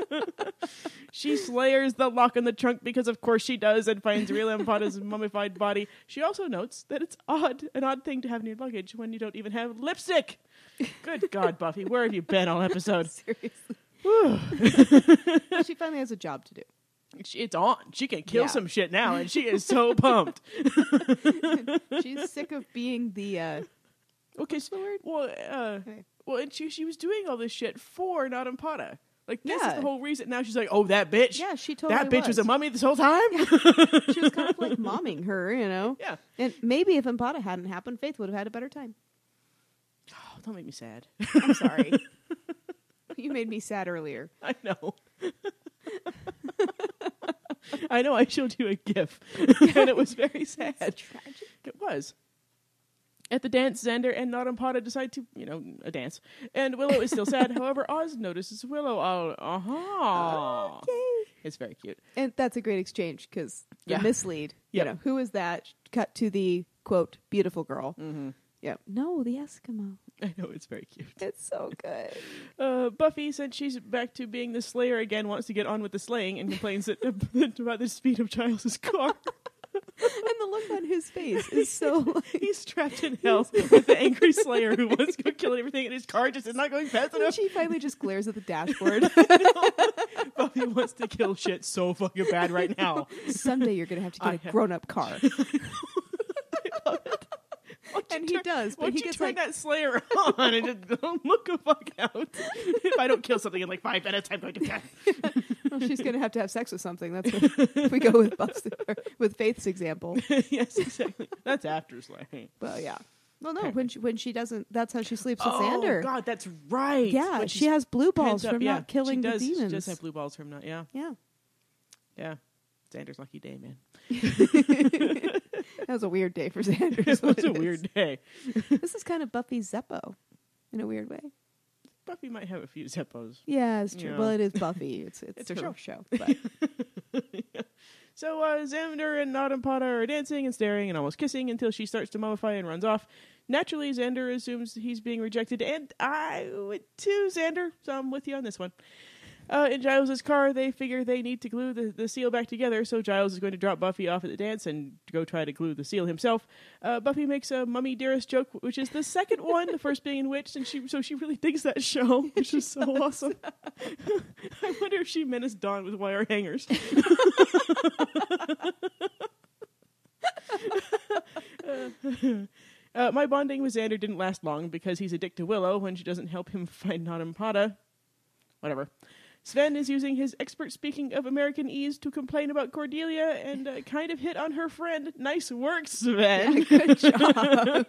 [SPEAKER 1] she slayers the lock in the trunk because, of course, she does, and finds Real Ampada's mummified body. She also notes that it's odd, an odd thing to have in your luggage when you don't even have lipstick. Good God, Buffy, where have you been all
[SPEAKER 2] [laughs]
[SPEAKER 1] episode?
[SPEAKER 2] Seriously.
[SPEAKER 1] Whew.
[SPEAKER 2] She finally has a job to do.
[SPEAKER 1] She- it's on. She can kill
[SPEAKER 2] Yeah.
[SPEAKER 1] some shit now, and she is so
[SPEAKER 2] [laughs]
[SPEAKER 1] pumped.
[SPEAKER 2] She's sick of being the. Uh,
[SPEAKER 1] Okay, so well, uh,
[SPEAKER 2] Okay.
[SPEAKER 1] well, and she she was doing all this shit for not Ampada. Like this is
[SPEAKER 2] Yeah.
[SPEAKER 1] the whole reason. Now she's like, oh, that bitch.
[SPEAKER 2] yeah, she totally
[SPEAKER 1] that bitch was. a mummy this whole time.
[SPEAKER 2] She was kind of like momming her, you know?
[SPEAKER 1] [laughs] Yeah.
[SPEAKER 2] And maybe if Impada hadn't happened, Faith would have had a better time.
[SPEAKER 1] Oh, don't make me sad. [laughs]
[SPEAKER 2] I'm sorry. you made me sad earlier.
[SPEAKER 1] I know. [laughs] I know. I showed you a gif, [laughs] and it was very sad.
[SPEAKER 2] Tragic.
[SPEAKER 1] It was. At the dance, Xander and Nodampada decide to, you know, a dance. And Willow is still [laughs] sad. However, Oz notices Willow. Oh, uh-huh. It's very cute.
[SPEAKER 2] And that's a great exchange because the
[SPEAKER 1] Yeah.
[SPEAKER 2] mislead.
[SPEAKER 1] Yep.
[SPEAKER 2] You know, who is that? Cut to the quote beautiful girl.
[SPEAKER 1] Mm-hmm.
[SPEAKER 2] Yeah. No, the Eskimo.
[SPEAKER 1] [laughs] I know it's very cute.
[SPEAKER 2] It's so good.
[SPEAKER 1] Uh, Buffy, since she's back to being the Slayer again, wants to get on with the slaying and complains that, [laughs] about the speed of Giles' car.
[SPEAKER 2] and the look on his face is
[SPEAKER 1] [laughs]
[SPEAKER 2] so like [laughs]
[SPEAKER 1] He's trapped in hell with the angry Slayer who wants to go kill everything, and his car just is not going fast
[SPEAKER 2] and
[SPEAKER 1] enough. [laughs]
[SPEAKER 2] she finally just glares at the dashboard.
[SPEAKER 1] Buffy wants to kill shit so fucking bad right now.
[SPEAKER 2] Someday you're gonna have to
[SPEAKER 1] I
[SPEAKER 2] get a
[SPEAKER 1] have-
[SPEAKER 2] grown up car.
[SPEAKER 1] [laughs] Won't you
[SPEAKER 2] And he
[SPEAKER 1] turn-
[SPEAKER 2] does, but
[SPEAKER 1] won't
[SPEAKER 2] he
[SPEAKER 1] you
[SPEAKER 2] gets
[SPEAKER 1] turn
[SPEAKER 2] like-
[SPEAKER 1] that [laughs] Slayer on and just don't [laughs] look the fuck out. if I don't kill something in like five minutes, I'm going to die.
[SPEAKER 2] Well, she's gonna have to have sex with something. That's what, if we go with Buff's or with Faith's example.
[SPEAKER 1] [laughs] yes, exactly. That's after slaying.
[SPEAKER 2] Well, yeah. Well, no,
[SPEAKER 1] Apparently.
[SPEAKER 2] when she when she doesn't, that's how she sleeps with
[SPEAKER 1] oh
[SPEAKER 2] Xander.
[SPEAKER 1] God, that's right.
[SPEAKER 2] Yeah,
[SPEAKER 1] When
[SPEAKER 2] she
[SPEAKER 1] she's
[SPEAKER 2] has blue
[SPEAKER 1] pent
[SPEAKER 2] balls
[SPEAKER 1] up-
[SPEAKER 2] from
[SPEAKER 1] yeah,
[SPEAKER 2] not killing
[SPEAKER 1] she does,
[SPEAKER 2] the demons.
[SPEAKER 1] She does have blue balls from not. Yeah, [laughs]
[SPEAKER 2] yeah,
[SPEAKER 1] yeah. Xander's lucky day, [laughs] man.
[SPEAKER 2] that was a weird day for Xander. is
[SPEAKER 1] It
[SPEAKER 2] what
[SPEAKER 1] was a
[SPEAKER 2] is.
[SPEAKER 1] weird day.
[SPEAKER 2] [laughs] This is kind of Buffy Zeppo, in a weird way.
[SPEAKER 1] Buffy might have a few zeppos.
[SPEAKER 2] Yeah, it's true.
[SPEAKER 1] Yeah.
[SPEAKER 2] Well, it is Buffy. It's it's,
[SPEAKER 1] It's her [laughs]
[SPEAKER 2] show. but [laughs]
[SPEAKER 1] So uh, Xander and Nodampada are dancing and staring and almost kissing until she starts to mummify and runs off. Naturally, Xander assumes he's being rejected, and I would too, Xander. So I'm with you on this one. uh, in Giles's car, they figure they need to glue the, the seal back together. So Giles is going to drop Buffy off at the dance and go try to glue the seal himself. Uh, Buffy makes a "mummy dearest" joke, which is the second one, the first being "witch," and she so she really digs that show, [laughs] which is so awesome. [laughs] I wonder if she menaced Dawn with wire hangers. [laughs] Uh, my bonding with Xander didn't last long because he's a dick to Willow when she doesn't help him [laughs] find Nanampata. Whatever. Sven is using his expert speaking of American ease to complain about Cordelia and uh, kind of hit on her friend. Nice work, Sven. [laughs]
[SPEAKER 2] good job.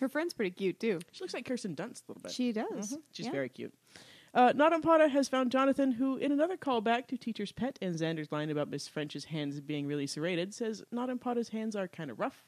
[SPEAKER 2] Her friend's pretty cute too. Mm-hmm.
[SPEAKER 1] She looks like Kirsten Dunst a little bit.
[SPEAKER 2] She does.
[SPEAKER 1] Mhm. She's
[SPEAKER 2] Yeah.
[SPEAKER 1] very cute. Uh, Nanampata has found Jonathan, who, in another callback to Teacher's Pet and Xander's line about Miss French's hands being really serrated, says Nanampata's hands are kind of
[SPEAKER 2] [laughs]
[SPEAKER 1] rough.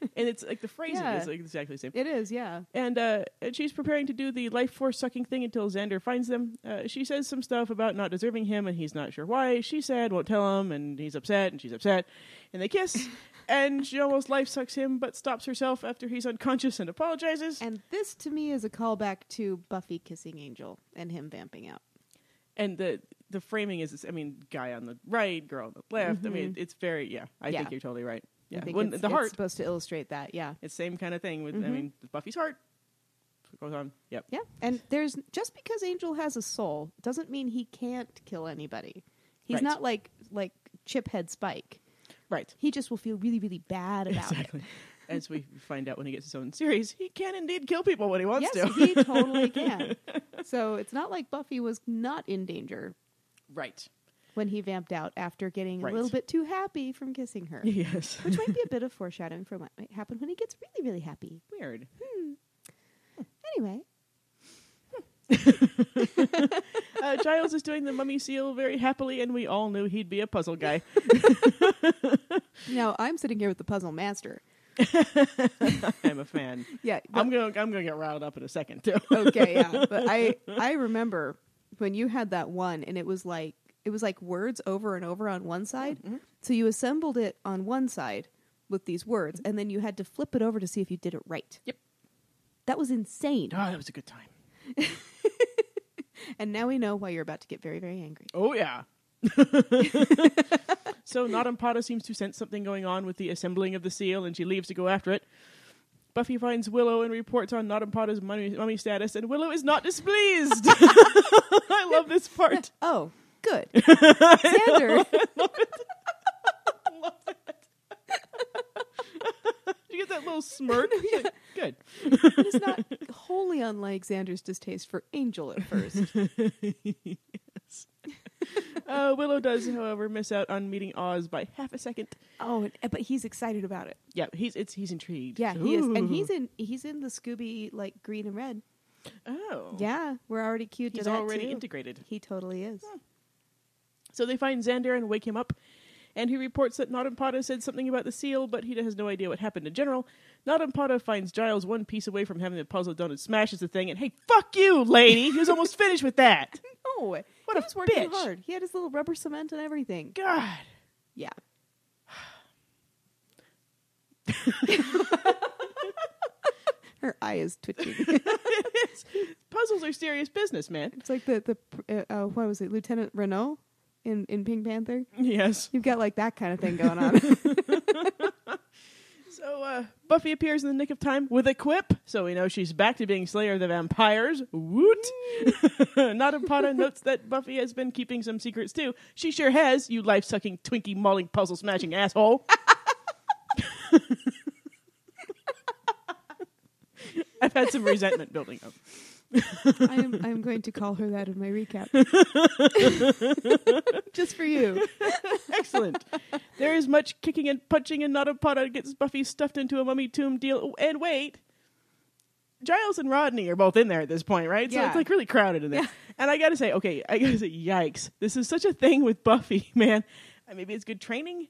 [SPEAKER 1] and it's like the phrasing
[SPEAKER 2] Yeah.
[SPEAKER 1] is like exactly the same.
[SPEAKER 2] It is, yeah.
[SPEAKER 1] and uh, and she's preparing to do the life force sucking thing until Xander finds them. Uh, she says some stuff about not deserving him, and he's not sure why. She's sad, won't tell him, and he's upset, and she's upset, and they
[SPEAKER 2] [laughs]
[SPEAKER 1] kiss, and she almost life sucks him, but stops herself after he's unconscious and apologizes.
[SPEAKER 2] And this to me is a callback to Buffy kissing Angel and him vamping out.
[SPEAKER 1] And the the framing is, I mean, guy on the right, girl on the left. I mean, it's very yeah. I
[SPEAKER 2] Mm-hmm. Yeah.
[SPEAKER 1] think you're totally right.
[SPEAKER 2] I
[SPEAKER 1] Yeah,
[SPEAKER 2] think
[SPEAKER 1] When-
[SPEAKER 2] it's,
[SPEAKER 1] the
[SPEAKER 2] it's
[SPEAKER 1] heart.
[SPEAKER 2] supposed to illustrate that. Yeah.
[SPEAKER 1] It's same kind of thing with I
[SPEAKER 2] Mhm.
[SPEAKER 1] mean Buffy's heart. It goes on. Yep.
[SPEAKER 2] Yeah. And there's just because Angel has a soul doesn't mean he can't kill anybody. He's
[SPEAKER 1] Right.
[SPEAKER 2] not like like Chiphead Spike.
[SPEAKER 1] [laughs] Right.
[SPEAKER 2] He just will feel really really bad about
[SPEAKER 1] Exactly. As we find out when he gets his own series, he can indeed kill people when he
[SPEAKER 2] it.
[SPEAKER 1] wants
[SPEAKER 2] Yes,
[SPEAKER 1] to. [laughs]
[SPEAKER 2] he totally can. So it's not like Buffy was not in danger
[SPEAKER 1] right.
[SPEAKER 2] when he vamped out after getting
[SPEAKER 1] Right.
[SPEAKER 2] a little bit too happy from kissing
[SPEAKER 1] [laughs]
[SPEAKER 2] her.
[SPEAKER 1] Yes.
[SPEAKER 2] which might be a bit of foreshadowing for what might happen when he gets really, really happy.
[SPEAKER 1] Weird.
[SPEAKER 2] Anyway,
[SPEAKER 1] [laughs] Uh, Giles is doing the mummy seal very happily, and we all knew he'd be a puzzle guy. [laughs]
[SPEAKER 2] now I'm sitting here with the puzzle master.
[SPEAKER 1] I'm a fan.
[SPEAKER 2] Yeah,
[SPEAKER 1] I'm gonna I'm gonna get riled up in a second
[SPEAKER 2] [laughs]
[SPEAKER 1] too.
[SPEAKER 2] okay, yeah, but I I remember when you had that one, and it was like it was like words over and over on one side.
[SPEAKER 1] Mm-hmm.
[SPEAKER 2] So you assembled it on one side with these words, and then you had to flip it over to see if you did it right.
[SPEAKER 1] Yep.
[SPEAKER 2] That was insane.
[SPEAKER 1] Oh, that was a good time.
[SPEAKER 2] And now we know why you're about to get very, very angry.
[SPEAKER 1] Oh yeah. [laughs] so Nadampata seems to sense something going on with the assembling of the seal, and she leaves to go after it. Buffy finds Willow and reports on Nadampata's mummy, mummy status, and Willow is not displeased. [laughs]
[SPEAKER 2] [laughs]
[SPEAKER 1] I love this part.
[SPEAKER 2] Oh,
[SPEAKER 1] [laughs]
[SPEAKER 2] good. Xander,
[SPEAKER 1] You get that little
[SPEAKER 2] [laughs]
[SPEAKER 1] smirk. It's like, Good.
[SPEAKER 2] it is not wholly unlike Xander's distaste for Angel at first.
[SPEAKER 1] [laughs] Uh, Willow does, however, miss out on meeting Oz by half a second.
[SPEAKER 2] Oh, and- but he's excited about it.
[SPEAKER 1] Yeah, he's it's he's intrigued.
[SPEAKER 2] Yeah, he is, and he's
[SPEAKER 1] Ooh.
[SPEAKER 2] in he's in the Scooby like green and red.
[SPEAKER 1] oh
[SPEAKER 2] Yeah, we're already cued to
[SPEAKER 1] He's
[SPEAKER 2] that
[SPEAKER 1] already
[SPEAKER 2] too.
[SPEAKER 1] integrated.
[SPEAKER 2] he totally is.
[SPEAKER 1] So they find Xander and wake him up, and he reports that Nadampata said something about the seal, but he has no idea what happened in general. Nadampata finds Giles one piece away from having the puzzle done and smashes the thing, and hey, fuck you, lady! He was almost finished with that! [laughs]
[SPEAKER 2] Oh, what
[SPEAKER 1] a
[SPEAKER 2] he was working
[SPEAKER 1] bitch.
[SPEAKER 2] hard. He had his little rubber cement and everything.
[SPEAKER 1] God! [laughs]
[SPEAKER 2] [laughs] Yeah, her eye is [laughs] twitching.
[SPEAKER 1] It's- Puzzles are serious business, man.
[SPEAKER 2] it's like the the pr- uh, uh, what was it, Lieutenant Renault in in Pink Panther.
[SPEAKER 1] Yes.
[SPEAKER 2] You've got like that kind of thing going on. [laughs]
[SPEAKER 1] So, uh, Buffy appears in the nick of time with a quip, so we know she's back to being Slayer of the Vampires. Woot! [laughs] Nadampata notes that Buffy has been keeping some secrets too. She sure has, you life sucking, Twinkie mauling, puzzle smashing asshole. [laughs] I've had some resentment building up.
[SPEAKER 2] I am I am going to call her that in my [laughs] recap, just for you.
[SPEAKER 1] Excellent. There is much kicking and punching, and Nadampata gets Buffy stuffed into a mummy tomb deal. And wait, Giles and Rodney are both in there at this point, right? So
[SPEAKER 2] Yeah.
[SPEAKER 1] it's like really crowded in there.
[SPEAKER 2] Yeah.
[SPEAKER 1] And I gotta say, okay, I gotta say, yikes! This is such a thing with Buffy, [laughs] man. Uh, Maybe it's good training.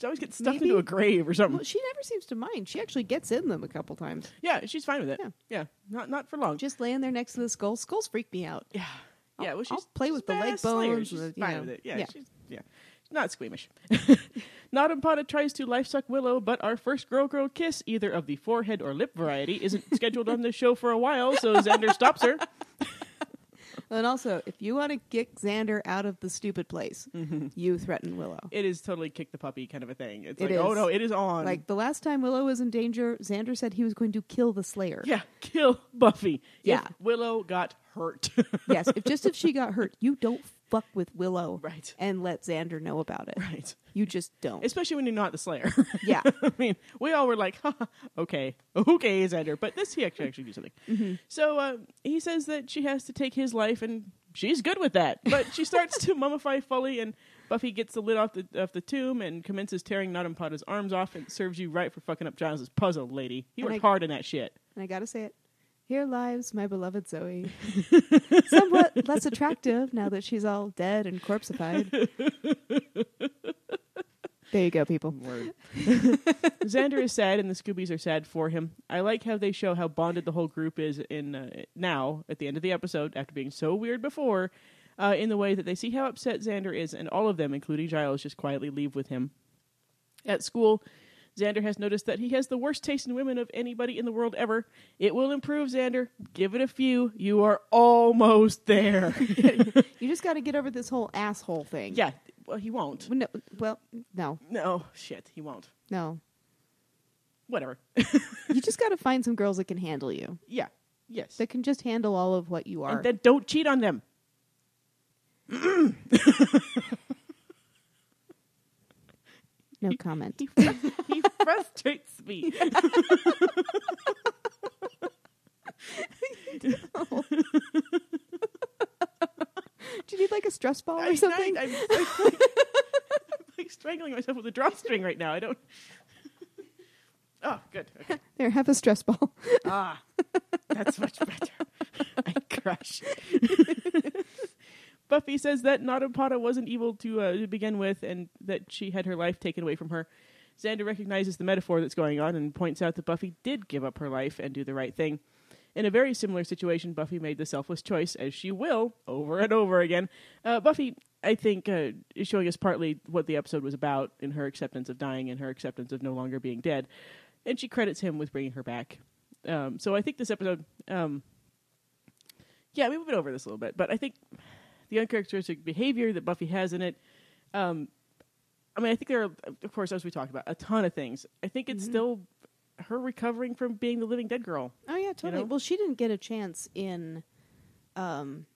[SPEAKER 1] She always gets stuffed
[SPEAKER 2] Maybe.
[SPEAKER 1] into a grave or something.
[SPEAKER 2] Well, she never seems to mind. She actually gets in them a couple times.
[SPEAKER 1] yeah, she's fine with it. Yeah,
[SPEAKER 2] Yeah.
[SPEAKER 1] not not for long.
[SPEAKER 2] Just laying there next to the skull. Skulls freak me out.
[SPEAKER 1] yeah, yeah. Well, she's,
[SPEAKER 2] I'll play
[SPEAKER 1] she's
[SPEAKER 2] with the
[SPEAKER 1] a
[SPEAKER 2] leg
[SPEAKER 1] badass slayer.
[SPEAKER 2] bones
[SPEAKER 1] She's
[SPEAKER 2] and the- you
[SPEAKER 1] fine
[SPEAKER 2] know,
[SPEAKER 1] with it. Yeah,
[SPEAKER 2] yeah.
[SPEAKER 1] she's yeah. She's Not squeamish. [laughs] Nadampata tries to life suck Willow, but our first girl girl kiss, either of the forehead
[SPEAKER 2] [laughs]
[SPEAKER 1] or lip variety, isn't scheduled on the show for a while, so Xander stops her.
[SPEAKER 2] And also, if you want to kick Xander out of the stupid place,
[SPEAKER 1] Mm-hmm.
[SPEAKER 2] you threaten Willow.
[SPEAKER 1] It is totally kick the puppy kind of a thing. It's
[SPEAKER 2] It
[SPEAKER 1] like, oh
[SPEAKER 2] is.
[SPEAKER 1] no, it is on.
[SPEAKER 2] Like the last time Willow was in danger, Xander said he was going to kill the Slayer.
[SPEAKER 1] yeah, kill Buffy. If
[SPEAKER 2] Yeah.
[SPEAKER 1] Willow got hurt.
[SPEAKER 2] [laughs]
[SPEAKER 1] [laughs]
[SPEAKER 2] yes, if just if she got hurt, you don't fuck with Willow
[SPEAKER 1] Right.
[SPEAKER 2] and let Xander know about it.
[SPEAKER 1] right.
[SPEAKER 2] You just
[SPEAKER 1] [laughs]
[SPEAKER 2] don't.
[SPEAKER 1] Especially when you're not the Slayer.
[SPEAKER 2] yeah.
[SPEAKER 1] [laughs] I mean, we all were like, ha, ha, okay, okay, Xander. But this, he actually actually do something.
[SPEAKER 2] Mm-hmm.
[SPEAKER 1] So uh, he says that she has to take his life, and she's good with that. But she starts to [laughs] mummify Foley, and Buffy gets the lid off the off the tomb and commences tearing Nadampada's arms off, and serves you right for fucking up Giles' puzzle, lady. He
[SPEAKER 2] And
[SPEAKER 1] worked
[SPEAKER 2] I-
[SPEAKER 1] hard on that shit.
[SPEAKER 2] And I gotta say it. Here lives my beloved
[SPEAKER 1] [laughs]
[SPEAKER 2] Zoe. Somewhat less attractive now that she's all dead and
[SPEAKER 1] [laughs]
[SPEAKER 2] corpseified. there you go, people.
[SPEAKER 1] Word. [laughs] Xander is sad, and the Scoobies are sad for him. I like how they show how bonded the whole group is in uh, now at the end of the episode after being so weird before, uh, in the way that they see how upset Xander is, and all of them, including Giles, just quietly leave with him. At school, Xander has noticed that he has the worst taste in women of anybody in the world ever. It will improve, Xander. Give it a few. You are almost there. [laughs]
[SPEAKER 2] You just gotta get over this whole asshole thing.
[SPEAKER 1] yeah. Well, he won't.
[SPEAKER 2] No, well, no,
[SPEAKER 1] No, shit, he won't.
[SPEAKER 2] no.
[SPEAKER 1] Whatever. [laughs]
[SPEAKER 2] You just gotta find some girls that can handle you.
[SPEAKER 1] yeah. Yes.
[SPEAKER 2] That can just handle all of what you are.
[SPEAKER 1] And then don't cheat on them.
[SPEAKER 2] no
[SPEAKER 1] [laughs]
[SPEAKER 2] comment.
[SPEAKER 1] He, frus- he frustrates me.
[SPEAKER 2] [laughs] Do you need like a stress ball
[SPEAKER 1] I'm,
[SPEAKER 2] or something?
[SPEAKER 1] I'm, I'm like, [laughs] I'm like strangling myself with a drawstring right now. I don't. [laughs] Oh, good. Okay.
[SPEAKER 2] There, have a
[SPEAKER 1] [laughs]
[SPEAKER 2] stress ball.
[SPEAKER 1] Ah, that's much better. [laughs] I crush. [laughs] Buffy says that Nadapada wasn't evil to, uh, to begin with and that she had her life taken away from her. Xander recognizes the metaphor that's going on and points out that Buffy did give up her life and do the right thing. In a very similar situation, Buffy made the selfless choice, as she will over and over again. Uh, Buffy, I think, uh, is showing us partly what the episode was about in her acceptance of dying and her acceptance of no longer being dead. And she credits him with bringing her back. Um, so I think this episode, um, yeah, we went over this a little bit, but I think the uncharacteristic behavior that Buffy has in it. Um, I mean, I think there are, of course, as we talked about, a ton of things. I think
[SPEAKER 2] Mm-hmm.
[SPEAKER 1] it's still her recovering from being the living dead girl.
[SPEAKER 2] Oh yeah, totally.
[SPEAKER 1] know?
[SPEAKER 2] Well, she didn't get a chance in um,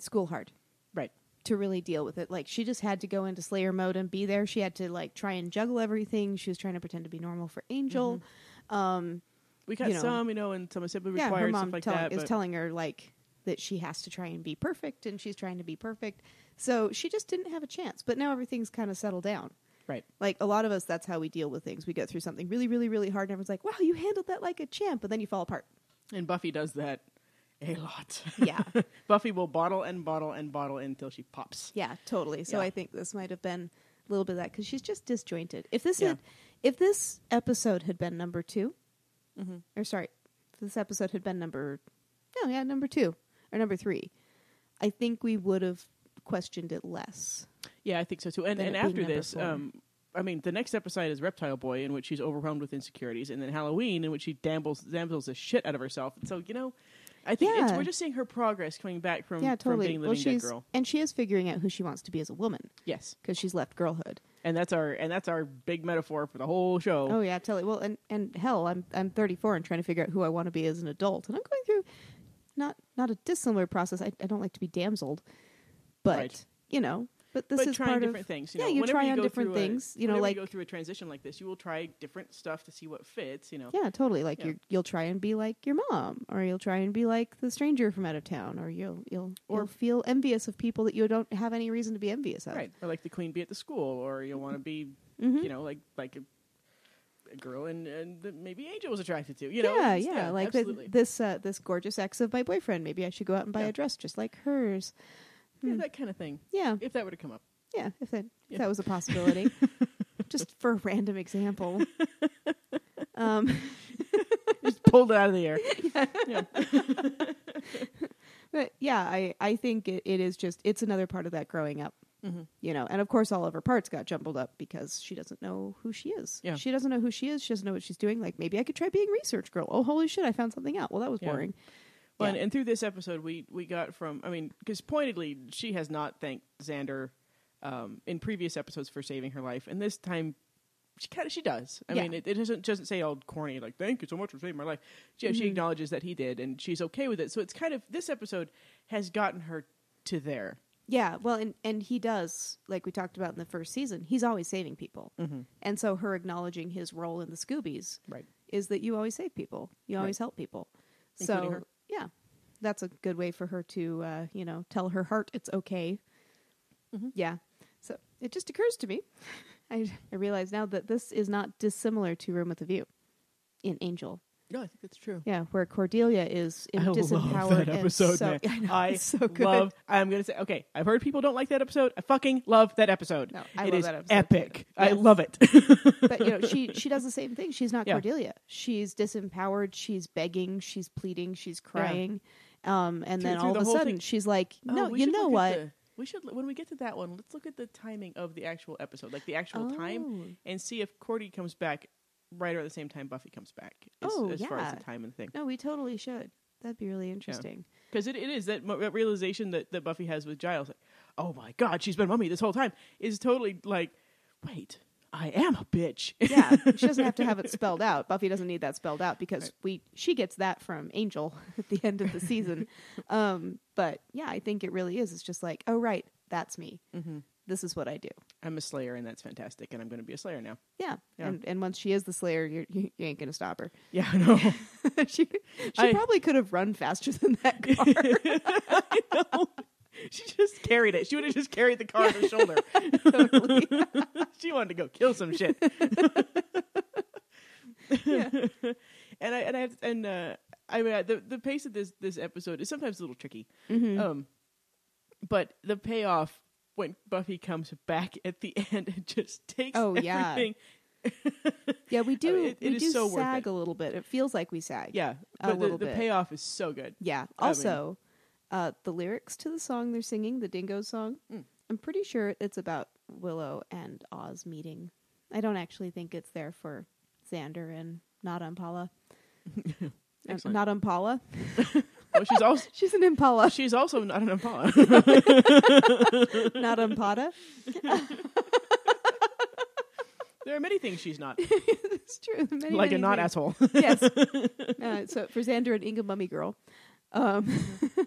[SPEAKER 2] School Hard
[SPEAKER 1] Right.
[SPEAKER 2] to really deal with it. Like she just had to go into Slayer mode and be there. She had to like try and juggle everything. She was trying to pretend to be normal for Angel.
[SPEAKER 1] Mm-hmm.
[SPEAKER 2] Um,
[SPEAKER 1] We got
[SPEAKER 2] You know.
[SPEAKER 1] some, you know, and some assembly
[SPEAKER 2] yeah,
[SPEAKER 1] required
[SPEAKER 2] her mom
[SPEAKER 1] stuff like
[SPEAKER 2] telling,
[SPEAKER 1] that.
[SPEAKER 2] is
[SPEAKER 1] but-
[SPEAKER 2] telling her like that she has to try and be perfect, and she's trying to be perfect. So she just didn't have a chance. But now everything's kind of settled down.
[SPEAKER 1] right.
[SPEAKER 2] Like a lot of us, that's how we deal with things. We go through something really, really, really hard, and everyone's like, "Wow, you handled that like a champ," but then you fall apart.
[SPEAKER 1] And Buffy does that a lot. [laughs]
[SPEAKER 2] Yeah.
[SPEAKER 1] Buffy will bottle and bottle and bottle until she pops.
[SPEAKER 2] Yeah, totally. So
[SPEAKER 1] Yeah.
[SPEAKER 2] I think this might have been a little bit of that because she's just disjointed. If this
[SPEAKER 1] Yeah.
[SPEAKER 2] had, if this episode had been number 2
[SPEAKER 1] Mm-hmm.
[SPEAKER 2] or sorry, if this episode had been number, no, yeah, number two or number three, I think we would have questioned it less.
[SPEAKER 1] Yeah, I think so too. And
[SPEAKER 2] Then
[SPEAKER 1] and
[SPEAKER 2] it being
[SPEAKER 1] after
[SPEAKER 2] number
[SPEAKER 1] this,
[SPEAKER 2] four.
[SPEAKER 1] um, I mean, the next episode is Reptile Boy, in which she's overwhelmed with insecurities, and then Halloween, in which she dambles damsels the shit out of herself. So you know, I think it's,
[SPEAKER 2] Yeah.
[SPEAKER 1] we're just seeing her progress coming back from
[SPEAKER 2] yeah,
[SPEAKER 1] from
[SPEAKER 2] totally.
[SPEAKER 1] being living
[SPEAKER 2] Well, she's
[SPEAKER 1] dead girl.
[SPEAKER 2] and she is figuring out who she wants to be as a woman
[SPEAKER 1] Yes,
[SPEAKER 2] because she's left girlhood.
[SPEAKER 1] and that's our and that's our big metaphor for the whole show.
[SPEAKER 2] Oh yeah, totally. Well, and and hell, I'm I'm 34 and trying to figure out who I want to be as an adult, and I'm going through not not a dissimilar process. I, I don't like to be damseled, but
[SPEAKER 1] Right.
[SPEAKER 2] you know, but this
[SPEAKER 1] but
[SPEAKER 2] is
[SPEAKER 1] trying
[SPEAKER 2] part
[SPEAKER 1] different
[SPEAKER 2] of
[SPEAKER 1] things. You
[SPEAKER 2] yeah,
[SPEAKER 1] know,
[SPEAKER 2] you
[SPEAKER 1] whenever
[SPEAKER 2] try on
[SPEAKER 1] go
[SPEAKER 2] different
[SPEAKER 1] through a-
[SPEAKER 2] things. you know,
[SPEAKER 1] whenever
[SPEAKER 2] like
[SPEAKER 1] you go through a transition like this, you will try different stuff to see what fits. You know,
[SPEAKER 2] yeah, totally. Like
[SPEAKER 1] Yeah.
[SPEAKER 2] you you'll try and be like your mom, or you'll try and be like the stranger from out of town, or you'll you'll
[SPEAKER 1] Or-
[SPEAKER 2] you'll feel envious of people that you don't have any reason to be envious of.
[SPEAKER 1] right? Or like the queen bee at the school, or you want to be,
[SPEAKER 2] Mhm.
[SPEAKER 1] you know, like like a, a girl and and that maybe Angel was attracted to. You know,
[SPEAKER 2] yeah,
[SPEAKER 1] It's-
[SPEAKER 2] yeah, Like th-
[SPEAKER 1] absolutely.
[SPEAKER 2] this uh, this gorgeous ex of my boyfriend. Maybe I should go out and buy
[SPEAKER 1] Yeah.
[SPEAKER 2] a dress just like hers.
[SPEAKER 1] yeah,
[SPEAKER 2] hmm.
[SPEAKER 1] that kind of thing.
[SPEAKER 2] Yeah.
[SPEAKER 1] If that were to come up,
[SPEAKER 2] Yeah, if that
[SPEAKER 1] Yeah.
[SPEAKER 2] if that was a
[SPEAKER 1] [laughs]
[SPEAKER 2] possibility. Just for a random example. um,
[SPEAKER 1] just pulled it out of the air. Yeah.
[SPEAKER 2] but yeah, I, I think it, it is just it's another part of that growing up.
[SPEAKER 1] Mhm.
[SPEAKER 2] You know, and of course all of her parts got jumbled up because she doesn't know who she is.
[SPEAKER 1] Yeah.
[SPEAKER 2] She doesn't know who she is, she doesn't know what she's doing. Like maybe I could try being research girl. Oh holy shit, I found something out. Well that was
[SPEAKER 1] Yeah.
[SPEAKER 2] boring.
[SPEAKER 1] Well,
[SPEAKER 2] Yeah.
[SPEAKER 1] and, and through this episode, we we got from I mean, because pointedly, she has not thanked Xander um, in previous episodes for saving her life, and this time she kind of she does. I
[SPEAKER 2] Yeah.
[SPEAKER 1] mean, it, it doesn't doesn't say all corny like "Thank you so much for saving my life." She, she acknowledges that he did, and she's okay with it. So it's kind of this episode has gotten her to there.
[SPEAKER 2] Yeah, well, and and he does like we talked about in the first season. He's always saving people, and so her acknowledging his role in the Scoobies
[SPEAKER 1] Mm-hmm. Right.
[SPEAKER 2] is that you always save people, you always help people.
[SPEAKER 1] Including
[SPEAKER 2] so
[SPEAKER 1] her.
[SPEAKER 2] yeah, that's a good way for her to uh, you know tell her heart it's okay.
[SPEAKER 1] Mm-hmm.
[SPEAKER 2] Yeah, so it just occurs to me, [laughs] I I realize now that this is not dissimilar to Room with a View, in Angel.
[SPEAKER 1] No, I think that's true.
[SPEAKER 2] Yeah, where Cordelia is in
[SPEAKER 1] I
[SPEAKER 2] disempowered
[SPEAKER 1] love that
[SPEAKER 2] and
[SPEAKER 1] episode,
[SPEAKER 2] so,
[SPEAKER 1] man.
[SPEAKER 2] Yeah, [laughs] I, know,
[SPEAKER 1] I [laughs]
[SPEAKER 2] it's so good.
[SPEAKER 1] love. I'm gonna say okay. I've heard people don't like that episode. I fucking love that episode.
[SPEAKER 2] No, I
[SPEAKER 1] It
[SPEAKER 2] love
[SPEAKER 1] is
[SPEAKER 2] that episode too.
[SPEAKER 1] epic. I
[SPEAKER 2] Yes.
[SPEAKER 1] love it. [laughs]
[SPEAKER 2] but you know she she does the same thing she's not
[SPEAKER 1] Yeah.
[SPEAKER 2] cordelia she's disempowered she's begging she's pleading she's crying um and
[SPEAKER 1] Through-
[SPEAKER 2] then
[SPEAKER 1] through
[SPEAKER 2] all
[SPEAKER 1] the
[SPEAKER 2] of a
[SPEAKER 1] whole
[SPEAKER 2] sudden
[SPEAKER 1] thing-
[SPEAKER 2] she's like
[SPEAKER 1] Oh,
[SPEAKER 2] no
[SPEAKER 1] we
[SPEAKER 2] you
[SPEAKER 1] should
[SPEAKER 2] know
[SPEAKER 1] look at
[SPEAKER 2] what
[SPEAKER 1] the- we should when we get to that one. Let's look at the timing of the actual episode, like the actual
[SPEAKER 2] Oh.
[SPEAKER 1] time, and see if Cordy comes back right around the same time Buffy comes back. As,
[SPEAKER 2] Oh,
[SPEAKER 1] as far as
[SPEAKER 2] yeah.
[SPEAKER 1] the time and thing,
[SPEAKER 2] no we totally should that'd be really
[SPEAKER 1] [laughs]
[SPEAKER 2] interesting
[SPEAKER 1] because it, it is that, mo- that realization that, that Buffy has with Giles, like, oh my god, she's been mummy this whole time, is totally like, wait, I am a bitch.
[SPEAKER 2] yeah, [laughs] she doesn't have to have it spelled out buffy doesn't need that spelled out because we she gets that from angel [laughs] at the end of
[SPEAKER 1] [laughs]
[SPEAKER 2] the season um but yeah i think it really is it's just like oh right that's me
[SPEAKER 1] Mm.
[SPEAKER 2] this is what i do
[SPEAKER 1] [laughs] I'm a Slayer, and that's fantastic, and I'm going to be a Slayer now.
[SPEAKER 2] yeah,
[SPEAKER 1] Yeah.
[SPEAKER 2] And, and once she is the slayer you're, you, you ain't gonna stop her
[SPEAKER 1] Yeah, I know.
[SPEAKER 2] [laughs] she she
[SPEAKER 1] I-
[SPEAKER 2] probably could have run faster than
[SPEAKER 1] [laughs]
[SPEAKER 2] that car.
[SPEAKER 1] I know. She just carried it. She would have just carried the car on her [laughs] shoulder.
[SPEAKER 2] totally.
[SPEAKER 1] [laughs] she wanted to go kill some shit. and I and I and uh, I mean I- the the pace of this this episode is sometimes a little tricky.
[SPEAKER 2] Oh,
[SPEAKER 1] Um, but the payoff when Buffy comes back at the [laughs] end and just takes
[SPEAKER 2] Oh, yeah.
[SPEAKER 1] everything. [laughs]
[SPEAKER 2] Yeah, we do.
[SPEAKER 1] Oh, it- it
[SPEAKER 2] we
[SPEAKER 1] is
[SPEAKER 2] do
[SPEAKER 1] so worth
[SPEAKER 2] sag
[SPEAKER 1] it.
[SPEAKER 2] a little bit. It feels like we sag.
[SPEAKER 1] Yeah,
[SPEAKER 2] A
[SPEAKER 1] but the,
[SPEAKER 2] little
[SPEAKER 1] the
[SPEAKER 2] bit.
[SPEAKER 1] payoff is so good.
[SPEAKER 2] Yeah.
[SPEAKER 1] I mean-
[SPEAKER 2] Also, uh, the lyrics to the song they're singing, the Dingo song,
[SPEAKER 1] Mm.
[SPEAKER 2] I'm pretty sure it's about Willow and Oz meeting. I don't actually think it's there for Xander and
[SPEAKER 1] [laughs]
[SPEAKER 2] not Impala. Um,
[SPEAKER 1] Excellent.
[SPEAKER 2] not Impala. [laughs]
[SPEAKER 1] Well, she's also
[SPEAKER 2] She's an Impala, [laughs]
[SPEAKER 1] she's also not an Impala.
[SPEAKER 2] not Impala.
[SPEAKER 1] there are many things she's not,
[SPEAKER 2] [laughs] it's true. [laughs] Many,
[SPEAKER 1] like a
[SPEAKER 2] many
[SPEAKER 1] not
[SPEAKER 2] things.
[SPEAKER 1] asshole. [laughs]
[SPEAKER 2] yes. Uh, so for Xander and Inga Mummy Girl. Um,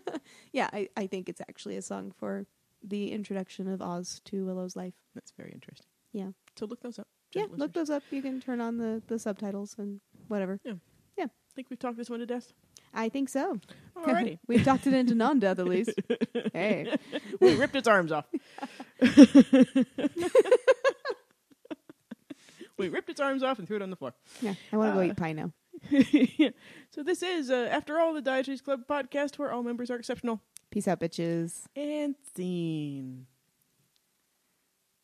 [SPEAKER 2] [laughs] yeah, I, I think it's actually a song for the introduction of Oz to Willow's life.
[SPEAKER 1] That's very interesting.
[SPEAKER 2] Yeah.
[SPEAKER 1] So look those up.
[SPEAKER 2] Yeah,
[SPEAKER 1] gentle
[SPEAKER 2] look
[SPEAKER 1] listeners.
[SPEAKER 2] those up. You can turn on the, the subtitles and whatever.
[SPEAKER 1] I think we've talked this one to
[SPEAKER 2] [laughs]
[SPEAKER 1] death.
[SPEAKER 2] I think so.
[SPEAKER 1] Alrighty.
[SPEAKER 2] [laughs] We've talked it into non death at least. Hey.
[SPEAKER 1] we ripped its arms off. [laughs] we ripped its arms off and threw it on the
[SPEAKER 2] [laughs]
[SPEAKER 1] floor. [laughs]
[SPEAKER 2] Yeah, I want
[SPEAKER 1] Uh,
[SPEAKER 2] to go eat pie now.
[SPEAKER 1] So this is, uh, after all, the Dietaries Club podcast where all members are exceptional
[SPEAKER 2] Peace out, bitches.
[SPEAKER 1] and seen.